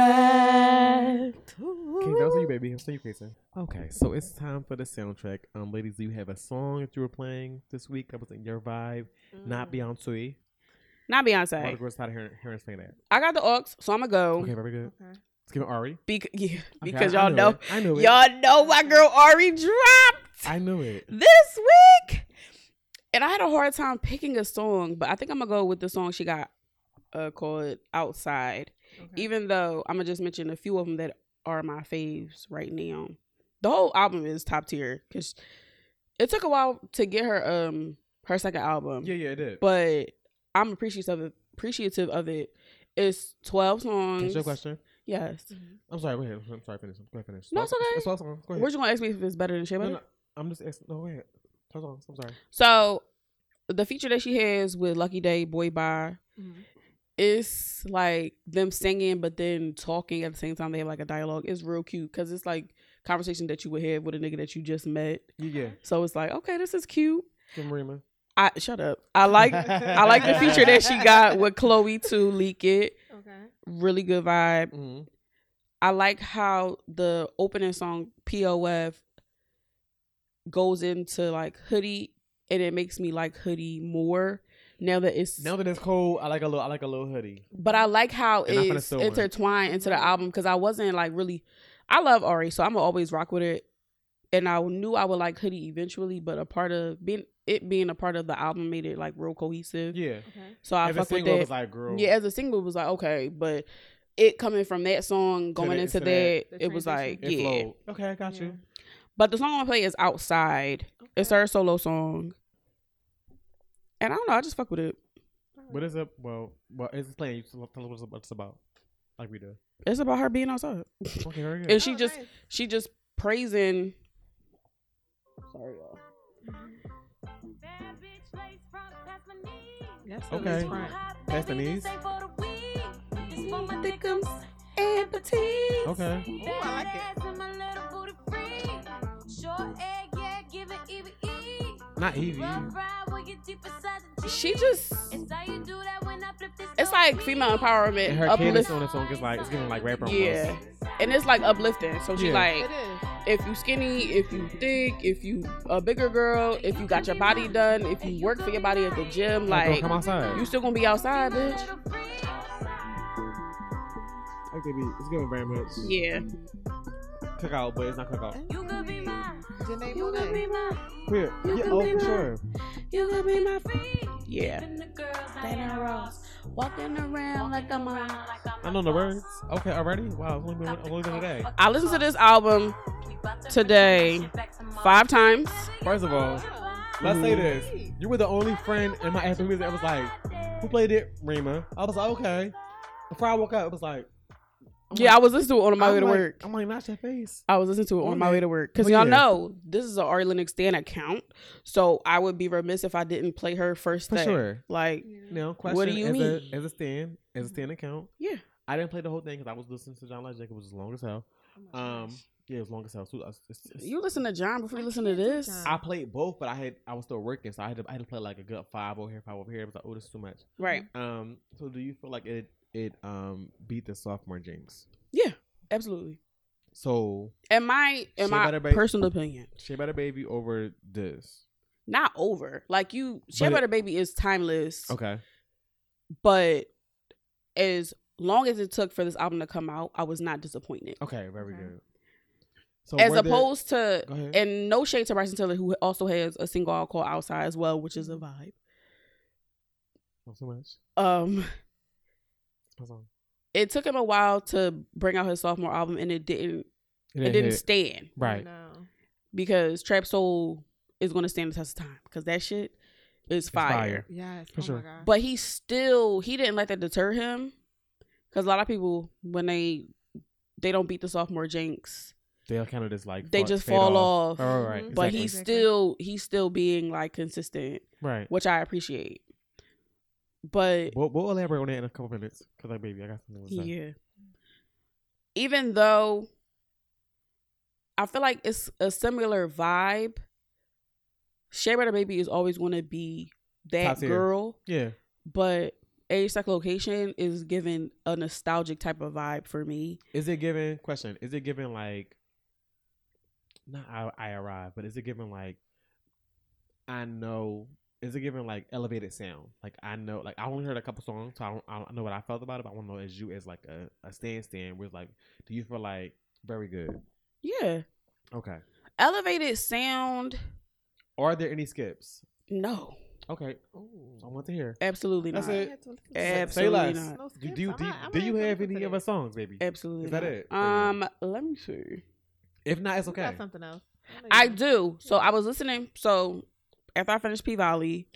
C: Okay, that was you, baby. I'm still you, Kason. Okay, so it's time for the soundtrack. Um, ladies, do you have a song that you were playing this week that was in your vibe?
D: Mm-hmm,
C: Not
B: Mm.
C: Beyonce.
B: Not
C: A lot
B: Beyonce.
C: of girls tired of hearing, hearing us saying that.
B: I got the aux, so I'ma go.
C: Okay, very good.
D: Okay.
C: Let's give it Ari.
B: Bec- <laughs> yeah,
C: Okay,
B: Oh. because
C: I- I
B: y'all
C: knew
B: know,
C: it. I knew it.
B: y'all know my girl Ari dropped
C: I knew
B: <laughs>
C: it.
B: this week, and I had a hard time picking a song, but I think I'm gonna go with the song she got uh, called "Outside."
C: Mm.
D: Okay.
B: Even though I'm gonna just mention a few of them that are my faves right now. The whole album is top tier because it took a while to get her um her second album
C: Yeah, yeah, it did.
B: but I'm appreciative of appreciative of it. It's twelve songs.
C: Answer your question.
B: Yes.
C: I'm sorry. Go ahead. I'm sorry. Finish. Go ahead. Finish.
B: No, it's okay.
C: It's all songs. Go ahead.
B: Were you gonna ask me if it's better than Shea
C: No,
B: Butter?
C: no, I'm just asking. No, wait. Twelve songs. I'm sorry.
B: So the feature that she has with Lucky Day, Boy Bye,
D: Mhm.
B: it's like them singing but then talking at the same time. They have like a dialogue. It's real cute because it's like conversation that you would have with a nigga that you just met.
C: Yeah, yeah.
B: So it's like, okay, this is cute.
C: Kim Rima.
B: I shut up. I like I like
C: <laughs>
B: the feature that she got with Chloe to leak it.
D: Okay.
B: Really good vibe.
C: Mhm.
B: I like how the opening song POF goes into like hoodie and it makes me like hoodie more now that it's
C: Now that it's cold, I like a little. I like a little hoodie.
B: but I like how
C: And I finna
B: it's
C: steal one.
B: intertwined into the album because I wasn't like really I love Ari, so I'm gonna always rock with it. And I knew I would like hoodie eventually, but a part of being it being a part of the album made it like real cohesive.
C: Yeah.
D: Okay.
B: So I
C: Every
B: fuck with
C: single
B: that.
C: was like, girl.
B: Yeah, as a single, it was like okay, but it coming from that song going
C: that-
B: into
C: to that-
B: that,
D: The
B: it was like
D: transition.
C: It
B: yeah.
C: flowed. Okay, I got you.
B: But the song I play is outside. It's her solo song, and I don't know. I just fuck with it.
C: What is it? Well, well, it's playing. You tell tell us what it's about. like we do.
B: It's about her being outside.
C: Okay, very good.
B: And
D: Oh,
B: she just she just praising. Sorry, y'all.
D: That's
C: Okay. That's the knees. Okay.
K: E
C: Not Evie.
B: She just. It's like female empowerment.
C: And her cadence
B: uplift-
C: on the song is like it's giving like rapper.
B: Yeah. And it's like uplifting. So she
C: Yeah.
B: like if you skinny, if you thick, if you a bigger girl, if you got your body done, if you work for your body at the gym,
C: Like, girl,
B: like
C: come outside.
B: you still gonna be outside, bitch.
C: Like they be, it's giving very much.
B: Yeah.
C: Cookout, but it's not cookout.
K: You could be mine. You could be mine.
C: Here,
K: You
C: yeah,
K: can
C: oh
K: be
C: for
K: my-
C: sure.
K: You could be my friend.
B: Yeah.
K: And the girls that I rose. Walking around like I'm around like
C: I know the words. Okay, already? Wow, it's only been, it's only been a day.
B: I listened to this album today five times. Oh,
C: First of all, let's say this. You were the only friend in my after music that was like, who played it? Rima. I was like, okay. Before I woke up, it was like,
B: Yeah, I was listening to it on my
C: I'm
B: way to
C: like-
B: work.
C: I'm like, not that face.
B: I was listening to it on my way to work because
C: But
B: y'all
C: yeah.
B: know this is a Ari Lennox Stan account, so I would be remiss if I didn't play her first.
C: For
B: thing.
C: sure.
B: Like,
C: Now, question
B: what do you
C: as
B: mean?
C: A, as a stand, as a stand account.
B: Yeah.
C: I didn't play the whole thing because I was listening to John Legend. It was long as hell. Um, yeah, it was long as hell. So it's- it's- it's-
B: Oh you listen to John before you listen to this.
C: I played both, but I had I was still working, so I had to I had to play like a good five over here, five over here. It was like, oh, this is too much.
B: Right.
C: Um. So do you feel like it it um beat the sophomore jinx?
B: Yeah, absolutely.
C: So
B: In my in
C: Shea
B: my
C: Butter Ba-
B: personal opinion,
C: Shea Butter Baby over this.
B: not over. Like you, Shea
C: But it-
B: Butter Baby is timeless.
C: Okay.
B: but as long as it took for this album to come out, I was not disappointed.
C: Okay. Very good. So
B: as
C: were there-
B: opposed
C: Go
B: to,
C: ahead.
B: and no shade to Bryson Tiller, who also has a single out called Outside as well, which is a vibe.
C: not so much.
B: Um,
C: It's my song.
B: it took him a while to bring out his sophomore album, and it didn't. It didn't,
C: hit.
B: stand
C: Right.
B: because Trap Soul is going to stand the test of time because that shit is fire.
C: fire.
D: Yes.
C: For
D: oh
C: sure.
D: my God.
B: But he still he didn't let that deter him because a lot of people when they they don't beat the sophomore jinx
C: They kind of just like
B: they
C: fall-
B: just
C: fade
B: fall off.
C: off. All Oh, right.
D: Mhm.
B: But
C: exactly.
B: he's still he's still being like consistent,
C: right.
B: which I appreciate. But
C: We'll, we'll elaborate on that in a couple minutes because like baby, I got something to say.
B: yeah, even though I feel like it's a similar vibe, Shea Butter Baby is always going to be that
C: Top tier.
B: girl.
C: Yeah.
B: but age sex location is giving a nostalgic type of vibe for me
C: Is it given question? Is it given like not I, I arrive, but is it given like I know? Is it given like elevated sound? Like I know, like I only heard a couple songs, so I don't, I don't know what I felt about it. But I want to know as you as like a a stand stand was like, do you feel like very good?
B: yeah
C: Okay.
B: elevated sound
C: Are there any skips?
B: no
C: Okay, so I want to hear.
B: absolutely
C: That's
B: not
C: it.
B: Absolutely
C: Say less.
B: not.
D: No
C: Do,
D: skips.
C: do you
D: I'm
C: do,
D: not- I'm
C: do
D: not
C: you
D: even
C: have
D: looking
C: any
D: for
C: of her
D: this.
C: songs, baby?
B: absolutely
C: Is that
B: not.
C: it?
B: um let me see
C: If not, it's
D: You
C: okay.
D: got something else. know
B: i
D: you-
B: do so i was listening so after i finished p valley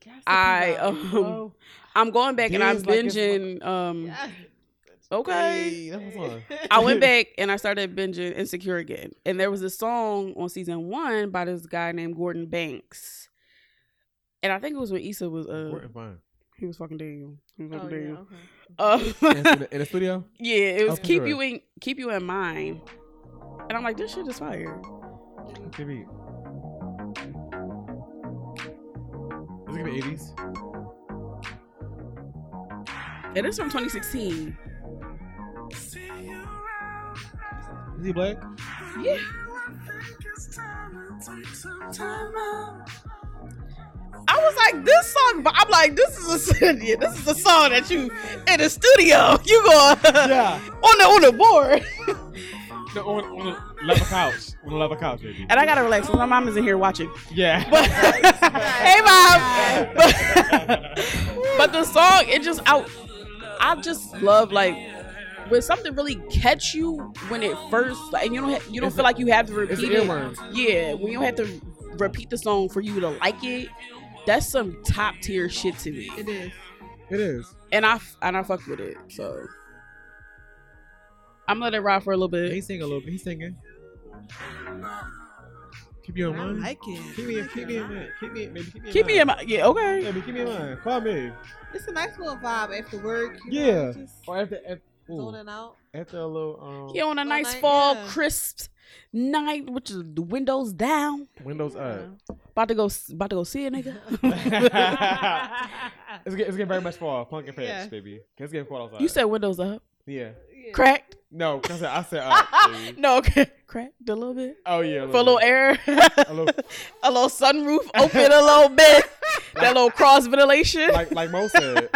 D: Okay.
B: i um
D: Oh.
C: Hello?
B: i'm going back and i'm
C: Dance like it's-
B: binging um
D: Yeah.
B: okay
C: Hey, that was fun.
B: I went back and I started binging Insecure again. And there was a song on season one by this guy named Gordon Banks. And I think it was when Issa was uh
C: We're
D: <laughs>
C: fine.
B: he was fucking Daniel. He was
D: <laughs> Oh,
B: fucking Daniel.
D: yeah, okay.
C: In
B: Uh,
C: the- in the studio.
B: <laughs> yeah, it was
C: Okay.
B: keep you in keep you in mind. And I'm like, this shit is fire.
C: Jimmy. Is it gonna be eighties?
B: It is from 2016.
C: Is he black?
B: Yeah. I was like, this song, but I'm like, this is a <laughs> yeah, this is a song that you in the studio <laughs> you going
C: Yeah.
B: on the on the board.
C: No, on, on a leather couch. <laughs> On a leather couch, baby.
B: And I gotta relax because my mom is in here watching.
C: Yeah.
B: But <laughs> hey, <laughs> mom. But, but the song, it just out. I just love like when something really catch you when it first, like, and you don't ha- you don't
C: It's
B: feel
C: a-
B: like you have to
C: <laughs> it's
B: repeat it.
C: earworms.
B: Yeah, when you don't have to repeat the song for you to like it. That's some top tier shit to me,
D: It is.
C: It is.
B: and I f- and I fuck with it. So I'm letting it ride for a little bit.
C: He's singing a little bit. He's singing. Keep you in
B: I
C: mind.
B: like
C: it. Keep me, keep me in mind. Keep me, maybe keep me.
B: Keep me in
C: mind.
B: my yeah. Okay.
C: Maybe keep me in mind. Call me.
D: It's a nice little vibe after work. you know,
C: Yeah.
D: just
C: Or after, after,
D: zoning out.
C: after a little um.
B: Yeah, on a
D: Well,
B: nice
D: night,
B: fall
D: yeah.
B: crisp night, which is the windows down.
C: Windows up.
B: About to go, about to go see a
D: <laughs>
B: nigga.
C: <laughs> It's getting, it's getting very much fall. Pumpkin and fetch,
B: Yeah.
C: baby. 'Cause It's getting cold outside.
B: you said windows up,
C: yeah.
B: cracked.
C: No, 'cause I said I said up. baby.
B: <laughs> No, okay, <laughs> cracked a little bit.
C: Oh yeah.
B: for a little
D: Mm.
C: bit.
B: air, <laughs>
C: A little,
B: a little sunroof open a little
D: <laughs>
B: bit. that little cross ventilation.
C: like like Mo
B: <laughs>
C: said.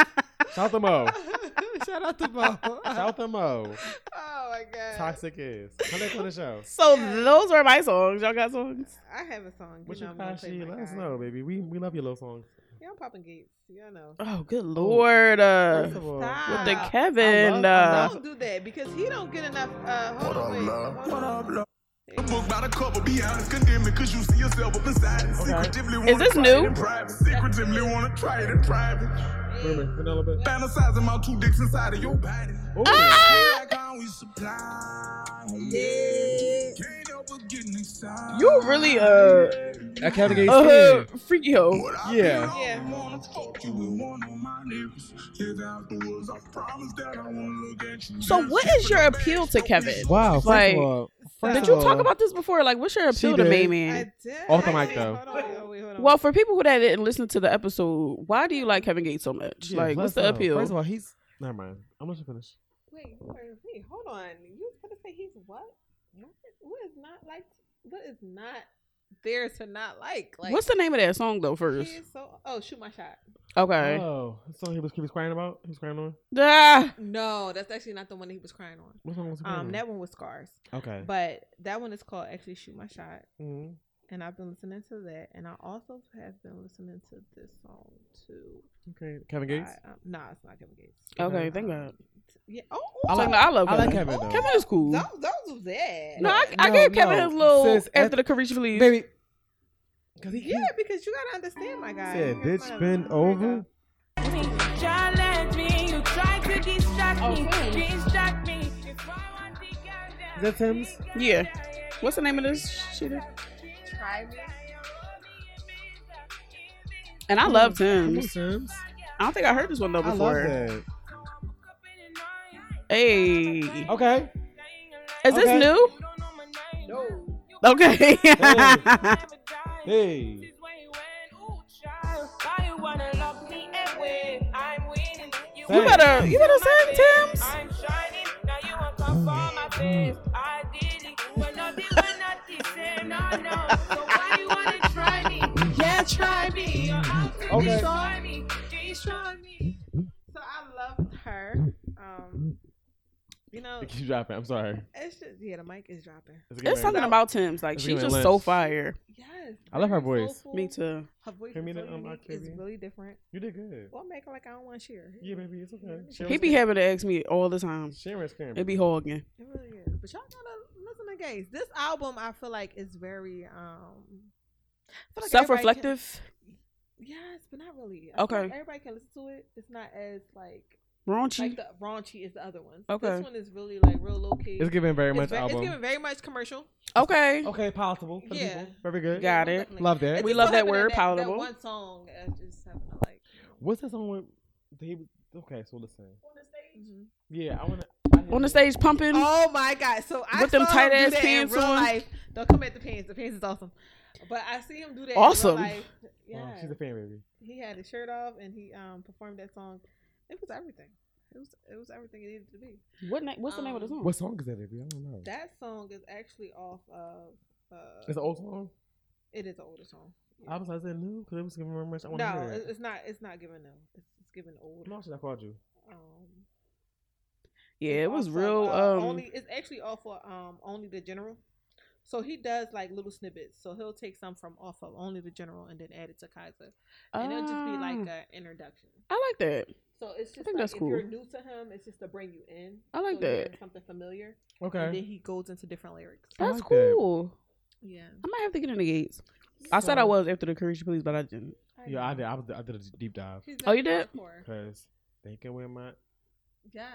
C: Shout out to Mo.
D: <laughs> Shout out to Bob.
C: Shout out to Mo.
D: Oh my god.
C: Toxic is. Come back on the
D: <laughs>
C: show.
B: so those were my songs. Y'all got songs?
D: I have a song.
C: What
D: you
C: you
D: know, I'm gonna
C: got,
D: play
C: She?
D: my
C: Let us
D: guy.
C: know, baby. We we love your little songs.
D: Y'all popping gates. Y'all know.
B: Oh, good lord. Uh,
C: First of all,
B: with
D: Stop.
B: the Kevin. uh,
D: don't do that because he don't get enough. Uh, hold on, wait. Hold on.
L: The book by the cover, be honest, condemn it, cause you see yourself up inside. it. Secretively
B: Is
L: wanna
B: this
L: try
B: new?
L: it in private. Secretively wanna try it in private.
C: Wait a minute, Vanilla Bit.
L: Fantasizing about two dicks inside of your body.
C: Ooh.
B: Ah.
L: Yeah, I can always supply. Yeah. Can't help but getting excited.
B: you really uh,
C: I can't get
B: uh freaky hoe.
C: Yeah.
L: wanna fuck you with one of my niggas. Head outdoors, I promise that I wanna look at you.
B: So what is your appeal to Kevin?
C: Wow. First
B: Like,
C: of all, first
B: Did
C: of
B: you
C: all,
B: talk about this before? Like, what's your
C: She
B: appeal to
C: did.
B: May
D: I
B: Man?
D: did.
C: Off the mic, though.
D: Hold on, wait, wait, hold on.
B: Well, for people who that didn't listen to the episode, why do you like Kevin Gates so much?
C: Yeah,
B: like, what's
C: let
B: the
C: us know.
B: appeal?
C: First of all, he's. Never mind. I'm gonna finish.
D: wait, wait, wait, hold on. You was gonna say he's what? What what is not like? What is not there to not like? Like
B: what's the name of that song though?
D: he
B: First,
D: is so. Oh, shoot my shot.
B: okay.
C: Oh, so he was he was crying about. He was crying on.
B: <laughs> Ah,
D: No, that's actually not the one that he was crying on.
C: What song was he crying
D: Um,
C: on?
D: that one was scars,
C: okay.
D: but that one is called actually shoot my shot.
C: Mhm.
D: And I've been listening to that, and I also have been listening to this song too.
C: Okay. Kevin Gates. um,
D: By, um, nah, it's not Kevin Gates.
B: okay. Thank God.
D: Yeah. Oh,
B: I,
D: oh,
B: like, I love.
C: I
B: Kevin.
C: like Kevin though.
B: Kevin is cool.
D: those, those was that.
B: no, I, I
C: No,
B: gave Kevin
C: no.
B: his little
C: Sis, at-
B: after the Carisha Felice.
C: baby. Cause he,
D: Yeah, because you gotta understand, my guy.
C: said,
D: You're
C: "Bitch,
D: my-
C: been over." Is that Tim's?
B: Yeah. What's the name of this shit? And I love Tim's.
C: Tim's.
B: I don't think I heard this one though
C: I love
B: before.
C: that.
B: Hey, is
C: Okay. Okay.
B: this new? Okay.
C: Hey.
B: <laughs> You better, you better send Tim's. <laughs>
D: Yeah, try me.
C: Okay.
D: Try me. Try me. So I loved her. Um, you know,
C: It keeps dropping. I'm sorry.
D: it's just yeah, the mic is dropping.
C: It's,
B: It's something about Tim's. Like
C: Let's
B: she's
C: give it
B: just
C: a
B: so
C: lynch.
B: fire.
D: Yes.
C: I love her
D: very
C: voice.
D: soulful.
B: Me too.
D: Her voice
C: Hear me
D: is,
C: the,
D: so
C: um,
D: unique, is
C: Octavia?
D: really different.
C: You did good.
D: Well, I'm making like I don't want to share.
C: Yeah, baby, it's okay. She
B: He
C: always
B: be
C: cares.
B: having to ask me all the time.
C: Sharon's caring.
B: It be hogging.
D: It really is. But y'all gotta listen to Gates. This album, I feel like, is very um I feel like
B: Self
D: everybody can-
B: reflective.
D: Yes, but not really. I feel
B: Okay.
D: like everybody can listen to it. It's not as like
B: Raunchy.
D: like the raunchy is the other one.
B: Okay.
D: This one is really like real low key.
C: It's giving very much
D: ve- it's
C: album.
D: giving very much commercial.
B: okay.
C: okay, palatable. For the
D: Yeah.
C: people. Very good.
B: Got it.
D: Definitely.
C: Love that.
D: It
B: We
D: just
B: love
D: so
B: that
D: happened
B: word, palatable.
D: That one song, I just happened to like.
C: What's that song with David? Okay, so listen.
B: Mm-hmm.
D: Mhm.
C: Yeah, I want to.
B: On the stage pumping.
D: Oh my god! So I
B: With them
D: saw him do
B: tight-ass
D: that
B: pants
D: in real
B: on.
D: life. Don't come at the pants. The pants is awesome. But I see him do that.
B: Awesome.
D: In real life. Yeah.
C: Wow, Oh, Um, she's a fan, baby.
D: he had his shirt off and he um performed that song. It was everything. It was it was everything it needed to be.
B: What na- what's the name of the
D: Um,
B: song?
C: What song is that, baby? I don't know.
D: That song is actually off of uh
C: it's an old song.
D: it is an older song. Yeah.
C: I was like, is it new? Because it was giving very much. I want to
D: No,
C: hear
D: it-
C: it.
D: it's not it's not giving them. It's, it's giving old.
C: No, shit, I called you.
D: Um
B: yeah, it was
D: also,
B: real.
D: uh,
B: Um,
D: only it's actually off of um only the general. So he does like little snippets. So he'll take some from off of only the general and then add it to Kaiser. And it'll just be like
B: ah,
D: an introduction.
B: I like that.
D: So it's just
B: think
D: like
B: that's
D: if you're
B: cool.
D: new to him, it's just to bring you in.
B: I like
D: so you're
B: that.
D: in Something familiar, and then
C: Okay.
D: he goes into different lyrics.
C: I
B: That's
C: like that.
B: cool.
D: Yeah,
B: I might have to get in the gates. I said I
C: So-
B: was after the Carisha Police, but I didn't.
C: Yeah, I did. I, was, I did a deep dive.
D: He's
B: Oh, you did?
D: definitely hardcore.
C: Because thinking with my.
D: Yes.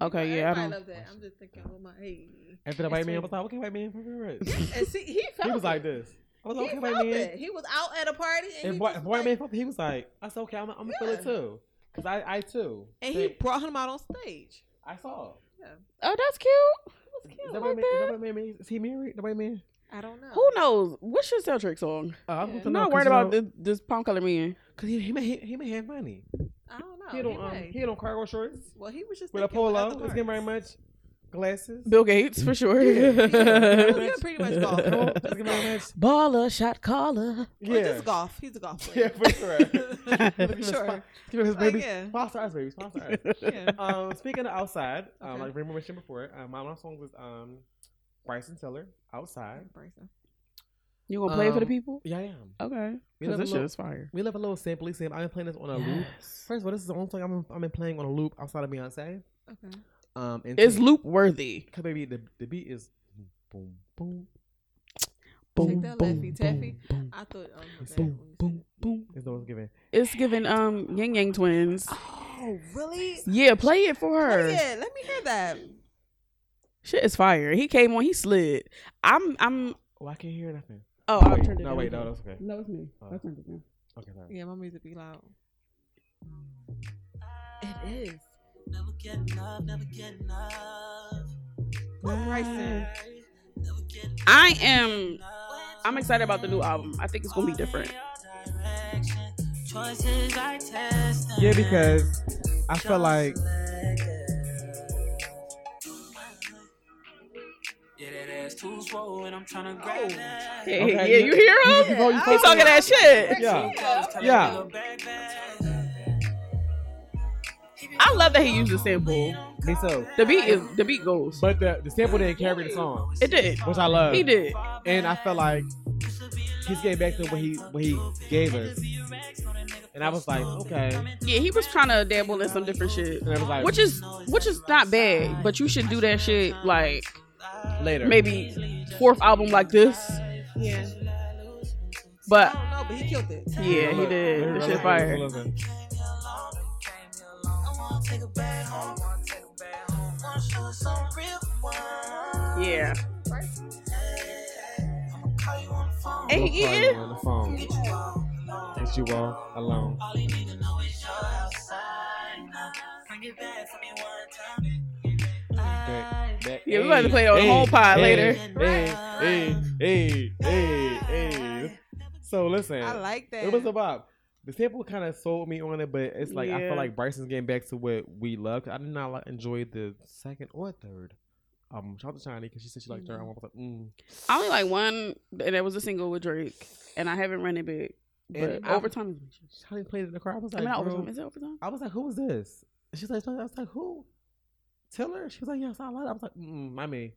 B: Okay, yeah, I
D: Everybody
B: don't.
D: love that. I'm just thinking, oh my. Hey.
C: And then the white man was like, okay, white man, favorite.
D: And see, he felt
C: he was
D: it.
C: like this. I was like,
D: he
C: okay, white
D: felt
C: man.
D: it. He was out at a party and,
C: And
D: he
C: boy,
D: just,
C: boy man, he was like, I said, okay, I'm, I'm gonna feel it
D: Yeah.
C: too. Cause I, I too.
D: and he brought him out on stage.
C: I saw.
D: Yeah.
A: Oh, that's cute.
C: Is that white man? Is, that white man, married? is he married? The white man? Oh,
D: I don't know.
B: Who knows? What's your soundtrack song?
C: I'm
B: I'm
C: gonna know,
B: not
C: 'cause
B: worried
C: you
B: about
C: know-
B: this, this palm color man.
C: Cause he, he may he, he may have money.
D: I don't know.
C: he don't um,
D: Oh, may.
C: he don't cargo shorts
D: well, he was just
C: with a
D: thinking about
C: polo.
D: other
C: It's getting very
D: artists.
C: much glasses.
B: <laughs> Bill Gates for sure.
C: Yeah, yeah,
D: <laughs> yeah, pretty
C: <laughs>
D: much golf. Just <laughs> golf.
B: <laughs> Baller, shot caller.
D: Or just golf. He's a golf
C: <laughs> Yeah,
D: player.
C: for sure.
D: <laughs>
C: <laughs> Give his
D: Sure.
C: spo- give his
D: Like,
C: baby.
D: yeah.
C: Sponsor us, baby. Sponsor us. <laughs>
D: Yeah.
C: Um, speaking of outside, um,
D: Okay.
C: like Rima mentioned before, uh, my last song was um, Bryson Tiller, Outside.
D: Bryson.
B: You gonna play it for the
C: Um,
B: people?
C: Yeah, I am.
B: Okay.
C: We
B: 'Cause
C: love a
B: this shit
C: little-
B: is fire.
C: We love a little simply Sam. I've been playing this on a loop. First of all, this is the only song I've been, I've been playing on a loop outside of Beyonce.
D: Okay.
C: Um, and
B: It's loop worthy.
C: Cause baby, the, the beat is boom boom
D: Take
B: Boom,
D: that
B: boom,
D: Laffy
B: boom,
D: Taffy. I thought, oh, my bad.
B: boom, boom, boom.
C: is the one's giving.
B: It's giving um Yang Yang twins.
D: Oh, really?
B: Yeah, play it for her.
D: Yeah, let me hear that.
B: Shit is fire. He came on. He slid. I'm. I'm.
C: Oh, I can't hear nothing.
B: Oh, I
C: Wait,
B: turned it.
C: no,
B: down.
C: wait, no, that's okay.
B: No, it's me.
C: Oh.
B: I turned it down.
C: Okay, sorry.
D: Yeah, my music be loud. It is.
K: Never get enough, never get enough.
D: Bryson.
B: I am. I'm excited about the new album. I think it's gonna be different.
K: Choices I test.
C: Yeah, because I feel like
K: Yeah, that ass too swole and I'm trying to grab that.
B: Hey,
C: Okay,
B: yeah, you hear
C: you-
B: him?
C: you go- you
B: He
C: focus.
B: talking that shit.
C: Yeah, yeah.
K: Yeah.
B: I love that he used the sample.
C: Me too.
B: The beat is the beat goes.
C: But the, the sample didn't carry the song,
B: It did.
C: which I love.
B: He did.
C: and I felt like he's getting back to what he what he gave us. And I was like, okay. And
B: Yeah, he was trying to dabble in some different shit,
C: I was like,
B: which is which is not bad. But you should do that shit like
C: later?
B: maybe fourth album like this.
D: Yeah.
B: But
D: I don't know, but he killed it.
B: yeah, he did. This shit fire. Yeah. And he eating.
C: on the phone. Get you all alone. Back, back,
B: Yeah, we about to
C: hey,
B: play on
C: hey,
B: whole pod
C: hey,
B: later.
C: Hey, hey, hey, hey, hey. So listen,
D: I like that.
C: it was a bop. The sample kind of sold me on it, but it's like I
B: Yeah.
C: feel like Bryson's getting back to what we love. 'Cause I did not like, enjoy the second or third. Um, shout out to Shiny because she said she liked third. I was like, mm.
B: I only like one, and that was a single with Drake, and I haven't run it big. But
C: And I-
B: overtime,
C: Shiny played it in the car. I was
B: I
C: like,
B: mean, not
C: girl,
B: overtime. Is it overtime?
C: I was like, who was this? And She's like, I was like, who? Taylor? She was like, yes, I love it. I was like, mm, my
D: <laughs>
C: me.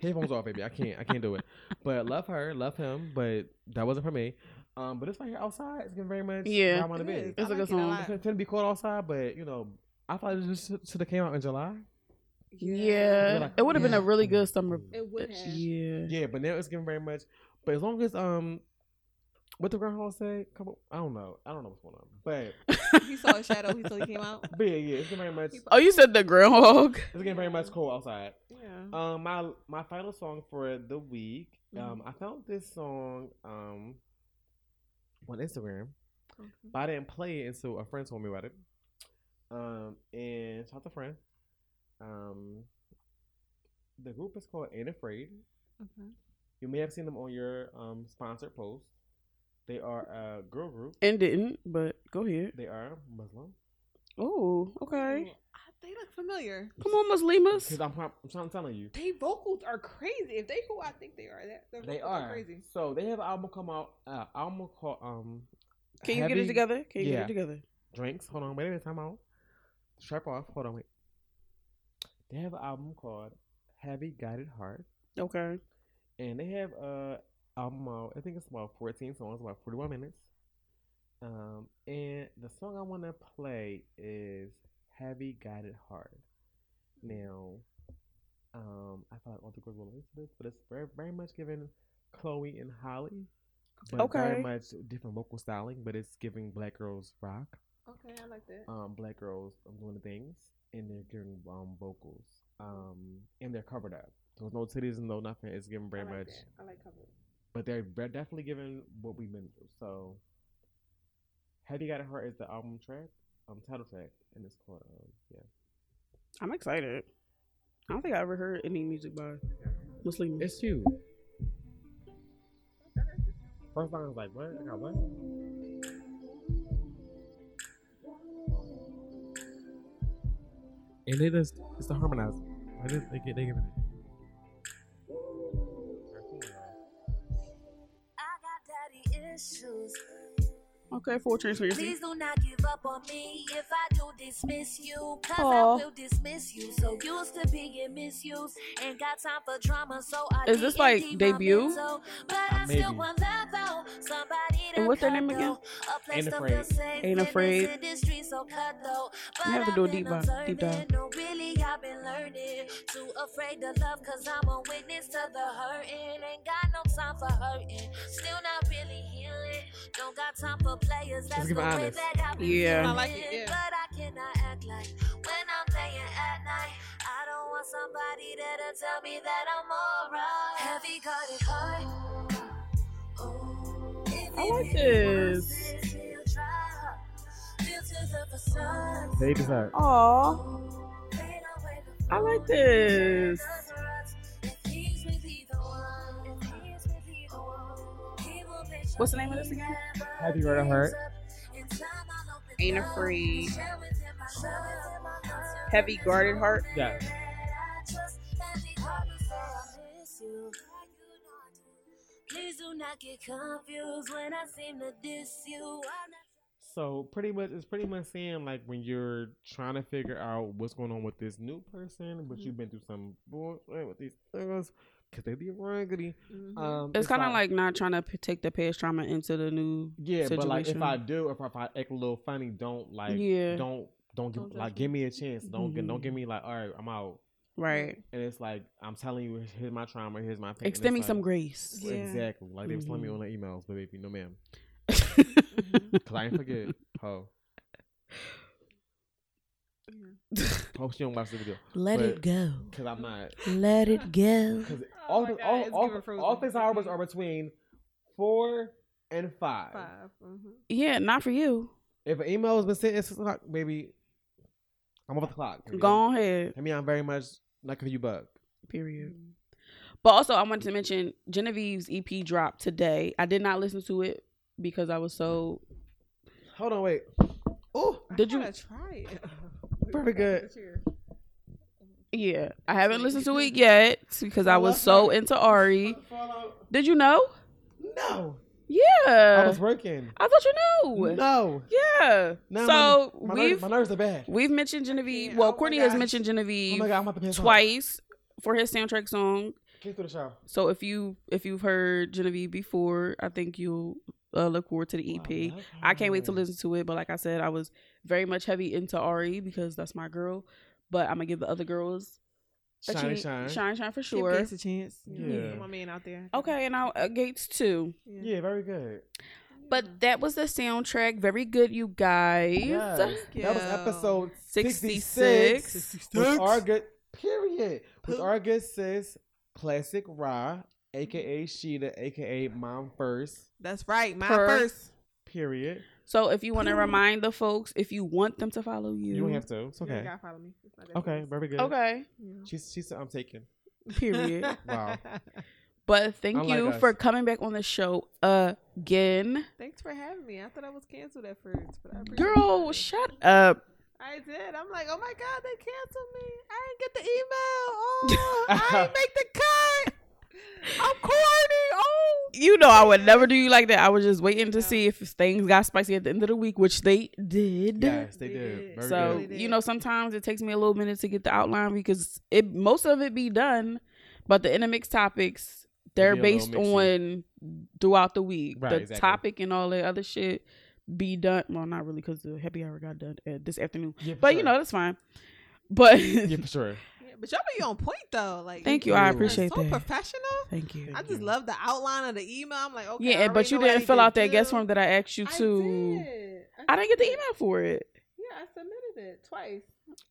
C: Headphones off, baby. I can't. I can't do it. But love her, love him. But that wasn't for me. Um, but it's right here outside. It's getting very much.
B: Yeah.
C: where I want to
D: It
C: be.
D: is.
B: It's
D: I
B: a good
D: it
B: song.
D: lot.
C: It's gonna be cold outside, but you know, I thought it just should have came out in July.
B: Yeah,
C: Like,
B: it would have been a
C: yeah.
B: really good summer.
D: It would have.
B: Yeah,
C: Yeah, but now it's getting very much. But as long as um, what the groundhog say? Come on, I don't know. I don't know what's going on. But
D: <laughs> He saw a shadow. He saw he came out.
C: but <laughs> yeah, yeah, it's getting very much.
B: Oh, you said <laughs> the groundhog.
C: It's getting very much cold outside.
D: Yeah.
C: Um, my my final song for the week. Um,
D: Mhm.
C: I found this song um on Instagram,
D: Okay.
C: but I didn't play it until a friend told me about it. Um, and shout out to friend. Um, the group is called Ain't Afraid.
D: Okay.
C: You may have seen them on your um sponsored post. They are a girl group.
B: and didn't, but go ahead.
C: They are Muslim.
B: Oh, okay.
D: Ooh, Mm, I- they look familiar.
B: Come on,
C: Because
B: Muslimas.
C: I'm, prob- I'm trying- I'm telling you,
D: They vocals are crazy. If they who I think they are, that their
C: they
D: vocals
C: are
D: crazy.
C: So they have an album come out. Uh, album called um.
B: Can you get it
C: Heavy-
B: together? Can you get
C: Yeah.
B: it together?
C: drinks. Hold on, wait a minute, time out. Sharp off. Hold on, wait. They have an album called Heavy Guided Heart,
B: Okay.
C: and they have a album out. I think it's about fourteen songs, about forty-one minutes. Um, and the song I want to play is Heavy Guided Heart.
D: Mm-hmm.
C: Now, um, I thought all the girls will listen to this, but it's very, very much giving Chloe and Holly, but very
B: Okay.
C: much different vocal styling. But it's giving Black girls rock.
D: Okay, I like that.
C: um, black girls um, doing the things, and they're giving um, vocals, um, and they're covered up. There's no titties and no nothing. It's giving very
D: I like
C: much,
D: that. I like cover.
C: but they're, they're definitely giving what we've been through. So, "Have You Got a Heart" is the album track, um, title track, and it's called um, yeah.
B: I'm excited. I don't think I ever heard any music by Muslim.
C: It's you. First line was like, "What? I got what?" And they just it's the harmonize. They just- they get they give it.
K: daddy issues.
B: Okay, full transparency.
K: Please do not give up on me if I do dismiss you. Cause
B: Aw.
K: I will dismiss you. So used to being misused. Ain't got time for drama. So I
B: Is this, like,
K: DND my
B: debut?
K: mental. But I
B: Maybe.
K: still want love though. Somebody
B: And
K: to
B: what's their
K: cut
B: name again?
K: though. A place
B: Ain't
K: to
B: Afraid.
K: feel
B: Ain't
K: safe. Living
B: Afraid.
K: in the streets so cut though.
B: We have to
K: But
B: do a
K: I've been
B: deep dive- deep dive.
K: observing. No, really, I've been learning. Too afraid to love, cause I'm a witness to the hurting. Ain't got no time for hurting. Still not really healing. Don't got time for players. That's
C: give
K: the
C: it
K: way
C: honest.
K: that I've been
C: Yeah. I
K: feeling.
C: like it, yeah.
K: But I cannot act like when I'm playing at night. I don't want somebody there to tell me that I'm alright. Heavy guarded heart. Oh,
B: I like this.
K: Feel to the facade.
C: They deserve.
B: Aw. I like this. What's the name of this again?
C: Happy Murder Heart.
M: Ain't afraid. Heavy guarded heart.
C: Yeah.
K: Please do not get confused when I seem to diss you. I'm not
C: So pretty much, it's pretty much saying like when you're trying to figure out what's going on with this new person, but you've been through some bullshit with these things because they be raggedy. Um,
B: it's kind of like, not trying to p- take the past trauma into the new
C: yeah,
B: situation.
C: but like if I do, if I, if I act a little funny, don't like,
B: Yeah.
C: don't don't give
B: Don't judge
C: like
B: me.
C: give me a chance. Don't get don't
B: Mhm.
C: give me like all right, I'm out.
B: Right.
C: And it's like I'm telling you, here's my trauma, here's my pain. and it's
B: Extend me
C: like-
B: some grace.
C: Well,
B: Yeah.
C: Exactly. Like they was telling me
B: Mhm.
C: on the emails, but baby, no ma'am. Cause I ain't forget. Ho. Hope she don't watch the video.
B: <laughs> Let it go.
C: Cause I'm not.
B: Let it go. <laughs>
C: Cause all, the- all, all, all, things hours are between four and five.
D: mm-hmm.
B: Yeah, not for you.
C: If an email has been sent at six o'clock, baby, I'm off the clock. baby.
B: Go on ahead.
C: I mean, I'm very much not gonna you bug.
B: Period. But also, I wanted to mention Genevieve's EP dropped today. I did not listen to it because I was so.
C: Hold on, wait. Oh,
B: did you?
D: Try
C: <laughs>
D: it.
C: Very good.
B: Yeah, I haven't listened to it yet because I,
C: I
B: was
C: love
B: so
C: her.
B: into Ari. Did you know?
C: No.
B: Yeah.
C: I was working.
B: I thought you knew.
C: No.
B: Yeah.
C: No,
B: so
C: my- my nerves-
B: we've
C: my nerves are bad.
B: We've mentioned Genevieve. Well, Courtney has
C: gosh.
B: mentioned Genevieve
C: Oh my God, I'm about to piss off.
B: twice for his soundtrack song.
C: Kick through the shower.
B: So if you if you've heard Genevieve before, I think you'll uh, look forward to the
C: Oh,
B: EP. I can't wait to listen to it. But like I said, I was very much heavy into Ari because that's my girl. But I'm gonna give the other girls a
D: Shine,
B: chance-
D: shine.
B: shine, shine for
D: Give
B: sure.
D: Gates a chance.
B: Yeah.
D: Yeah. My man out there.
B: Okay, and now uh, Gates too.
C: Yeah. very good.
B: But that was the soundtrack. Very good, you guys.
C: Yes. That was episode 66.
B: 66.
C: With our good, period. With our good sis, Classic Ra, aka Sheeta, aka Mom First.
D: That's right. My
B: Per-
D: first.
C: Period.
B: So if you want to
D: Period.
B: remind the folks, if you want them to follow you,
C: You don't have to. It's
D: You
C: okay.
D: gotta follow me. It's not that
C: Okay,
D: serious.
C: very good.
B: Okay.
C: She's she's I'm taken.
D: <laughs>
B: Period.
C: Wow.
B: But thank
C: Unlike
B: you
C: us.
B: for coming back on the show again.
D: Thanks for having me. I thought I was canceled at first, but I appreciate
B: Girl,
D: it.
B: shut up.
D: I did. I'm like, oh my god, they canceled me. I didn't get the email.
B: <laughs>
D: Oh, <laughs> I didn't make the cut. I'm corny. Oh,
B: You know I would never do you like that. I was just waiting to see if things got spicy at the end of the week, which they did.
C: Yes, they did. Very
B: So
C: good.
B: you know, sometimes it takes me a little minute to get the outline because it most of it be done, but the intermix topics they're
C: be a little
B: based on throughout the week.
C: Right,
B: the
C: exactly.
B: topic and all that other shit be done. Well, not really because the happy hour got done uh, this afternoon,
C: Yeah, for
B: but you
C: sure.
B: know that's fine.
C: <laughs>
B: But
C: yeah,
B: <laughs>
C: for sure.
D: Yeah, but y'all be on point though. Like,
B: Thank you. I
D: you're
B: appreciate
D: so
B: that.
D: professional.
B: Thank you.
D: I just love the outline of the email. I'm like, okay. I
B: yeah, and-
D: already
B: but you
D: know what
B: didn't
D: I
B: fill
D: did
B: out that
D: too.
B: guest form that I asked you
D: I
B: to.
D: did. I
B: I didn't get the email for it.
D: Yeah, I submitted it twice.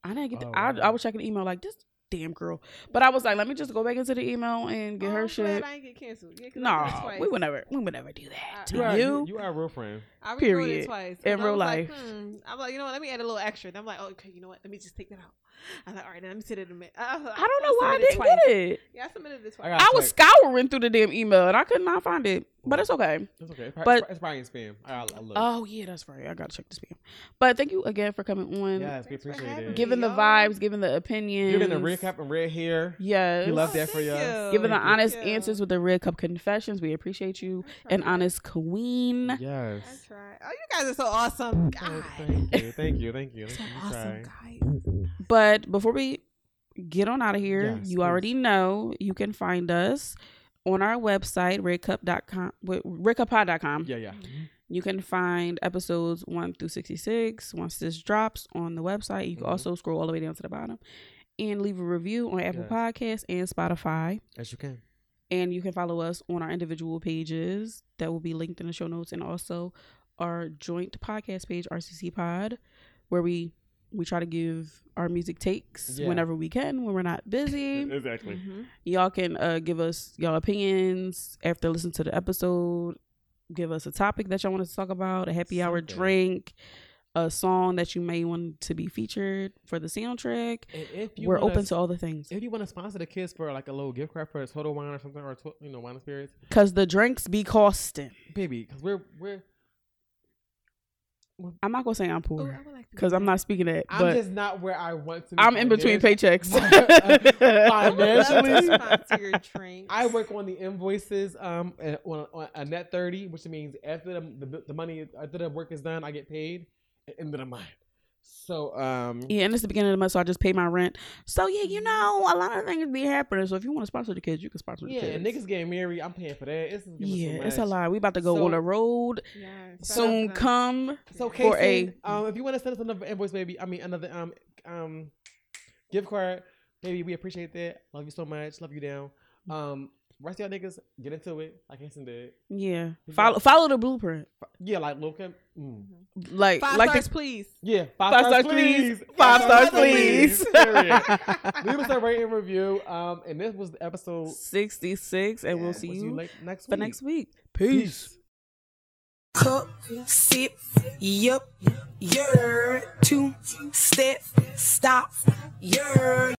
B: I didn't get the. I,
C: Oh.
B: I was checking the email like this damn girl, but I was like, let me just go back into the email and get her shit.
D: Oh, Glad I didn't get canceled. Yeah, 'cause I
B: No,
D: wrote it twice.
B: we would never, we would never do that to
C: You are,
B: you.
C: you, you are a real friend.
D: I rewrote
B: period.
D: it twice. 'cause
B: In
D: I
B: real
D: was like,
B: life,
D: hmm. I'm like, you know what? Let me add a little extra. And I'm like, oh, okay, you know what? Let me just take that out. I'm like, all right, now let me sit it a minute. I, I,
B: I don't know why I didn't
D: twice.
B: get it.
D: Yeah, I submitted it twice.
B: I, was scouring through the damn email and I could not find it, but it's okay.
C: It's okay. It's probably,
B: But
C: but, it's probably in spam. I, I love
B: oh yeah, that's right. I gotta check the spam. But thank you again for coming on.
C: Yes, we appreciate it.
B: Giving the vibes, giving the opinions,
C: You're gonna red cap and red hair.
B: Yes.
C: We love
D: Oh,
C: that for you.
B: Giving the honest answers with the red cup confessions. We appreciate you. An honest queen.
C: Yes.
D: Oh, you guys are so awesome. God.
C: Thank you. Thank you. Thank you. Thank you.
D: awesome,
C: Try.
B: But before we get on out of here,
C: Yes,
B: you already know you can find us on our website, redcup.com, wait, redcuppod.com.
C: Yeah, yeah.
B: You can find episodes 1 through 66 once this drops on the website. You can
C: Mm-hmm.
B: also scroll all the way down to the bottom and leave a review on Apple
C: Yes.
B: Podcasts and Spotify.
C: As you can.
B: And you can follow us on our individual pages that will be linked in the show notes and also our joint podcast page, RCC Pod, where we we try to give our music takes
C: Yeah.
B: whenever we can when we're not busy.
C: <laughs> Exactly.
D: Mm-hmm.
B: Y'all can uh, give us y'all opinions after listening to the episode. Give us a topic that y'all want us to talk about, a happy hour drink, a song that you may want to be featured for the soundtrack.
C: And if you
B: We're
C: wanna-
B: open to all the things
C: If you want to sponsor the kids for like a little gift card for a total wine or something, or tw- you know wine and spirits,
B: because the drinks be costing.
C: baby, because we're we're
B: I'm not gonna say I'm
C: Oh,
B: poor because I'm not speaking that.
C: I'm
B: but
C: just not where I want to. be
B: I'm in between
C: financially- <laughs>
B: paychecks. <laughs>
C: financially,
D: sponsor your drink.
C: I work on the invoices um and on, on a net thirty, which means after the, the the money after the work is done, I get paid, and end of the month. So um
B: Yeah, and it's the beginning of the month, so I just pay my rent. So yeah, you know, a lot of things be happening. So if you want to sponsor the kids, you can sponsor the
C: yeah,
B: kids.
C: niggas getting married, I'm paying for that. It's, giving
B: Yeah,
C: so
B: it's a
C: much.
B: lot. We about to go
C: So-
B: on the road soon. Come
C: So Casey,
B: for a
C: um, if you want to send us another invoice, baby, I mean another um um gift card, baby, we appreciate that. Love you so much. Love you down.
B: Mm.
C: Um, rest of y'all niggas get into it like Hanson did.
B: yeah.
C: We
B: Follow
C: got-
B: follow the blueprint.
C: Yeah, like Lil Kim. Mm.
B: Like
D: Five
B: like
D: stars,
B: the,
D: please.
C: Yeah, five,
B: Five
C: stars,
B: stars,
C: please.
B: please. Five stars, please.
C: <laughs> Period. Leave us a rating and review. Um, and this was the episode.
B: sixty six, and we'll see
C: we'll see
B: you,
C: you like- next
B: for
C: week.
B: next week.
C: Peace.
N: Cup, sip, yup, yer, two, step, stop, yer.